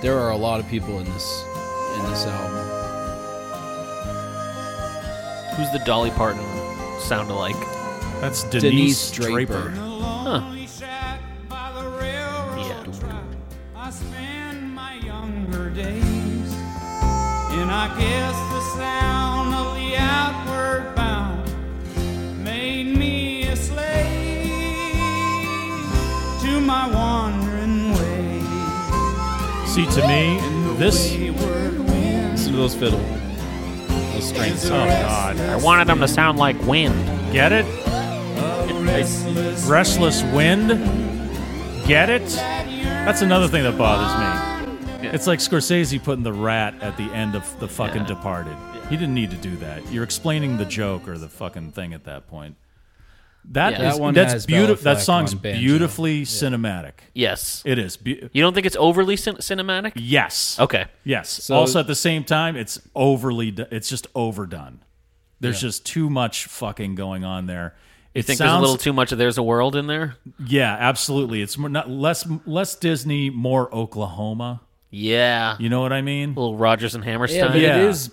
Speaker 4: there are a lot of people in this in this album.
Speaker 2: Who's the Dolly Parton sound alike?
Speaker 3: That's Denise,
Speaker 4: Denise
Speaker 3: Draper.
Speaker 4: Draper.
Speaker 6: lonely shack by the railroad track. I spend my younger days, and I guess the sound of the outward bound made me a slave to my wandering ways.
Speaker 3: See, to me, this.
Speaker 6: Wayward wind
Speaker 4: Listen to those fiddle. Those strings.
Speaker 3: Oh God,
Speaker 2: I wanted them to sound like wind.
Speaker 3: get it? Restless wind. Get it? That's another thing that bothers me. It's like Scorsese putting the rat at the end of the fucking Departed. He didn't need to do that. You're explaining the joke or the fucking thing at that point. That
Speaker 2: Yeah, that
Speaker 3: is-
Speaker 4: one
Speaker 3: that's
Speaker 4: has Bella
Speaker 3: beautiful. That
Speaker 4: Fleck
Speaker 3: song's
Speaker 4: on banjo.
Speaker 3: beautifully cinematic.
Speaker 2: Yes.
Speaker 3: It is. Be-
Speaker 2: You don't think it's overly cin- cinematic?
Speaker 3: yes.
Speaker 2: Okay.
Speaker 3: Yes. also, at the same time, it's overly. do- It's just overdone. There's just too much fucking going on there. It
Speaker 2: You think
Speaker 3: sounds
Speaker 2: there's a little too much of "There's a World" in there?
Speaker 3: yeah, absolutely. It's more, not less less Disney, more Oklahoma.
Speaker 2: Yeah.
Speaker 3: You know what I mean?
Speaker 2: Little Rogers and
Speaker 4: Yeah,
Speaker 2: Hammerstein.
Speaker 4: but
Speaker 3: Yeah.
Speaker 4: it is.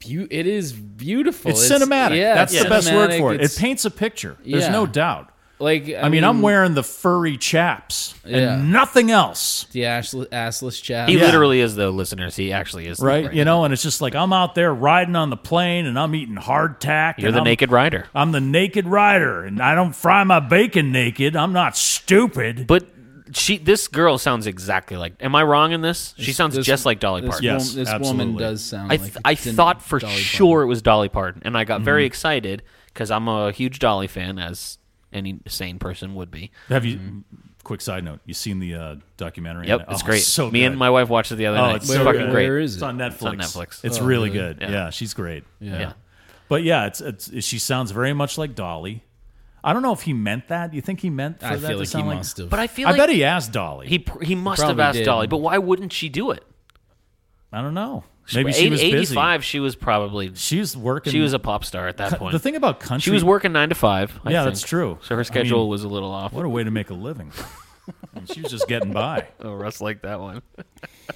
Speaker 4: Beau- it is beautiful.
Speaker 3: it's, cinematic.
Speaker 4: Yeah,
Speaker 3: That's
Speaker 4: it's
Speaker 3: the best word
Speaker 4: cinematic.
Speaker 3: for it.
Speaker 4: It's-
Speaker 3: It paints a picture. There's
Speaker 4: Yeah.
Speaker 3: no doubt.
Speaker 4: like I,
Speaker 3: I, mean, I'm wearing the furry chaps
Speaker 4: Yeah.
Speaker 3: and nothing else.
Speaker 4: the assless, assless chap.
Speaker 2: He
Speaker 3: Yeah.
Speaker 2: literally is, though, listeners. He actually is.
Speaker 3: Right? You know, and it's just like I'm out there riding on the plane and I'm eating hardtack.
Speaker 2: You're
Speaker 3: and
Speaker 2: the
Speaker 3: I'm-
Speaker 2: naked rider.
Speaker 3: I'm the naked rider, and I don't fry my bacon naked. I'm not stupid.
Speaker 2: But she, this girl sounds exactly like. Am I wrong in this? She sounds
Speaker 4: this-
Speaker 2: just like Dolly
Speaker 4: This,
Speaker 2: Parton.
Speaker 3: Yeah.
Speaker 4: wom-
Speaker 3: Yes,
Speaker 4: this woman
Speaker 3: absolutely.
Speaker 4: does sound.
Speaker 2: I,
Speaker 4: like
Speaker 2: th- I
Speaker 4: Din-
Speaker 2: thought for
Speaker 4: Dolly Parton.
Speaker 2: sure it was Dolly Parton, and I got
Speaker 3: Mm-hmm.
Speaker 2: very excited because I'm a huge Dolly fan, as any sane person would be.
Speaker 3: Have you? Quick side note: You seen the uh, documentary? on
Speaker 2: Yep,
Speaker 3: it?
Speaker 2: it's
Speaker 3: Oh,
Speaker 2: great.
Speaker 3: so
Speaker 2: Me
Speaker 3: good.
Speaker 2: and my wife watched it the other
Speaker 3: Oh,
Speaker 2: night.
Speaker 3: it's
Speaker 2: It's
Speaker 3: so
Speaker 2: fucking
Speaker 3: good.
Speaker 2: great.
Speaker 4: Where is
Speaker 3: It's
Speaker 4: it?
Speaker 3: on Netflix.
Speaker 2: Netflix.
Speaker 3: It's
Speaker 4: Oh,
Speaker 3: really
Speaker 4: really?
Speaker 3: good. Yeah. she's great.
Speaker 2: yeah.
Speaker 3: But yeah, it's, it's she sounds very much like Dolly. I don't know if he meant that. You think he meant for
Speaker 4: I
Speaker 3: that
Speaker 4: feel
Speaker 3: to
Speaker 4: like he
Speaker 3: sound like?
Speaker 4: must have.
Speaker 2: But I feel
Speaker 3: I
Speaker 2: like
Speaker 3: bet he asked Dolly.
Speaker 2: he pr- he must have
Speaker 4: probably
Speaker 2: asked
Speaker 4: did.
Speaker 2: Dolly, but why wouldn't she do it?
Speaker 3: I don't know. Maybe
Speaker 2: Eight-
Speaker 3: she was busy.
Speaker 2: 85, she was probably
Speaker 3: She was working.
Speaker 2: she was a pop star at that point.
Speaker 3: The thing about country.
Speaker 2: she was working nine to five. I
Speaker 3: Yeah,
Speaker 2: think.
Speaker 3: that's true.
Speaker 2: So
Speaker 3: I
Speaker 2: her schedule
Speaker 3: mean-
Speaker 2: was a little off.
Speaker 3: What a way to make a living. I mean, she was just getting by.
Speaker 2: Oh, Russ liked that one.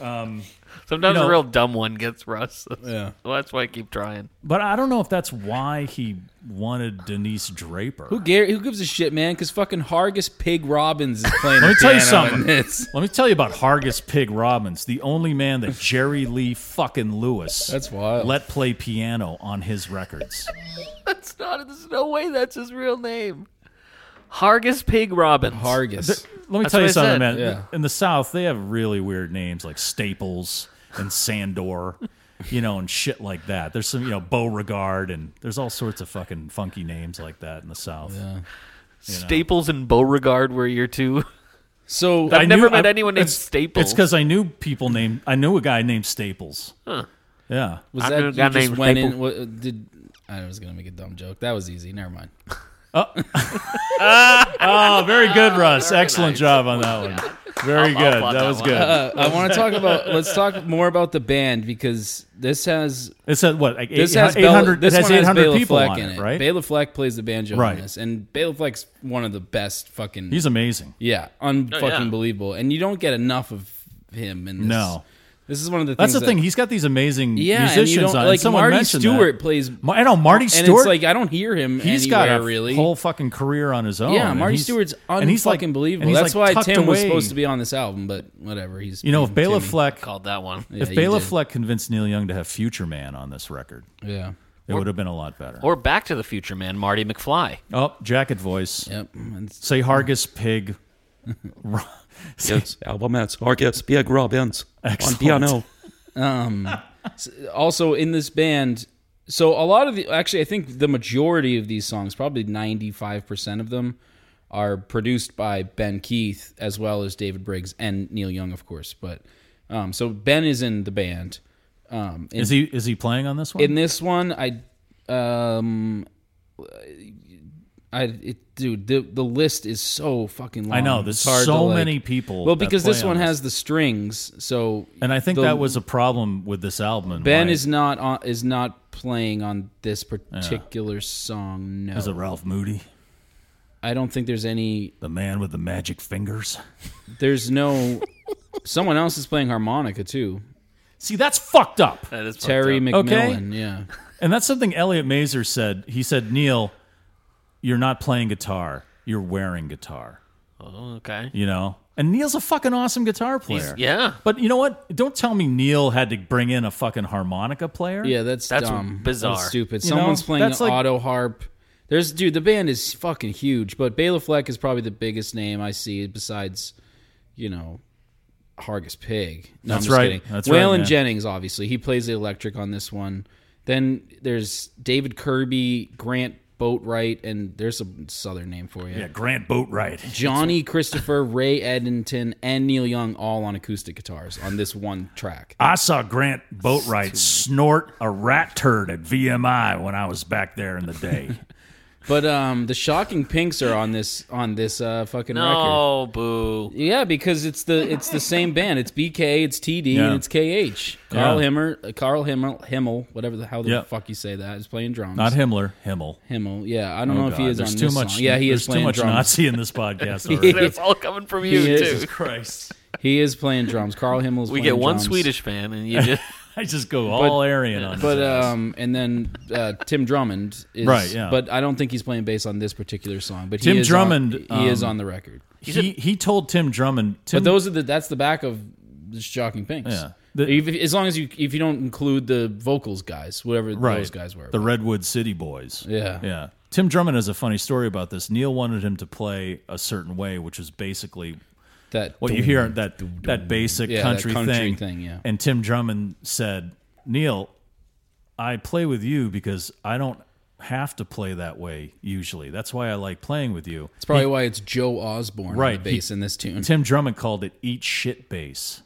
Speaker 2: Sometimes
Speaker 3: you know-
Speaker 2: a real dumb one gets Russ.
Speaker 4: Yeah.
Speaker 2: Well, that's why I keep trying.
Speaker 3: But I don't know if that's why he wanted Denise Draper.
Speaker 4: Who, gar- who gives a shit, man? Because fucking Hargis Pig Robbins is playing.
Speaker 3: Let me
Speaker 4: the
Speaker 3: tell you
Speaker 4: piano in
Speaker 3: something.
Speaker 4: This.
Speaker 3: Let me tell you about Hargis Pig Robbins, the only man that Jerry Lee fucking Lewis
Speaker 4: That's wild.
Speaker 3: let play piano on his records.
Speaker 2: That's not. There's no way that's his real name. Hargis Pig Robbins.
Speaker 4: Hargis.
Speaker 3: Let me
Speaker 2: That's
Speaker 3: tell
Speaker 2: what
Speaker 3: you
Speaker 2: I
Speaker 3: something,
Speaker 2: said.
Speaker 3: man.
Speaker 4: Yeah.
Speaker 3: In the South, they have really weird names like Staples and Sandor, you know, and shit like that. There's some, you know, Beauregard, and there's all sorts of fucking funky names like that in the South.
Speaker 2: Staples and Beauregard were your two.
Speaker 4: So
Speaker 2: I've
Speaker 3: I
Speaker 2: never
Speaker 3: knew-
Speaker 2: met
Speaker 3: I-
Speaker 2: anyone named
Speaker 3: it's-
Speaker 2: Staples.
Speaker 3: It's because I knew people named. I knew a guy named Staples. Yeah.
Speaker 4: was
Speaker 2: I
Speaker 4: that
Speaker 2: knew a
Speaker 4: you
Speaker 2: guy
Speaker 4: just
Speaker 2: named
Speaker 4: went in?
Speaker 2: Staple.
Speaker 4: What, uh, did I was gonna make a dumb joke? That was easy. Never mind.
Speaker 3: Oh, very good, Russ. Excellent job on that one. Very
Speaker 2: I'll
Speaker 3: good.
Speaker 2: applaud
Speaker 3: That
Speaker 2: that
Speaker 3: was
Speaker 2: one.
Speaker 3: good.
Speaker 4: Uh, I want to talk about. Let's talk more about the band because this has
Speaker 3: It said what? Like
Speaker 4: this
Speaker 3: eight-
Speaker 4: has Bela-
Speaker 3: 800,
Speaker 4: this
Speaker 3: it has
Speaker 4: one
Speaker 3: 800
Speaker 4: Bela
Speaker 3: people
Speaker 4: Fleck
Speaker 3: on
Speaker 4: in it,
Speaker 3: it, right?
Speaker 4: Bela Fleck plays the banjo
Speaker 3: Right.
Speaker 4: on this, and Bela Fleck's one of the best fucking.
Speaker 3: He's amazing.
Speaker 4: yeah, unfucking believable, and you don't get enough of him in this.
Speaker 3: No.
Speaker 4: This is one of the things
Speaker 3: That's the
Speaker 4: that-
Speaker 3: thing. He's got these amazing
Speaker 4: yeah, and you
Speaker 3: musicians
Speaker 4: don't,
Speaker 3: on. and
Speaker 4: like
Speaker 3: someone
Speaker 4: Marty
Speaker 3: mentioned that.
Speaker 4: Stewart plays,
Speaker 3: Ma- I know Marty
Speaker 4: and
Speaker 3: Stewart.
Speaker 4: it's like I don't hear him
Speaker 3: He's
Speaker 4: anywhere
Speaker 3: got a
Speaker 4: really.
Speaker 3: whole fucking career on his own.
Speaker 4: yeah,
Speaker 3: and
Speaker 4: Marty
Speaker 3: he's-
Speaker 4: Stewart's
Speaker 3: and he's like-
Speaker 4: unfucking believable.
Speaker 3: and he's
Speaker 4: That's
Speaker 3: like
Speaker 4: why
Speaker 3: tucked
Speaker 4: Tim was
Speaker 3: away.
Speaker 4: supposed to be on this album, but whatever. He's
Speaker 3: You know, if
Speaker 4: being
Speaker 3: Bela
Speaker 4: Timmy.
Speaker 3: Fleck,
Speaker 2: Called that one.
Speaker 3: if
Speaker 4: he
Speaker 3: Bela
Speaker 4: did.
Speaker 3: Fleck convinced Neil Young to have Future Man on this record,
Speaker 4: yeah,
Speaker 3: it would have been a lot better.
Speaker 2: Or Back to the Future Man, Marty McFly.
Speaker 3: oh, jacket voice.
Speaker 4: yep, It's-
Speaker 3: Say Hargis Pig. Ro-
Speaker 8: Yes, album ends. Argus, Big Robbins on
Speaker 3: Excellent.
Speaker 8: piano.
Speaker 4: also in this band so a lot of the actually i think the majority of these songs probably 95% of them are produced by ben keith as well as david briggs and neil young of course but um, so ben is in the band um, in,
Speaker 3: Is he is he playing on this one?
Speaker 4: in this one i um i it, dude the, the list is so fucking long
Speaker 3: I know, there's
Speaker 4: It's hard
Speaker 3: so
Speaker 4: to, like-
Speaker 3: many people
Speaker 4: well
Speaker 3: that
Speaker 4: because
Speaker 3: play
Speaker 4: this
Speaker 3: on
Speaker 4: one
Speaker 3: this.
Speaker 4: has the strings so
Speaker 3: and I think
Speaker 4: the-
Speaker 3: that was a problem with this album. and
Speaker 4: Ben
Speaker 3: why-
Speaker 4: is not on, is not playing on this particular song. No,
Speaker 3: is it Ralph Moody,
Speaker 4: I don't think there's any.
Speaker 3: the man with the magic fingers.
Speaker 4: There's no. someone else is playing harmonica too.
Speaker 3: See, that's fucked up.
Speaker 2: That is fucked
Speaker 4: Terry
Speaker 2: up.
Speaker 3: Okay.
Speaker 4: McMillan. Yeah,
Speaker 3: And that's something Elliot Mazer said. He said, Neil, you're not playing guitar, you're wearing guitar.
Speaker 2: Oh, okay.
Speaker 3: You know? And Neil's a fucking awesome guitar player.
Speaker 2: yeah.
Speaker 3: But you know what? Don't tell me Neil had to bring in a fucking harmonica player.
Speaker 4: yeah, that's
Speaker 2: That's
Speaker 4: dumb.
Speaker 2: bizarre.
Speaker 4: That's stupid.
Speaker 3: You know,
Speaker 4: Someone's playing
Speaker 3: that's like-
Speaker 4: auto harp. There's dude. The band is fucking huge, but Bela Fleck is probably the biggest name I see besides, you know. Hargus Pig. No,
Speaker 3: That's
Speaker 4: I'm just
Speaker 3: right.
Speaker 4: Kidding.
Speaker 3: That's right,
Speaker 4: Waylon
Speaker 3: man.
Speaker 4: Jennings, obviously, he plays the electric on this one. Then there's David Kirby, Grant Boatwright, and there's a southern name for you.
Speaker 3: Yeah, Grant Boatwright.
Speaker 4: Johnny Christopher, Ray Edmonton, and Neil Young all on acoustic guitars on this one track.
Speaker 3: I saw Grant Boatwright snort a rat turd at VMI when I was back there in the day.
Speaker 4: But um, the shocking pinks are on this on this uh, fucking record.
Speaker 2: No, boo.
Speaker 4: Yeah, because it's the it's the same band. It's BK, it's TD,
Speaker 3: Yeah.
Speaker 4: and it's KH. Carl
Speaker 3: Yeah.
Speaker 4: Himmer, uh, Carl Himmel, Himmel, whatever the hell the
Speaker 3: Yeah.
Speaker 4: fuck you say that is playing drums.
Speaker 3: Not Himmler, Himmel.
Speaker 4: Himmel. Yeah, I don't
Speaker 3: Oh,
Speaker 4: know if he
Speaker 3: God,
Speaker 4: is
Speaker 3: there's
Speaker 4: on
Speaker 3: too
Speaker 4: this
Speaker 3: much.
Speaker 4: song. Yeah, he
Speaker 3: there's
Speaker 4: is
Speaker 3: too
Speaker 4: playing
Speaker 3: much
Speaker 4: drums.
Speaker 3: Nazi in this podcast already.
Speaker 2: It's all coming from you,
Speaker 4: He
Speaker 2: too.
Speaker 4: is,
Speaker 3: Christ.
Speaker 4: he is playing drums. Carl Himmel's
Speaker 2: We
Speaker 4: playing
Speaker 2: get one
Speaker 4: drums.
Speaker 2: Swedish fan, and you just.
Speaker 3: I just go all Aryan on
Speaker 4: But
Speaker 3: this.
Speaker 4: um, and then uh, Tim Drummond is
Speaker 3: Right, yeah.
Speaker 4: But I don't think he's playing bass on this particular song. But
Speaker 3: Tim
Speaker 4: he is
Speaker 3: Drummond,
Speaker 4: on, he is
Speaker 3: um,
Speaker 4: on the record.
Speaker 3: he, he told Tim Drummond, Tim,
Speaker 4: But those are the that's the back of the shocking pinks.
Speaker 3: Yeah. The-
Speaker 4: If- as long as you if you don't include the vocals guys, whatever those guys were.
Speaker 3: the Redwood City Boys.
Speaker 4: Yeah.
Speaker 3: yeah. Tim Drummond has a funny story about this. Neil wanted him to play a certain way, which is basically
Speaker 4: that
Speaker 3: what you hear that that basic
Speaker 4: Yeah, that
Speaker 3: country,
Speaker 4: country
Speaker 3: thing.
Speaker 4: thing, yeah.
Speaker 3: And Tim Drummond said, "Neil, I play with you because I don't have to play that way usually. That's why I like playing with you."
Speaker 4: That's probably why it's Joe Osborne
Speaker 3: Right,
Speaker 4: on the bass
Speaker 3: he-
Speaker 4: in this tune.
Speaker 3: Tim Drummond called it "eat shit bass."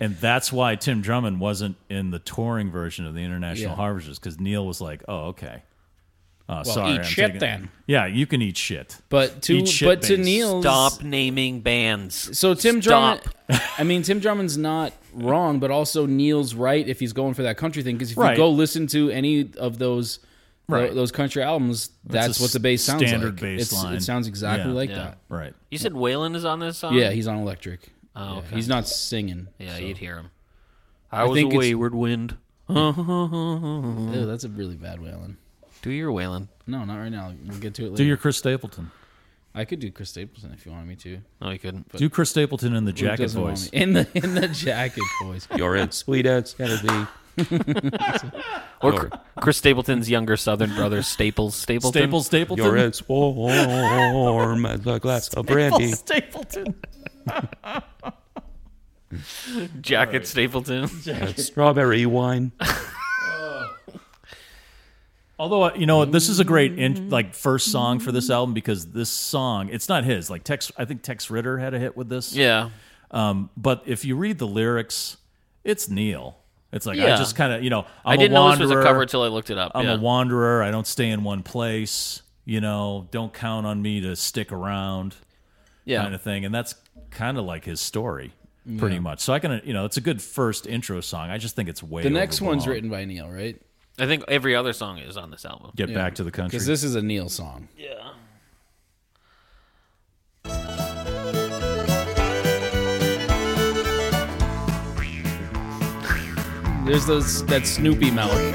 Speaker 3: And that's why Tim Drummond wasn't in the touring version of the International
Speaker 4: Yeah.
Speaker 3: Harvesters because Neil was like, "Oh, okay, oh, sorry,
Speaker 4: eat
Speaker 3: I'm
Speaker 4: shit
Speaker 3: taking-
Speaker 4: then.
Speaker 3: Yeah, you can eat shit,
Speaker 4: but to
Speaker 3: Eat shit
Speaker 4: but to
Speaker 3: bass.
Speaker 4: Neil's
Speaker 2: Stop naming bands.
Speaker 4: So Tim
Speaker 2: Stop.
Speaker 4: Drummond, I mean Tim Drummond's not wrong, but also Neil's right if he's going for that country thing. Because if
Speaker 3: Right.
Speaker 4: you go listen to any of those
Speaker 3: Right.
Speaker 4: tho- those country albums,
Speaker 3: That's
Speaker 4: that's
Speaker 3: a
Speaker 4: what the bass sounds
Speaker 3: standard
Speaker 4: like.
Speaker 3: bass
Speaker 4: It's-
Speaker 3: line.
Speaker 4: It sounds exactly
Speaker 3: Yeah.
Speaker 4: like
Speaker 2: Yeah.
Speaker 4: that.
Speaker 3: right?"
Speaker 2: You said Waylon is on this song?
Speaker 4: Yeah, he's on electric.
Speaker 2: Oh,
Speaker 4: Yeah,
Speaker 2: okay.
Speaker 4: He's not singing.
Speaker 2: Yeah,
Speaker 4: so-
Speaker 2: you'd hear him. I, was
Speaker 4: think
Speaker 2: a
Speaker 4: it's-
Speaker 2: wayward wind.
Speaker 3: Mm-hmm.
Speaker 4: Ew, that's a really bad Waylon.
Speaker 2: Do your Waylon.
Speaker 4: No, not right now. We'll get to it later.
Speaker 3: Do your Chris Stapleton.
Speaker 4: I could do Chris Stapleton if you wanted me to.
Speaker 2: No, he couldn't.
Speaker 3: Do Chris Stapleton in the
Speaker 4: Who
Speaker 3: jacket
Speaker 4: doesn't want
Speaker 3: voice.
Speaker 4: me? in the in the jacket voice.
Speaker 8: You're in sweet as gotta be.
Speaker 2: Or Chr- Chris Stapleton's younger southern brother, Staples Stapleton.
Speaker 3: Staples Stapleton.
Speaker 8: You're as warm as a glass of brandy.
Speaker 3: Stapleton.
Speaker 2: Jacket Stapleton.
Speaker 8: and strawberry wine.
Speaker 3: Although uh, you know this is a great
Speaker 4: Mm-hmm.
Speaker 3: in, like first song for this album because this song it's not his like Tex I think Tex Ritter had a hit with this
Speaker 2: yeah.
Speaker 3: um, but if you read the lyriks it's Neil it's like I
Speaker 2: Yeah.
Speaker 3: just kind of you know I'm
Speaker 2: I'm I did
Speaker 3: a
Speaker 2: not know this
Speaker 3: wanderer
Speaker 2: was a cover until I looked it up.
Speaker 3: I'm
Speaker 2: yeah.
Speaker 3: a wanderer I don't stay in one place you know don't count on me to stick around
Speaker 2: yeah.
Speaker 3: kind of thing, and that's kind of like his story, pretty much. So I can, you know, it's a good first intro song. I just think it's way
Speaker 4: The next one's
Speaker 3: overblown.
Speaker 4: written by Neil, right?
Speaker 2: I think every other song is on this album.
Speaker 3: Get back to the country.
Speaker 4: Because this is a Neil song. There's those that Snoopy
Speaker 2: I
Speaker 4: melody.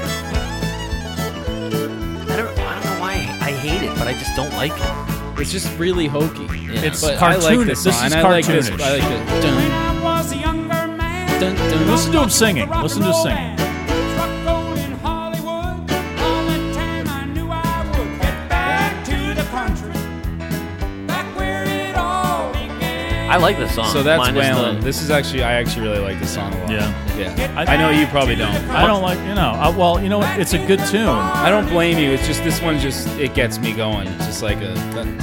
Speaker 2: don't, I don't know why I hate it, but I just don't like it.
Speaker 4: It's just really hokey.
Speaker 3: It's
Speaker 4: but I like
Speaker 3: cartoonish.
Speaker 4: this
Speaker 3: This
Speaker 4: song.
Speaker 3: is
Speaker 4: I like this.
Speaker 3: cartoonish.
Speaker 4: I like this. Dun,
Speaker 6: I was a younger man.
Speaker 4: dun, dun.
Speaker 3: Listen to him singing. Listen to him singing.
Speaker 2: I like this song.
Speaker 4: So that's
Speaker 2: Mine is the-
Speaker 4: Waylon. This is actually I actually really like this song a lot.
Speaker 3: Yeah.
Speaker 4: yeah. I, know you probably don't.
Speaker 3: I don't like, you know. I, well, you know what? It's a good tune.
Speaker 4: I don't blame you. It's just this one just it gets me going. It's just like a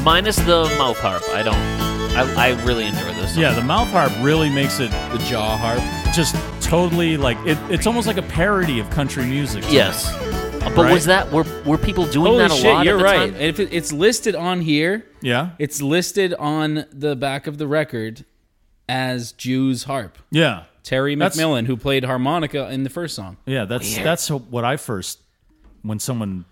Speaker 2: minus the mouth harp. I don't. I, I really enjoy this. Song.
Speaker 3: Yeah, the mouth harp really makes it
Speaker 4: the jaw harp.
Speaker 3: just totally like it, it's almost like a parody of country music. to me.
Speaker 2: Yes. But
Speaker 3: Right?
Speaker 2: was that were were people doing
Speaker 4: Holy
Speaker 2: that a
Speaker 4: shit,
Speaker 2: lot?
Speaker 4: you're
Speaker 2: at the
Speaker 4: right.
Speaker 2: Time?
Speaker 4: If it, it's listed on here,
Speaker 3: Yeah.
Speaker 4: it's listed on the back of the record as Jew's harp.
Speaker 3: Yeah.
Speaker 4: Terry
Speaker 3: That's-
Speaker 4: McMillan, who played harmonica in the first song.
Speaker 3: Yeah. That's that's what I first when someone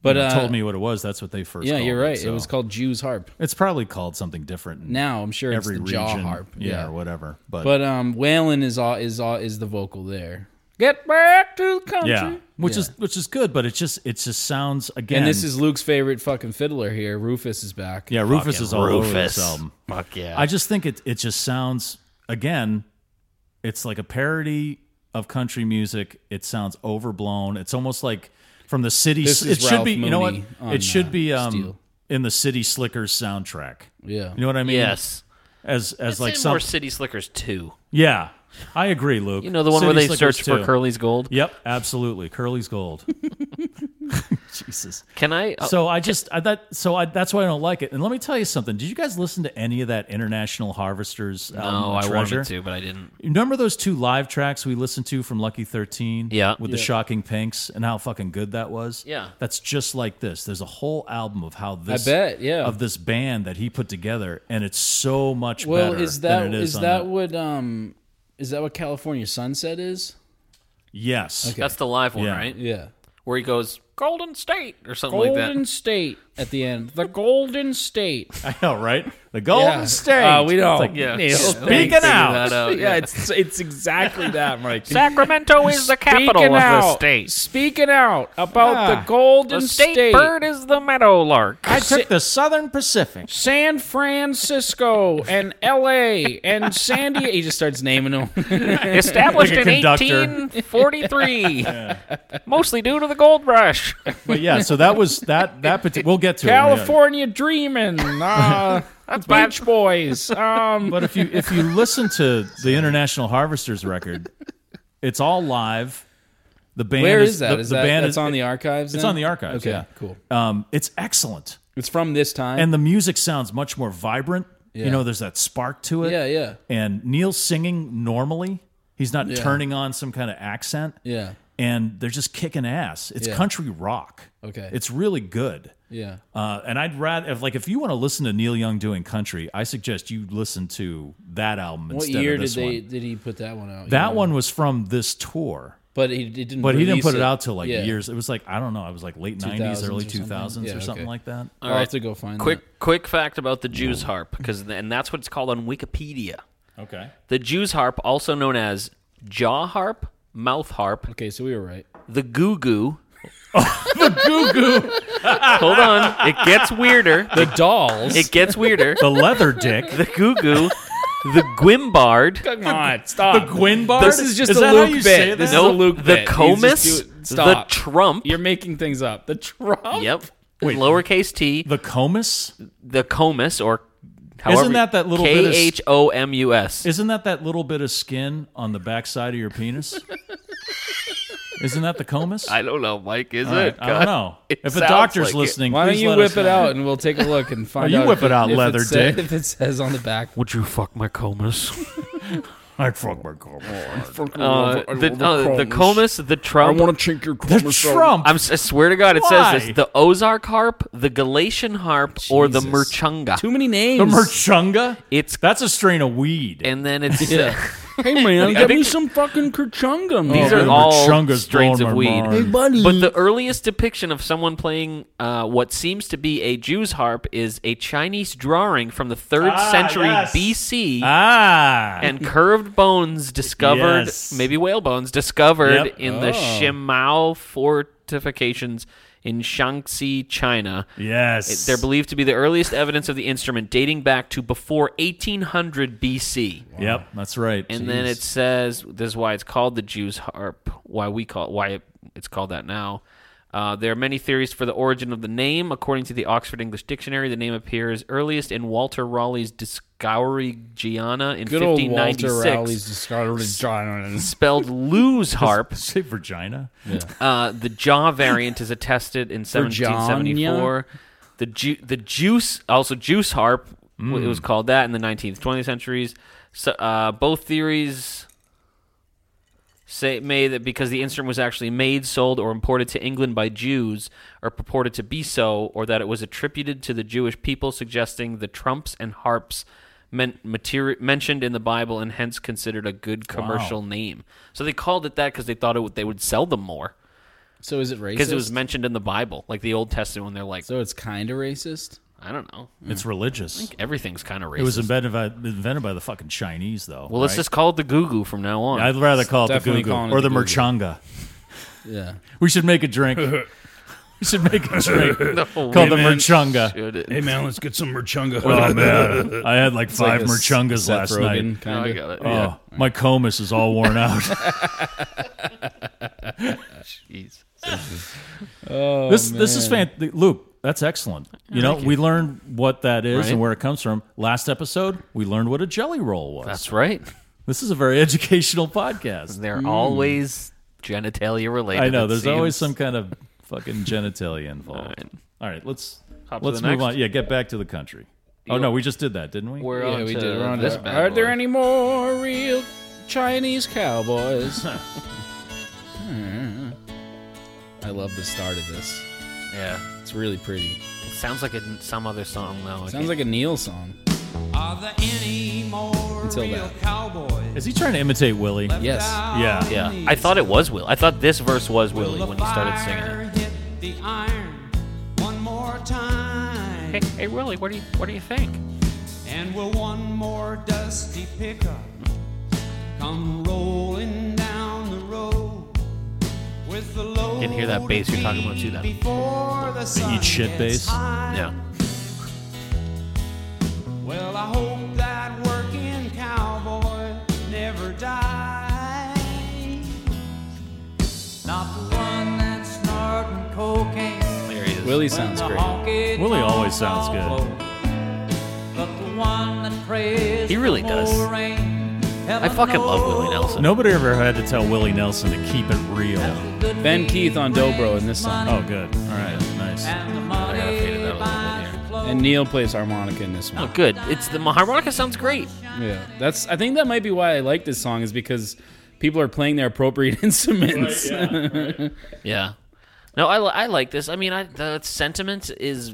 Speaker 4: But
Speaker 3: you know,
Speaker 4: uh,
Speaker 3: told me what it was. That's what they first.
Speaker 4: Yeah,
Speaker 3: called
Speaker 4: you're right. It
Speaker 3: so.
Speaker 4: was called Jew's harp.
Speaker 3: It's probably called something different. in
Speaker 4: Now I'm sure it's
Speaker 3: every
Speaker 4: the
Speaker 3: region.
Speaker 4: jaw harp.
Speaker 3: Yeah, or whatever. But,
Speaker 4: But um, Waylon is all is all is the vocal there. Get back to the country.
Speaker 3: yeah, which is which is good. But it just it just sounds again.
Speaker 4: And this is Luke's favorite fucking fiddler here. Rufus is back.
Speaker 3: yeah. Rufus is all over this
Speaker 2: Rufus.
Speaker 3: album.
Speaker 2: Fuck yeah.
Speaker 3: I just think it it just sounds again. It's like a parody of country music. It sounds overblown. It's almost like from the city.
Speaker 4: This
Speaker 3: it
Speaker 4: is
Speaker 3: should
Speaker 4: Ralph
Speaker 3: be. you know what?
Speaker 4: Mooney on,
Speaker 3: It should
Speaker 4: uh,
Speaker 3: be um,
Speaker 4: Steel.
Speaker 3: in the City Slickers soundtrack.
Speaker 4: Yeah.
Speaker 3: You know what I mean?
Speaker 2: yes.
Speaker 3: As as
Speaker 2: It's
Speaker 3: like
Speaker 2: like
Speaker 3: some.
Speaker 2: more City Slickers too.
Speaker 3: yeah, I agree, Luke.
Speaker 2: You know the one where
Speaker 3: City
Speaker 2: they
Speaker 3: Slickers
Speaker 2: search
Speaker 3: too.
Speaker 2: for Curly's gold.
Speaker 3: Yep, absolutely. Curly's gold. Jesus.
Speaker 2: Can I? uh,
Speaker 3: So I just I that so I that's why I don't like it. And let me tell you something. Did you guys listen to any of that International Harvesters
Speaker 2: no,
Speaker 3: album?
Speaker 2: Oh, I
Speaker 3: Treasure?
Speaker 2: wanted to, but I didn't.
Speaker 3: Remember those two live tracks we listened to from Lucky 13?
Speaker 2: Yeah.
Speaker 3: With the shocking pinks and how fucking good that was?
Speaker 2: Yeah.
Speaker 3: That's just like this. There's a whole album of how this
Speaker 4: bet, yeah.
Speaker 3: of this band that he put together and it's so much
Speaker 4: Well,
Speaker 3: better
Speaker 4: is that
Speaker 3: than it is,
Speaker 4: is
Speaker 3: on
Speaker 4: that what um is that what California Sunset is?
Speaker 3: Yes.
Speaker 2: That's the live one,
Speaker 3: Yeah.
Speaker 2: right?
Speaker 4: Yeah.
Speaker 2: Where he goes Golden State or something like
Speaker 4: Golden
Speaker 2: that.
Speaker 4: State at the end. The Golden State.
Speaker 3: I know, right? The Golden
Speaker 4: Yeah.
Speaker 3: State.
Speaker 4: Uh, we
Speaker 3: It's
Speaker 4: don't.
Speaker 3: like,
Speaker 2: Yeah.
Speaker 3: Speaking
Speaker 2: Figure
Speaker 3: out.
Speaker 2: that out,
Speaker 4: yeah,
Speaker 2: yeah.
Speaker 4: it's it's exactly that, Mike.
Speaker 2: Sacramento is the capital of the state.
Speaker 4: Speaking out about
Speaker 3: Ah.
Speaker 4: the Golden
Speaker 2: The state, bird is the meadowlark.
Speaker 3: I took the Southern Pacific.
Speaker 4: San Francisco and L.A. and San Diego. He just starts naming them.
Speaker 2: Established
Speaker 3: Like a
Speaker 2: in
Speaker 3: conductor.
Speaker 2: 1843, mostly due to the gold rush.
Speaker 3: But yeah, so that was that that particular. We'll get to it.
Speaker 4: California Dreamin', uh, Beach Boys. Um,
Speaker 3: But if you if you listen to the International Harvesters record, it's all live. The band
Speaker 4: where is
Speaker 3: is
Speaker 4: that?
Speaker 3: The,
Speaker 4: Is
Speaker 3: the
Speaker 4: that
Speaker 3: band
Speaker 4: that's
Speaker 3: is
Speaker 4: on the archives?
Speaker 3: It's
Speaker 4: then?
Speaker 3: on the archives.
Speaker 4: Okay,
Speaker 3: yeah,
Speaker 4: cool.
Speaker 3: Um, it's excellent,
Speaker 4: It's from this time.
Speaker 3: and the music sounds much more vibrant. You
Speaker 4: Yeah.
Speaker 3: know, there's that spark to it.
Speaker 4: yeah, yeah,
Speaker 3: And Neil's singing normally. He's not turning on some kind of accent.
Speaker 4: yeah,
Speaker 3: And they're just kicking ass. It's
Speaker 4: Yeah.
Speaker 3: country rock.
Speaker 4: Okay.
Speaker 3: It's really good.
Speaker 4: yeah.
Speaker 3: Uh, and I'd rather if like if you want to listen to Neil Young doing country, I suggest you listen to that album
Speaker 4: What
Speaker 3: instead
Speaker 4: year
Speaker 3: of
Speaker 4: did
Speaker 3: this
Speaker 4: they
Speaker 3: one.
Speaker 4: did he put that one out? You
Speaker 3: That
Speaker 4: know?
Speaker 3: one was from this tour,
Speaker 4: but he, he didn't.
Speaker 3: but he didn't
Speaker 4: release
Speaker 3: put it out till like
Speaker 4: Yeah.
Speaker 3: years. It was like I don't know, it was like late '90s,
Speaker 4: 2000s
Speaker 3: early
Speaker 4: or something.
Speaker 3: 2000s
Speaker 4: Yeah,
Speaker 3: or
Speaker 4: okay. Uh,
Speaker 3: something like that.
Speaker 4: I'll have to go find
Speaker 2: Quick,
Speaker 4: that.
Speaker 2: quick fact about the Jew's harp, because and that's what it's called on Wikipedia.
Speaker 3: Okay,
Speaker 2: The Jew's harp, also known as jaw harp, mouth harp,
Speaker 4: Okay, so we were right.
Speaker 2: the goo goo. the goo goo. Hold on, it gets weirder.
Speaker 4: The dolls.
Speaker 2: It gets weirder.
Speaker 3: the leather dick,
Speaker 2: the goo goo, the Gwimbard.
Speaker 4: Come on, stop.
Speaker 3: Gwyn bar.
Speaker 4: This is just
Speaker 3: is
Speaker 4: a
Speaker 3: that how
Speaker 4: Luke
Speaker 3: you
Speaker 4: bit.
Speaker 3: say that?
Speaker 4: This is
Speaker 2: No,
Speaker 4: a Luke
Speaker 2: the
Speaker 4: bit. He's
Speaker 2: comus,
Speaker 4: just doing-
Speaker 2: the
Speaker 4: stop.
Speaker 2: trump.
Speaker 4: You're making things up. The Trump.
Speaker 2: Yep. Lowercase t,
Speaker 3: the comus.
Speaker 2: the comus, or however.
Speaker 3: Isn't that that little bit of-
Speaker 2: K H O M U S.
Speaker 3: Isn't that that little bit of skin on the backside of your penis? Isn't that the comus?
Speaker 2: I don't know, Mike. Is
Speaker 3: All right,
Speaker 2: it?
Speaker 3: I don't know.
Speaker 2: It
Speaker 3: if a
Speaker 2: sounds
Speaker 3: doctor's
Speaker 2: like it.
Speaker 3: listening,
Speaker 4: Why don't
Speaker 3: please
Speaker 4: you
Speaker 3: let
Speaker 4: whip
Speaker 3: us
Speaker 4: it
Speaker 3: know.
Speaker 4: out and we'll take a look and find
Speaker 3: you
Speaker 4: out.
Speaker 3: whip
Speaker 4: if
Speaker 3: it out,
Speaker 4: if
Speaker 3: leather
Speaker 4: Oh, it says-
Speaker 3: dick.
Speaker 4: If it says on the back.
Speaker 2: Would you fuck my comus?
Speaker 3: I'd fuck my comus.
Speaker 2: Uh, the, uh, the comus, the trump. I
Speaker 7: chink your
Speaker 3: The Trump.
Speaker 2: am I swear to God, it says
Speaker 3: Why?
Speaker 2: this: the Ozark harp, the Galatian harp, or the
Speaker 4: Jesus.
Speaker 2: Merchunga.
Speaker 4: Too many names.
Speaker 3: The merchunga?
Speaker 2: It's-
Speaker 3: that's a strain of weed.
Speaker 2: and then it's
Speaker 7: Hey man,
Speaker 2: I
Speaker 7: get
Speaker 2: think
Speaker 7: me
Speaker 2: th-
Speaker 7: some fucking Kurchunga, man.
Speaker 2: These
Speaker 3: Oh,
Speaker 2: are
Speaker 3: man,
Speaker 2: all
Speaker 3: Chunga's
Speaker 2: strains
Speaker 3: blowing
Speaker 2: of
Speaker 3: my
Speaker 2: weed.
Speaker 3: mind.
Speaker 7: Hey buddy,
Speaker 2: But the earliest depiction of someone playing uh, what seems to be a Jew's harp is a Chinese drawing from the 3rd
Speaker 3: Ah,
Speaker 2: century
Speaker 3: yes.
Speaker 2: BC.
Speaker 3: Ah.
Speaker 2: And curved bones discovered,
Speaker 3: Yes.
Speaker 2: maybe whale bones discovered
Speaker 3: Yep.
Speaker 2: in the Shimao fortifications in Shaanxi, China.
Speaker 3: yes.
Speaker 2: They're believed to be the earliest evidence of the instrument dating back to before 1800 BC.
Speaker 3: Yep, that's right.
Speaker 2: And then it says this is why it's called the Jew's harp. Why we call it, why it, it's called that now. Uh, there are many theories for the origin of the name. According to the Oxford English Dictionary, the name appears earliest in Walter Raleigh's Discourigiana in
Speaker 4: Good old Walter
Speaker 2: 1596,
Speaker 4: Rowley's discovered John.
Speaker 2: spelled Lou's harp.
Speaker 3: say Virginia.
Speaker 2: Uh, the jaw variant is attested in 1774. The ju- the juice also juice harp w- it was called that in the 19th 20th centuries. So, uh, both theories say may that because the instrument was actually made, sold, or imported to England by Jews, or purported to be so, or that it was attributed to the Jewish people, suggesting the trumps and harps meant materi- mentioned in the Bible and hence considered a good commercial name. So they called it that because they thought it would, they would sell them more
Speaker 4: So is it racist?
Speaker 2: because it was mentioned in the Bible, like the Old Testament. When they're like,
Speaker 4: so it's kind of racist.
Speaker 2: I don't know,
Speaker 3: It's religious.
Speaker 2: everything's kind of racist.
Speaker 3: It was invented by, invented by the fucking Chinese, though.
Speaker 2: well, let's
Speaker 3: right?
Speaker 2: just call it the Goo Goo from now on.
Speaker 3: I'd rather call it the
Speaker 4: Definitely
Speaker 3: Goo
Speaker 4: calling it
Speaker 3: or the,
Speaker 4: the Goo Goo.
Speaker 3: Merchanga.
Speaker 4: Yeah.
Speaker 3: We should make a drink. we should make a drink called the
Speaker 7: man.
Speaker 3: Merchanga.
Speaker 2: Should it?
Speaker 7: hey man, let's get some Merchunga.
Speaker 3: Oh man, I had like five
Speaker 4: a S-
Speaker 3: Merchungas
Speaker 4: Seth
Speaker 3: last
Speaker 4: Rogen
Speaker 3: night.
Speaker 2: No, I
Speaker 4: kinda.
Speaker 2: got it.
Speaker 3: Oh, my comus is all worn out.
Speaker 2: Jeez.
Speaker 3: this this is fan Luke. That's excellent. You know, we learned what that is
Speaker 2: Right.
Speaker 3: and where it comes from. Last episode, we learned what a jelly roll was.
Speaker 2: That's right.
Speaker 3: This is a very educational podcast.
Speaker 2: They're always genitalia related.
Speaker 3: I know.
Speaker 2: it
Speaker 3: There's
Speaker 2: seems.
Speaker 3: always some kind of fucking genitalia involved. All right, let's
Speaker 2: Hop to
Speaker 3: let's
Speaker 2: the
Speaker 3: move
Speaker 2: next?
Speaker 3: on. Yeah, get back to the country. Oh
Speaker 2: You-
Speaker 3: no, we just did that, didn't we?
Speaker 2: We're
Speaker 4: Yeah,
Speaker 2: on
Speaker 4: we
Speaker 2: to
Speaker 4: did. We're on
Speaker 2: this
Speaker 4: to-
Speaker 2: bad
Speaker 4: Are
Speaker 2: boy.
Speaker 4: there any more real Chinese cowboys? Hmm. I love the start of this.
Speaker 2: Yeah.
Speaker 4: It's really pretty.
Speaker 2: It sounds like it in some other song though.
Speaker 4: Sounds like a Neil song.
Speaker 6: Are there any more
Speaker 4: Until
Speaker 6: real
Speaker 4: that.
Speaker 6: cowboys?
Speaker 3: Is he trying to imitate Willie?
Speaker 4: Yes.
Speaker 3: Yeah.
Speaker 2: Yeah. I thought it was Will. I thought this verse was Willie when he started singing. it.
Speaker 6: Hit the iron one more time.
Speaker 2: Hey, hey, Willie, what do you what do you think?
Speaker 6: And will one more dusty pickup come rolling down the road with the load
Speaker 2: Didn't hear that bass you're talking about too, though.
Speaker 6: Before the sun
Speaker 3: eat shit bass?
Speaker 6: gets high.
Speaker 2: Yeah.
Speaker 6: Well, I hope that working cowboy never dies. Not the one that's snorting cocaine.
Speaker 2: There he is.
Speaker 4: Willie sounds great.
Speaker 3: Willie always sounds good.
Speaker 2: He really does. I fucking love Willie Nelson.
Speaker 3: Nobody ever had to tell Willie Nelson to keep it real.
Speaker 4: Ben Keith on dobro in this song.
Speaker 3: Oh, good. All right, nice.
Speaker 4: Um,
Speaker 2: I gotta fade it out a little bit here.
Speaker 4: And Neil plays harmonica in this
Speaker 2: Oh,
Speaker 4: one.
Speaker 2: good. It's the harmonica sounds great.
Speaker 4: Yeah. That's I think that might be why I like this song is because people are playing their appropriate instruments.
Speaker 2: Yeah. No, I, li- I like this. I mean, I, the sentiment is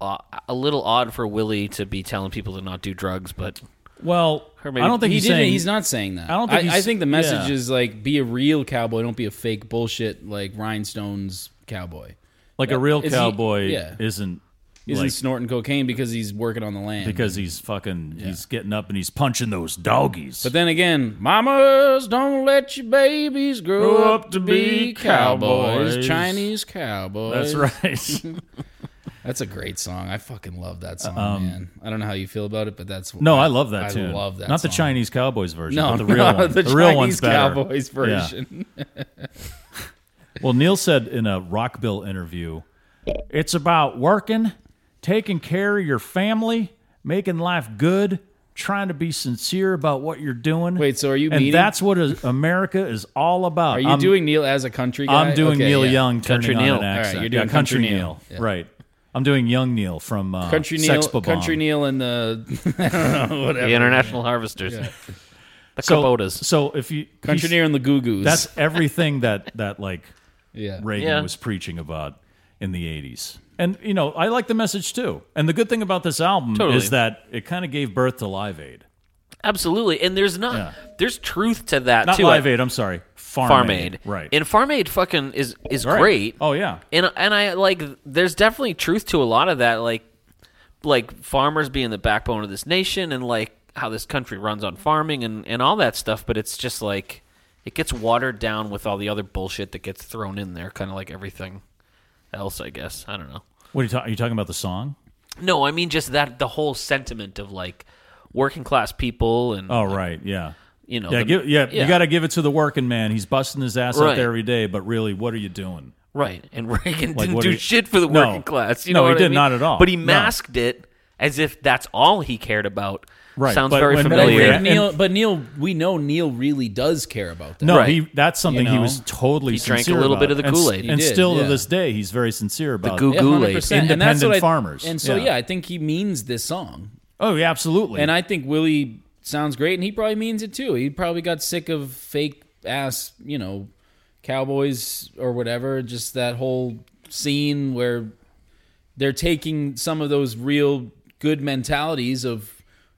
Speaker 2: uh, a little odd for Willie to be telling people to not do drugs, but
Speaker 3: Well, I
Speaker 2: Or maybe-
Speaker 3: don't think
Speaker 4: he
Speaker 3: he's
Speaker 4: didn't
Speaker 3: saying
Speaker 4: he's not saying that.
Speaker 3: I don't think
Speaker 4: I,
Speaker 3: he's-
Speaker 4: think the message
Speaker 3: yeah.
Speaker 4: is like be a real cowboy, don't be a fake bullshit like rhinestones cowboy.
Speaker 3: like a real
Speaker 4: uh, Is he-
Speaker 3: cowboy
Speaker 4: yeah.
Speaker 3: isn't
Speaker 4: Isn't
Speaker 3: like
Speaker 4: snorting cocaine because he's working on the land.
Speaker 3: because he's fucking he's getting up and he's punching those doggies.
Speaker 4: But then again, mamas don't let your babies grow,
Speaker 3: Grow
Speaker 4: up to be cowboys. Chinese cowboys.
Speaker 3: that's right.
Speaker 4: That's a great song. I fucking love that song, man. I don't know how you feel about it, but that's
Speaker 3: Um, no, I love that tune.
Speaker 4: I love that.
Speaker 3: Not the
Speaker 4: song.
Speaker 3: Chinese cowboys version,
Speaker 4: No,
Speaker 3: but the real
Speaker 4: no,
Speaker 3: one.
Speaker 4: The,
Speaker 3: The, real one's
Speaker 4: Chinese
Speaker 3: better.
Speaker 4: Cowboys
Speaker 3: Yeah.
Speaker 4: version.
Speaker 3: Well, Neil said in a Rockbill interview, it's about working, taking care of your family, making life good, trying to be sincere about what you're doing.
Speaker 4: Wait, so are you
Speaker 3: And
Speaker 4: meeting-
Speaker 3: that's what is- America is all about.
Speaker 4: Are you
Speaker 3: I'm,
Speaker 4: doing Neil as a country guy?
Speaker 3: I'm doing
Speaker 4: Okay,
Speaker 3: Neil
Speaker 4: yeah.
Speaker 3: Young
Speaker 2: Country
Speaker 3: turning
Speaker 2: Neil.
Speaker 3: on an
Speaker 2: All
Speaker 4: right,
Speaker 3: accent.
Speaker 4: you're doing
Speaker 3: yeah, country,
Speaker 4: Country
Speaker 3: Neil.
Speaker 4: Neil. Yeah.
Speaker 3: Right. I'm doing Young Neil from uh,
Speaker 4: Country Neil,
Speaker 3: Sex Bomb.
Speaker 4: Country Neil, and the
Speaker 2: the International Harvesters, the
Speaker 3: so,
Speaker 2: Kubotas.
Speaker 3: So if you
Speaker 4: Country
Speaker 3: he's-
Speaker 4: Neil and the Goo Goos.
Speaker 3: that's everything that that like
Speaker 4: yeah.
Speaker 3: Reagan
Speaker 2: Yeah.
Speaker 3: was preaching about in the 80s. And, you know, I like the message too. And the good thing about this album
Speaker 2: Totally.
Speaker 3: is that it kind of gave birth to Live Aid.
Speaker 2: Absolutely, and there's not
Speaker 3: Yeah.
Speaker 2: there's truth Uh, to that
Speaker 3: Not
Speaker 2: too.
Speaker 3: Live
Speaker 2: I-
Speaker 3: Aid. I'm sorry. Farm,
Speaker 2: Farm
Speaker 3: Aid.
Speaker 2: Aid,
Speaker 3: Right.
Speaker 2: And Farm Aid fucking is is
Speaker 3: Right.
Speaker 2: great.
Speaker 3: Oh yeah.
Speaker 2: and and I like there's definitely truth to a lot of that like like farmers being the backbone of this nation and like how this country runs on farming and and all that stuff but it's just like it gets watered down with all the other bullshit that gets thrown in there kind of like everything else I guess I don't know
Speaker 3: What are you talking? Are you talking about the song?
Speaker 2: no I mean just that the whole sentiment of like working class people and
Speaker 3: Oh right. Yeah.
Speaker 2: you know
Speaker 3: yeah,
Speaker 2: Uh, the-
Speaker 3: give, yeah,
Speaker 2: yeah.
Speaker 3: you got to give it to the working man. He's busting his ass
Speaker 2: Right.
Speaker 3: out there every day, but really, what are you doing?
Speaker 2: Right, and Reagan
Speaker 3: Like,
Speaker 2: didn't
Speaker 3: what
Speaker 2: do
Speaker 3: do you-
Speaker 2: shit for the
Speaker 3: No.
Speaker 2: working class. You
Speaker 3: No,
Speaker 2: know
Speaker 3: he
Speaker 2: what I
Speaker 3: did
Speaker 2: mean?
Speaker 3: not at all.
Speaker 2: But he
Speaker 3: No.
Speaker 2: masked it as if that's all he cared about.
Speaker 3: Right,
Speaker 2: sounds
Speaker 3: but
Speaker 2: very
Speaker 3: when-
Speaker 4: But, I
Speaker 2: familiar.
Speaker 4: think
Speaker 3: And-
Speaker 4: Neil, but Neil, we know Neil really does care about that.
Speaker 3: No,
Speaker 2: Right.
Speaker 3: he, that's something
Speaker 4: You
Speaker 3: he
Speaker 4: know?
Speaker 3: was totally
Speaker 2: He drank a
Speaker 3: sincere
Speaker 2: little
Speaker 3: about
Speaker 2: bit of the
Speaker 3: And s-
Speaker 2: Kool-Aid.
Speaker 3: And,
Speaker 2: He
Speaker 4: did,
Speaker 3: still
Speaker 4: yeah.
Speaker 3: to this day, he's very sincere about
Speaker 2: goo
Speaker 3: it.
Speaker 2: goo. Kool-Aid.
Speaker 4: 100%. And that's
Speaker 3: Independent
Speaker 4: what I-
Speaker 3: farmers.
Speaker 4: And so,
Speaker 3: Yeah.
Speaker 4: yeah. I think he means this song.
Speaker 3: Oh, yeah, absolutely.
Speaker 4: And I think Willie sounds great, and he probably means it too. He probably got sick of fake ass, you know, cowboys or whatever. Just that whole scene where they're taking some of those real good mentalities of,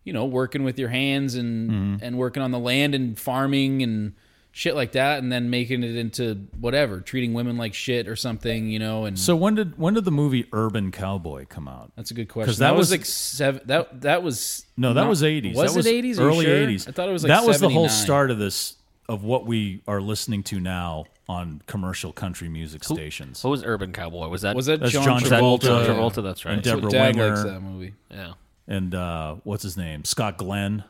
Speaker 4: you know, working with your hands and and working on the land and farming and shit like that, and then making it into whatever, treating women like shit or something, you know. And
Speaker 3: so when did when did the movie Urban Cowboy come out?
Speaker 4: that's a good question.
Speaker 3: that
Speaker 4: That,
Speaker 3: was-
Speaker 4: was, like seven. That that was
Speaker 3: No, that
Speaker 4: not-
Speaker 3: was eighties.
Speaker 4: Was
Speaker 3: that was
Speaker 4: it eighties?
Speaker 3: Early
Speaker 4: eighties.
Speaker 3: eighties.
Speaker 4: I thought it was like
Speaker 3: that was the whole
Speaker 4: 79.
Speaker 3: start of this of what we are listening to now on commercial country music stations.
Speaker 2: What was Urban Cowboy? Was that
Speaker 4: Was that
Speaker 3: That's
Speaker 4: John,
Speaker 3: John
Speaker 2: Travolta?
Speaker 4: Travolta?
Speaker 2: John
Speaker 3: Yeah.
Speaker 2: Travolta. That's right.
Speaker 3: And
Speaker 4: That's
Speaker 3: Deborah
Speaker 4: what Dad
Speaker 3: Winger.
Speaker 4: likes that movie.
Speaker 2: yeah.
Speaker 3: And uh, what's his name? Scott Glenn.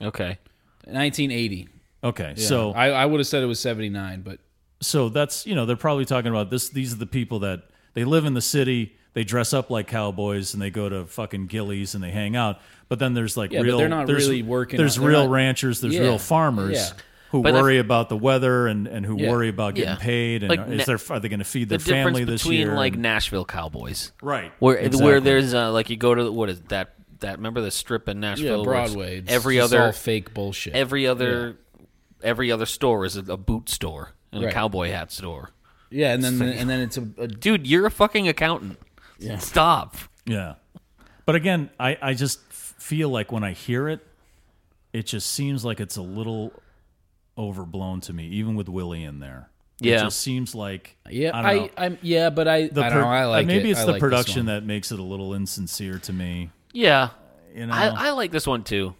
Speaker 2: Okay.
Speaker 4: 1980.
Speaker 3: Okay, so
Speaker 4: I, I would have said it was 79, but
Speaker 3: so that's you know they're probably talking about this. These are the people that they live in the city. They dress up like cowboys and they go to fucking Gillies and they hang out. But then there's like
Speaker 4: Yeah, but
Speaker 3: real.
Speaker 4: they're not
Speaker 3: there's,
Speaker 4: really working
Speaker 3: There's
Speaker 4: out- they're
Speaker 3: real
Speaker 4: not-
Speaker 3: ranchers. There's
Speaker 4: Yeah.
Speaker 3: real farmers
Speaker 4: Yeah.
Speaker 3: who
Speaker 2: But I-
Speaker 3: worry about the weather and, and who
Speaker 4: Yeah.
Speaker 3: worry about getting
Speaker 2: Yeah.
Speaker 3: paid and
Speaker 2: Like,
Speaker 3: is
Speaker 2: na-
Speaker 3: their are they going to feed
Speaker 2: The
Speaker 3: their family this
Speaker 2: difference between
Speaker 3: year?
Speaker 2: like
Speaker 3: and-
Speaker 2: Nashville Cowboys,
Speaker 3: right
Speaker 2: where
Speaker 3: exactly.
Speaker 2: where there's uh, like you go to what is that that remember the strip in Nashville? where it's
Speaker 4: Broadway. It's
Speaker 2: Every
Speaker 4: just
Speaker 2: other
Speaker 4: all fake bullshit.
Speaker 2: every other every other store is a, a boot store and a
Speaker 4: Right.
Speaker 2: cowboy hat store.
Speaker 4: yeah, and then and then it's a, a
Speaker 2: Dude, you're a fucking accountant. Stop.
Speaker 3: Yeah. But again, I, I just f- feel like when I hear it, it just seems like it's a little overblown to me, even with Willie in there. It
Speaker 2: Yeah.
Speaker 3: just seems like
Speaker 4: yeah.
Speaker 3: I, don't know.
Speaker 4: I, I am yeah, but I
Speaker 3: The
Speaker 4: I don't
Speaker 3: pro- uh,
Speaker 4: know. I like
Speaker 3: maybe
Speaker 4: it.
Speaker 3: it's
Speaker 4: I
Speaker 3: the
Speaker 4: like this
Speaker 3: production
Speaker 4: one.
Speaker 3: that makes it a little insincere to me.
Speaker 2: Yeah.
Speaker 3: You know,
Speaker 2: I, I like this one too.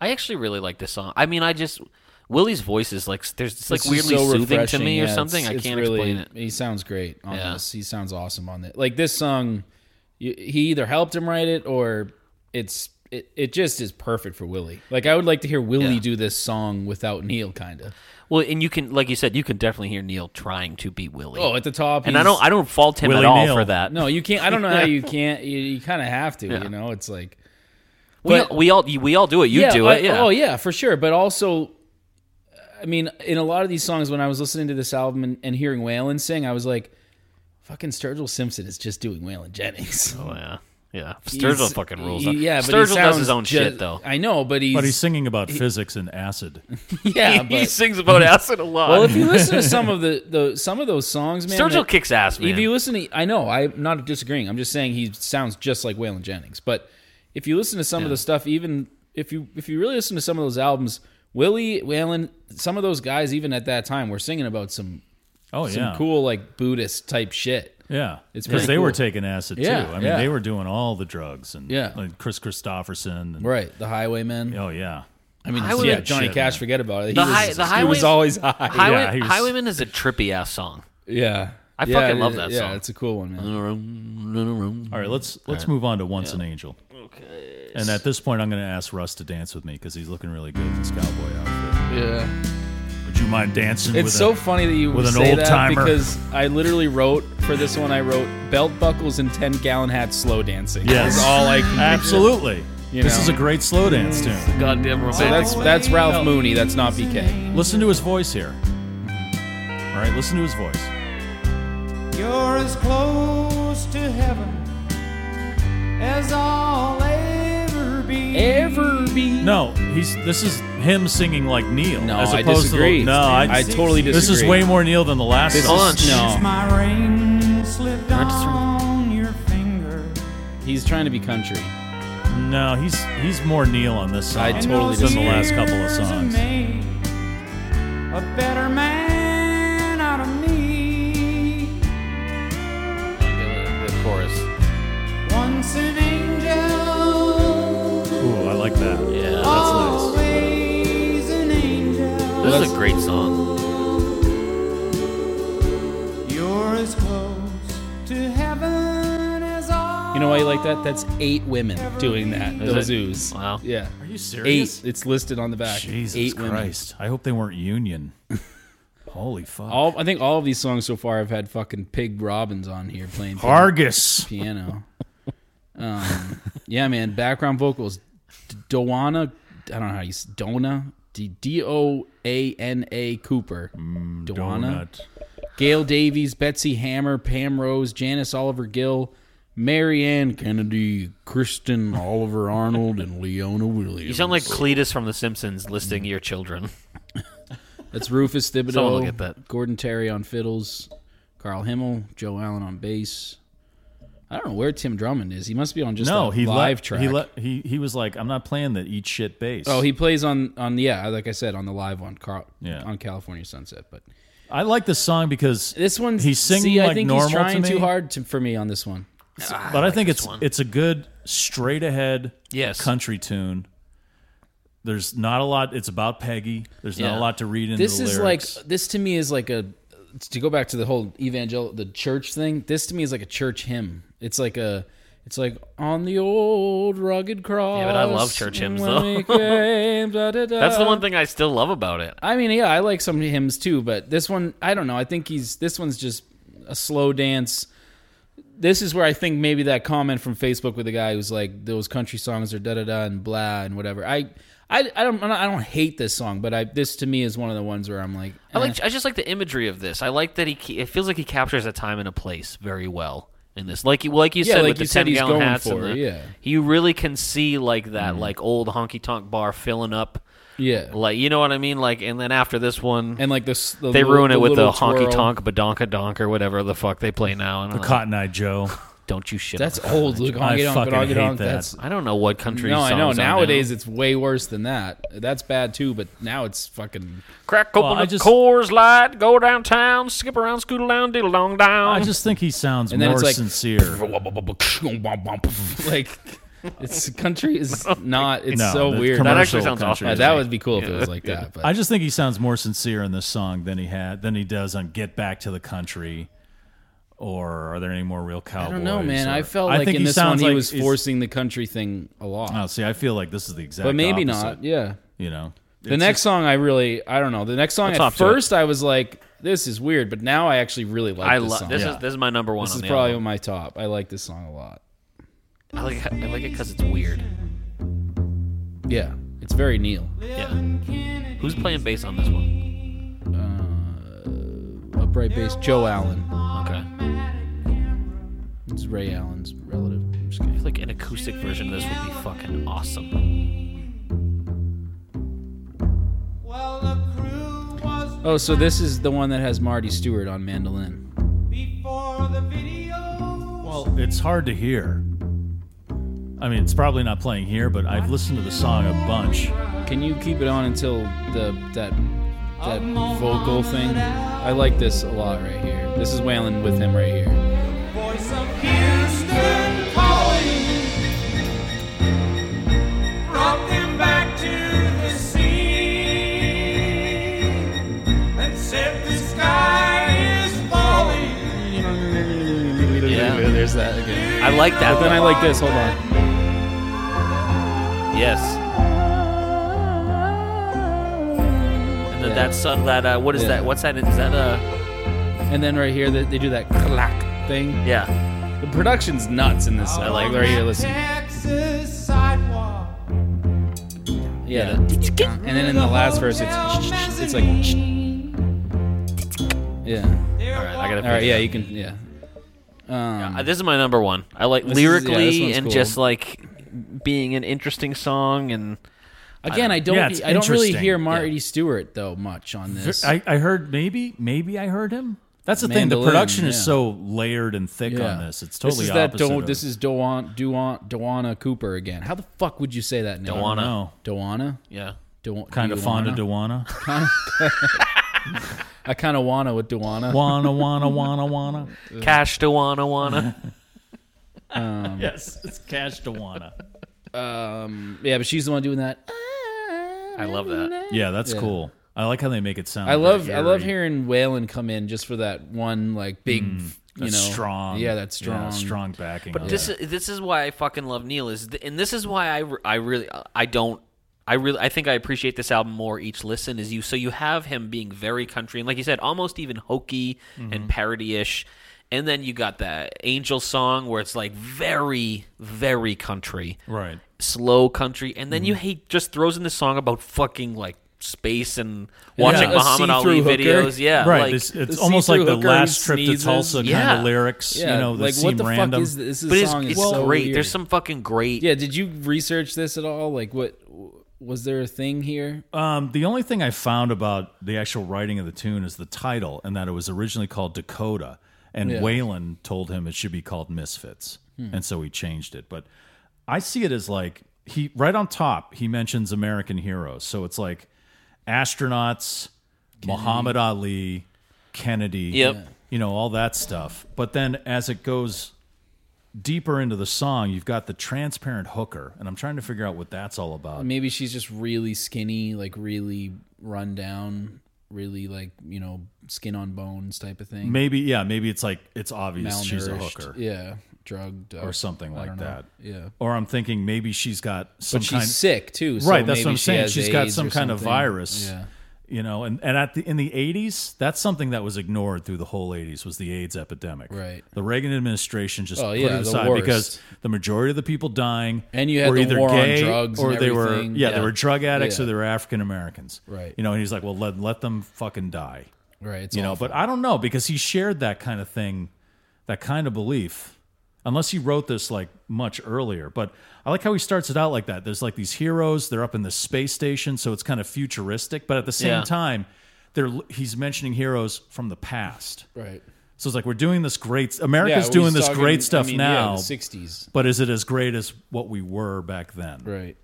Speaker 2: I actually really like this song. I mean, I just Willie's voice is like there's it's like
Speaker 4: It's just
Speaker 2: weirdly
Speaker 4: so
Speaker 2: soothing to
Speaker 4: refreshing.
Speaker 2: me
Speaker 4: Yeah,
Speaker 2: or
Speaker 4: it's-
Speaker 2: something. I
Speaker 4: it's
Speaker 2: can't
Speaker 4: really-
Speaker 2: explain it.
Speaker 4: He sounds great on
Speaker 2: Yeah.
Speaker 4: this. He sounds awesome on it. Like this song, y- he either helped him write it or it's it, it just is perfect for Willie. Like I would like to hear Willie
Speaker 2: Yeah.
Speaker 4: do this song without Neil, kind of.
Speaker 2: Well, and you can like you said, you can definitely hear Neil trying to beat Willie.
Speaker 4: Oh, at the top,
Speaker 2: and I
Speaker 4: he's-
Speaker 2: don't I don't fault him at
Speaker 3: Willie
Speaker 2: all
Speaker 3: Neal.
Speaker 2: for that.
Speaker 4: No, you can't. I don't know how you can't. You, you kind of have to. You know, it's like
Speaker 2: we,
Speaker 4: but-
Speaker 2: all, we all we all do it. You
Speaker 4: yeah,
Speaker 2: do
Speaker 4: I-
Speaker 2: it. Yeah.
Speaker 4: Oh yeah, for sure. But also, I mean, in a lot of these songs, when I was listening to this album and, and hearing Waylon sing, I was like, "Fucking Sturgill Simpson is just doing Waylon Jennings."
Speaker 2: Oh, yeah. Yeah. Sturgill
Speaker 4: He's-
Speaker 2: fucking rules.
Speaker 4: he-
Speaker 2: though.
Speaker 4: Yeah, but he
Speaker 2: Sturgill does his
Speaker 4: sounds
Speaker 2: own
Speaker 4: ju-
Speaker 2: shit though.
Speaker 4: I know, but he's,
Speaker 3: but he's singing about physics and acid.
Speaker 4: yeah.
Speaker 2: he
Speaker 4: But,
Speaker 2: sings about acid a lot.
Speaker 4: well, if you listen to some of the, the some of those songs, man,
Speaker 2: Sturgill
Speaker 4: that-
Speaker 2: kicks ass, man.
Speaker 4: If you listen to, I know I'm not disagreeing. I'm just saying he sounds just like Waylon Jennings. But if you listen to some of the stuff, even if you if you really listen to some of those albums, Willie Waylon, some of those guys, even at that time, were singing about some
Speaker 3: Oh
Speaker 4: some
Speaker 3: yeah,
Speaker 4: cool like Buddhist type shit.
Speaker 3: yeah. It's because
Speaker 4: pretty
Speaker 3: they were
Speaker 4: cool.
Speaker 3: taking acid
Speaker 4: Yeah,
Speaker 3: too. I mean,
Speaker 4: yeah.
Speaker 3: they were doing all the drugs and
Speaker 4: Yeah.
Speaker 3: like Chris Christopherson. And,
Speaker 4: Right, the Highwaymen.
Speaker 3: Oh yeah,
Speaker 4: I mean,
Speaker 2: Highway-
Speaker 4: yeah, Johnny
Speaker 3: Shit,
Speaker 4: Cash.
Speaker 3: man.
Speaker 4: Forget about it. He
Speaker 2: The
Speaker 4: was,
Speaker 2: hi- the
Speaker 4: he
Speaker 2: highway-
Speaker 4: was always high.
Speaker 2: Highway,
Speaker 3: Yeah, he was-
Speaker 2: Highwayman is a trippy ass song.
Speaker 4: yeah,
Speaker 2: I
Speaker 4: Yeah,
Speaker 2: fucking
Speaker 4: it-
Speaker 2: love that
Speaker 4: yeah,
Speaker 2: song.
Speaker 4: it's a cool one, man.
Speaker 3: Mm-hmm. All right, let's let's move on to Once an Angel. Okay. And at this point, I'm going to ask Russ to dance with me because he's looking really good in this cowboy outfit.
Speaker 4: Yeah.
Speaker 3: Would you mind dancing?
Speaker 4: It's
Speaker 3: with
Speaker 4: so
Speaker 3: a,
Speaker 4: funny that you
Speaker 3: with an
Speaker 4: say that
Speaker 3: old-timer.
Speaker 4: because I literally wrote for this one. I wrote belt buckles and ten gallon hats, slow dancing.
Speaker 3: Yes.
Speaker 4: That's all I. Can
Speaker 3: absolutely.
Speaker 4: You
Speaker 3: this
Speaker 4: know. Mm-hmm.
Speaker 3: is a great slow dance tune.
Speaker 2: Goddamn
Speaker 4: So
Speaker 2: romantic.
Speaker 4: that's that's Ralph Mooney. That's not BK.
Speaker 3: Listen to his voice here. All right, listen to his voice.
Speaker 6: You're as close to heaven as I'll ever be.
Speaker 4: Ever be?
Speaker 3: No, he's this is him singing like Neil.
Speaker 4: No,
Speaker 3: as
Speaker 4: I
Speaker 3: opposed
Speaker 4: disagree.
Speaker 3: To the, no, I,
Speaker 4: I totally
Speaker 3: This is
Speaker 4: disagree.
Speaker 3: way more Neil than the last
Speaker 4: This
Speaker 3: song.
Speaker 4: is, no.
Speaker 6: My ring slipped
Speaker 2: just-
Speaker 6: on your finger.
Speaker 4: He's trying to be country.
Speaker 3: No, he's he's more Neil on this song.
Speaker 4: I totally
Speaker 3: than the
Speaker 4: disagree.
Speaker 3: last couple of
Speaker 6: Years have
Speaker 3: songs.
Speaker 6: made A better man out of me.
Speaker 2: The, the chorus.
Speaker 6: Once an angel,
Speaker 3: Ooh, I like that.
Speaker 2: Yeah, that's nice.
Speaker 6: always an angel.
Speaker 2: This is a great song.
Speaker 6: You're as close to heaven as I.
Speaker 4: You know why you like that? That's eight women doing that.
Speaker 2: Is
Speaker 4: Those
Speaker 2: it?
Speaker 4: zoos.
Speaker 2: Wow.
Speaker 4: Yeah.
Speaker 3: Are you
Speaker 4: Eight. It's listed on the back.
Speaker 3: Jesus
Speaker 4: eight women.
Speaker 3: Christ! I hope they weren't Union. Holy fuck!
Speaker 4: All I think all of these songs so far have had fucking Pig Robbins on here playing pig
Speaker 3: Argus.
Speaker 4: piano. Um, yeah, man. Background vocals. D- Doana. I don't know how you s- Dona. D- D-O-A-N-A Cooper. Doana.
Speaker 3: Mm, Donut.
Speaker 4: Gail Davies, Betsy Hammer, Pam Rose, Janice Oliver Gill, Marianne Kennedy, Kristen Oliver Arnold, and Leona Williams.
Speaker 2: You sound like Cletus from The Simpsons listing your children.
Speaker 4: That's Rufus Thibodeau.
Speaker 2: Someone will get that.
Speaker 4: Gordon Terry on fiddles, Carl Himmel, Joe Allen on bass. I don't know where Tim Drummond is. He must be on just
Speaker 3: No,
Speaker 4: a
Speaker 3: he
Speaker 4: live
Speaker 3: left.
Speaker 4: track.
Speaker 3: He, le- he he was like, I'm not playing that eat shit bass.
Speaker 4: Oh, he plays on on yeah, like I said, on the live one, Carl,
Speaker 3: Yeah.
Speaker 4: on California Sunset. But
Speaker 3: I like this song because
Speaker 4: this one's
Speaker 3: he's singing
Speaker 4: see,
Speaker 3: like
Speaker 4: I think
Speaker 3: normal
Speaker 4: he's trying
Speaker 3: to me,
Speaker 4: too hard to, for me on this one.
Speaker 3: but I, think it's it's a good straight ahead
Speaker 2: Yes.
Speaker 3: country tune. There's not a lot. It's about Peggy. There's not
Speaker 2: Yeah.
Speaker 3: a lot to read into
Speaker 4: This
Speaker 3: the
Speaker 4: is
Speaker 3: lyrics.
Speaker 4: like this to me is like a to go back to the whole evangel the church thing. This to me is like a church hymn. It's like a it's like on the old rugged cross.
Speaker 2: but I love church hymns,
Speaker 4: when
Speaker 2: though.
Speaker 4: we came, da, da, da.
Speaker 2: That's the one thing I still love about it.
Speaker 4: I mean, yeah, I like some hymns too, but this one, I don't know. I think he's this one's just a slow dance. This is where I think maybe that comment from Facebook with the guy who's like those country songs are da da da and blah and whatever. I I, I don't I don't hate this song, but I this to me is one of the ones where I'm like,
Speaker 2: I
Speaker 4: eh.
Speaker 2: like. I just like the imagery of this. I like that he. ca- It feels like he captures a time and a place very well in this. Like you, like you
Speaker 4: Yeah,
Speaker 2: said,
Speaker 4: like
Speaker 2: with
Speaker 4: you
Speaker 2: the
Speaker 4: said,
Speaker 2: ten
Speaker 4: he's
Speaker 2: gallon
Speaker 4: going
Speaker 2: hats and
Speaker 4: for
Speaker 2: the,
Speaker 4: it, yeah. Mm-hmm.
Speaker 2: you really can see like that, like old honky tonk bar filling up.
Speaker 4: eh, yeah,
Speaker 2: Like you know what I mean? Like and then after this one,
Speaker 4: and like this the
Speaker 2: they
Speaker 4: little-
Speaker 2: ruin it with the
Speaker 4: little twirl.
Speaker 2: honky tonk badonka donk or whatever the fuck they play now. And I'm like,
Speaker 3: Cotton Eye Joe.
Speaker 2: don't you shit?
Speaker 4: That's
Speaker 2: on-
Speaker 4: old. Look,
Speaker 3: I
Speaker 4: honky donk,
Speaker 3: fucking
Speaker 4: honky
Speaker 3: hate
Speaker 4: donk.
Speaker 3: that.
Speaker 4: That's
Speaker 2: I don't know what country.
Speaker 4: no, I know.
Speaker 2: songs are now.
Speaker 4: Nowadays, it's way worse than that. That's bad too, but now it's fucking.
Speaker 2: crack
Speaker 3: Well,
Speaker 2: open
Speaker 3: I
Speaker 2: the
Speaker 3: just-
Speaker 2: Coors Light, go downtown, skip around, scoot along, diddle dong down.
Speaker 3: I just think he sounds
Speaker 4: And then
Speaker 3: more
Speaker 4: it's like-
Speaker 3: sincere.
Speaker 4: like it's country is not it's
Speaker 3: No,
Speaker 4: so
Speaker 3: the
Speaker 4: weird
Speaker 3: commercial
Speaker 2: That actually sounds
Speaker 3: country
Speaker 2: awful.
Speaker 4: Yeah,
Speaker 3: is
Speaker 4: that
Speaker 3: like-
Speaker 4: would be cool if it was like that but
Speaker 3: I just think he sounds more sincere in this song than he had than he does on "Get Back to the Country," or "Are There Any More Real Cowboys?"
Speaker 4: i don't know man
Speaker 3: or-
Speaker 4: i felt like
Speaker 3: uh, think
Speaker 4: in
Speaker 3: he
Speaker 4: this one
Speaker 3: sounds
Speaker 4: he
Speaker 3: like
Speaker 4: was
Speaker 3: he's-
Speaker 4: forcing the country thing a lot
Speaker 3: Oh, see, I feel like this is the exact.
Speaker 4: but maybe
Speaker 3: opposite,
Speaker 4: not yeah
Speaker 3: You know,
Speaker 4: the next song i really i don't know the next song at
Speaker 2: hop to it.
Speaker 4: first i was like this is weird but now i actually really like
Speaker 2: I
Speaker 4: this
Speaker 2: love
Speaker 4: song
Speaker 2: this
Speaker 4: Yeah.
Speaker 2: is this is my number one.
Speaker 4: this
Speaker 2: on
Speaker 4: is
Speaker 2: the
Speaker 4: probably
Speaker 2: album.
Speaker 4: my top i like this song a lot
Speaker 2: I like I like it because it's weird.
Speaker 4: yeah it's very neil
Speaker 2: Yeah. Who's playing bass on this one?
Speaker 4: Uh, upright bass joe allen
Speaker 2: Okay. I
Speaker 4: it's ray allen's relative I'm just kidding.
Speaker 2: feel like an acoustic version of this would be fucking awesome.
Speaker 6: Well, the crew was
Speaker 4: oh so this is the one that has marty stewart on mandolin
Speaker 6: before the video.
Speaker 3: Well, it's hard to hear. I mean, it's probably not playing here, but I've listened to the song a bunch.
Speaker 4: Can you keep it on until the that that vocal thing? I like this a lot right here. This is Waylon with him right here.
Speaker 6: Voice of Houston calling. Brought them back to the sea. And said the sky is falling.
Speaker 2: Yeah.
Speaker 4: there's that again.
Speaker 2: I like that.
Speaker 4: But then I like this. Hold on.
Speaker 2: Yes. And then
Speaker 4: Yeah.
Speaker 2: that son that uh what is
Speaker 4: Yeah.
Speaker 2: that? What's that? Is that uh
Speaker 4: And then right here, they, they do that clack thing.
Speaker 2: yeah?
Speaker 4: The production's nuts in this song.
Speaker 2: I like
Speaker 4: right here. Listen.
Speaker 6: Texas sidewalk.
Speaker 4: Yeah. And then in the last verse, it's it's like yeah.
Speaker 2: All right, I gotta.
Speaker 4: All right.
Speaker 2: pick it
Speaker 4: Yeah.
Speaker 2: up.
Speaker 4: You can yeah. Um,
Speaker 2: Uh, This is my number one. I like
Speaker 4: This is- yeah, this
Speaker 2: lyrically
Speaker 4: one's
Speaker 2: and
Speaker 4: cool.
Speaker 2: just like being an interesting song and
Speaker 4: again, I don't.
Speaker 3: Yeah, it's
Speaker 4: I don't really
Speaker 3: interesting.
Speaker 4: hear Marty Stewart though much on this.
Speaker 3: I, I heard maybe, maybe I heard him. That's the thing. The
Speaker 4: Mandolin,
Speaker 3: production is
Speaker 4: yeah.
Speaker 3: so layered and thick on this. It's totally
Speaker 4: this is
Speaker 3: opposite.
Speaker 4: that. Do,
Speaker 3: of-
Speaker 4: this is Dewan Dewan Dewana Cooper again. How the fuck would you say that name?
Speaker 3: I don't know.
Speaker 4: Dewana.
Speaker 2: Yeah.
Speaker 4: Dewa-
Speaker 3: kind of fond of Dewana.
Speaker 4: I kind of wanna with Dewana.
Speaker 3: Wana wana wana wana.
Speaker 2: Cash to wanna wanna.
Speaker 3: yes, it's Cash Dewana.
Speaker 4: Yeah, but she's the one doing that.
Speaker 2: I love that.
Speaker 3: Yeah, that's cool. I like how they make it sound.
Speaker 4: I
Speaker 3: very
Speaker 4: love I love
Speaker 3: airy.
Speaker 4: hearing Waylon come in just for that one like big you know
Speaker 3: Mm, That's strong.
Speaker 4: Yeah, that's strong.
Speaker 3: strong backing.
Speaker 2: But
Speaker 3: on
Speaker 2: this
Speaker 3: it.
Speaker 2: is this is why I fucking love Neil is, th- and this is why I, re- I really I don't I really I think I appreciate this album more each listen is you so you have him being very country and like you said almost even hokey
Speaker 4: Mm-hmm.
Speaker 2: and parody ish, and then you got that Angel song where it's like very very country
Speaker 3: right.
Speaker 2: slow country, and then you hate just throws in this song about fucking like space and watching
Speaker 3: a
Speaker 2: Muhammad Ali
Speaker 4: see-through hooker.
Speaker 2: videos. Yeah,
Speaker 3: right.
Speaker 2: like-
Speaker 3: this, it's
Speaker 4: the
Speaker 3: almost like the
Speaker 4: see-through hooker
Speaker 3: last
Speaker 4: who
Speaker 3: trip to
Speaker 4: sneezes.
Speaker 3: Tulsa kind
Speaker 2: Yeah.
Speaker 3: of lyrics.
Speaker 4: Yeah,
Speaker 3: you know, that
Speaker 4: like
Speaker 3: seem
Speaker 4: what the
Speaker 3: random.
Speaker 4: fuck is this?
Speaker 2: but
Speaker 4: this
Speaker 2: it's,
Speaker 4: song
Speaker 2: it's
Speaker 4: is so
Speaker 2: great.
Speaker 4: weird.
Speaker 2: There's some fucking great.
Speaker 4: Yeah, did you research this at all? Like what was there a thing here?
Speaker 3: Um, the only thing I found about the actual writing of the tune is the title, and that it was originally called Dakota, and Waylon told him it should be called Misfits, and so he changed it. But I see it as like he right on top he mentions American heroes, so it's like astronauts, Muhammad Ali, Kennedy,
Speaker 2: Yep. Yeah.
Speaker 3: you know all that stuff. But then as it goes deeper into the song, you've got the transparent hooker, and I'm trying to figure out what that's all about.
Speaker 4: Maybe she's just really skinny, like really run down, really like, you know, skin on bones type of thing.
Speaker 3: Maybe yeah, maybe it's like it's obvious she's a
Speaker 4: Malnourished.
Speaker 3: hooker
Speaker 4: Yeah. Drugged
Speaker 3: or something like that.
Speaker 4: Yeah.
Speaker 3: Or I'm thinking maybe she's got some
Speaker 4: But she's
Speaker 3: kind
Speaker 4: sick too. So
Speaker 3: Right, that's
Speaker 4: maybe
Speaker 3: what I'm
Speaker 4: she
Speaker 3: saying.
Speaker 4: has
Speaker 3: She's got
Speaker 4: AIDS
Speaker 3: some
Speaker 4: or
Speaker 3: kind of
Speaker 4: something.
Speaker 3: virus.
Speaker 4: Yeah.
Speaker 3: you know, and, and at the in the 80s, that's something that was ignored through the whole 80s was the AIDS epidemic.
Speaker 4: Right.
Speaker 3: The Reagan administration just
Speaker 4: Oh,
Speaker 3: put
Speaker 4: yeah,
Speaker 3: it
Speaker 4: the
Speaker 3: aside because
Speaker 4: worst.
Speaker 3: the majority of the people dying
Speaker 4: And you had
Speaker 3: were
Speaker 4: the
Speaker 3: either
Speaker 4: war on
Speaker 3: gay
Speaker 4: drugs
Speaker 3: or
Speaker 4: and
Speaker 3: they were
Speaker 4: everything.
Speaker 3: yeah, they
Speaker 2: Yeah.
Speaker 3: were drug addicts or
Speaker 4: Yeah.
Speaker 3: they were African Americans.
Speaker 4: Right.
Speaker 3: You know, and he's like, "Well, let let them fucking die."
Speaker 4: Right. It's
Speaker 3: you know
Speaker 4: awful.
Speaker 3: but i don't know because he shared that kind of thing that kind of belief unless he wrote this like much earlier but i like how he starts it out like that there's like these heroes they're up in the space station so it's kind of futuristic but at the same
Speaker 2: Yeah.
Speaker 3: time they're he's mentioning heroes from the past
Speaker 4: right.
Speaker 3: so it's like we're doing this great america's
Speaker 4: Yeah,
Speaker 3: doing
Speaker 4: he's
Speaker 3: this
Speaker 4: talking-
Speaker 3: great stuff
Speaker 4: I mean,
Speaker 3: now
Speaker 4: Yeah, the 60s.
Speaker 3: but is it as great as what we were back then
Speaker 4: Right.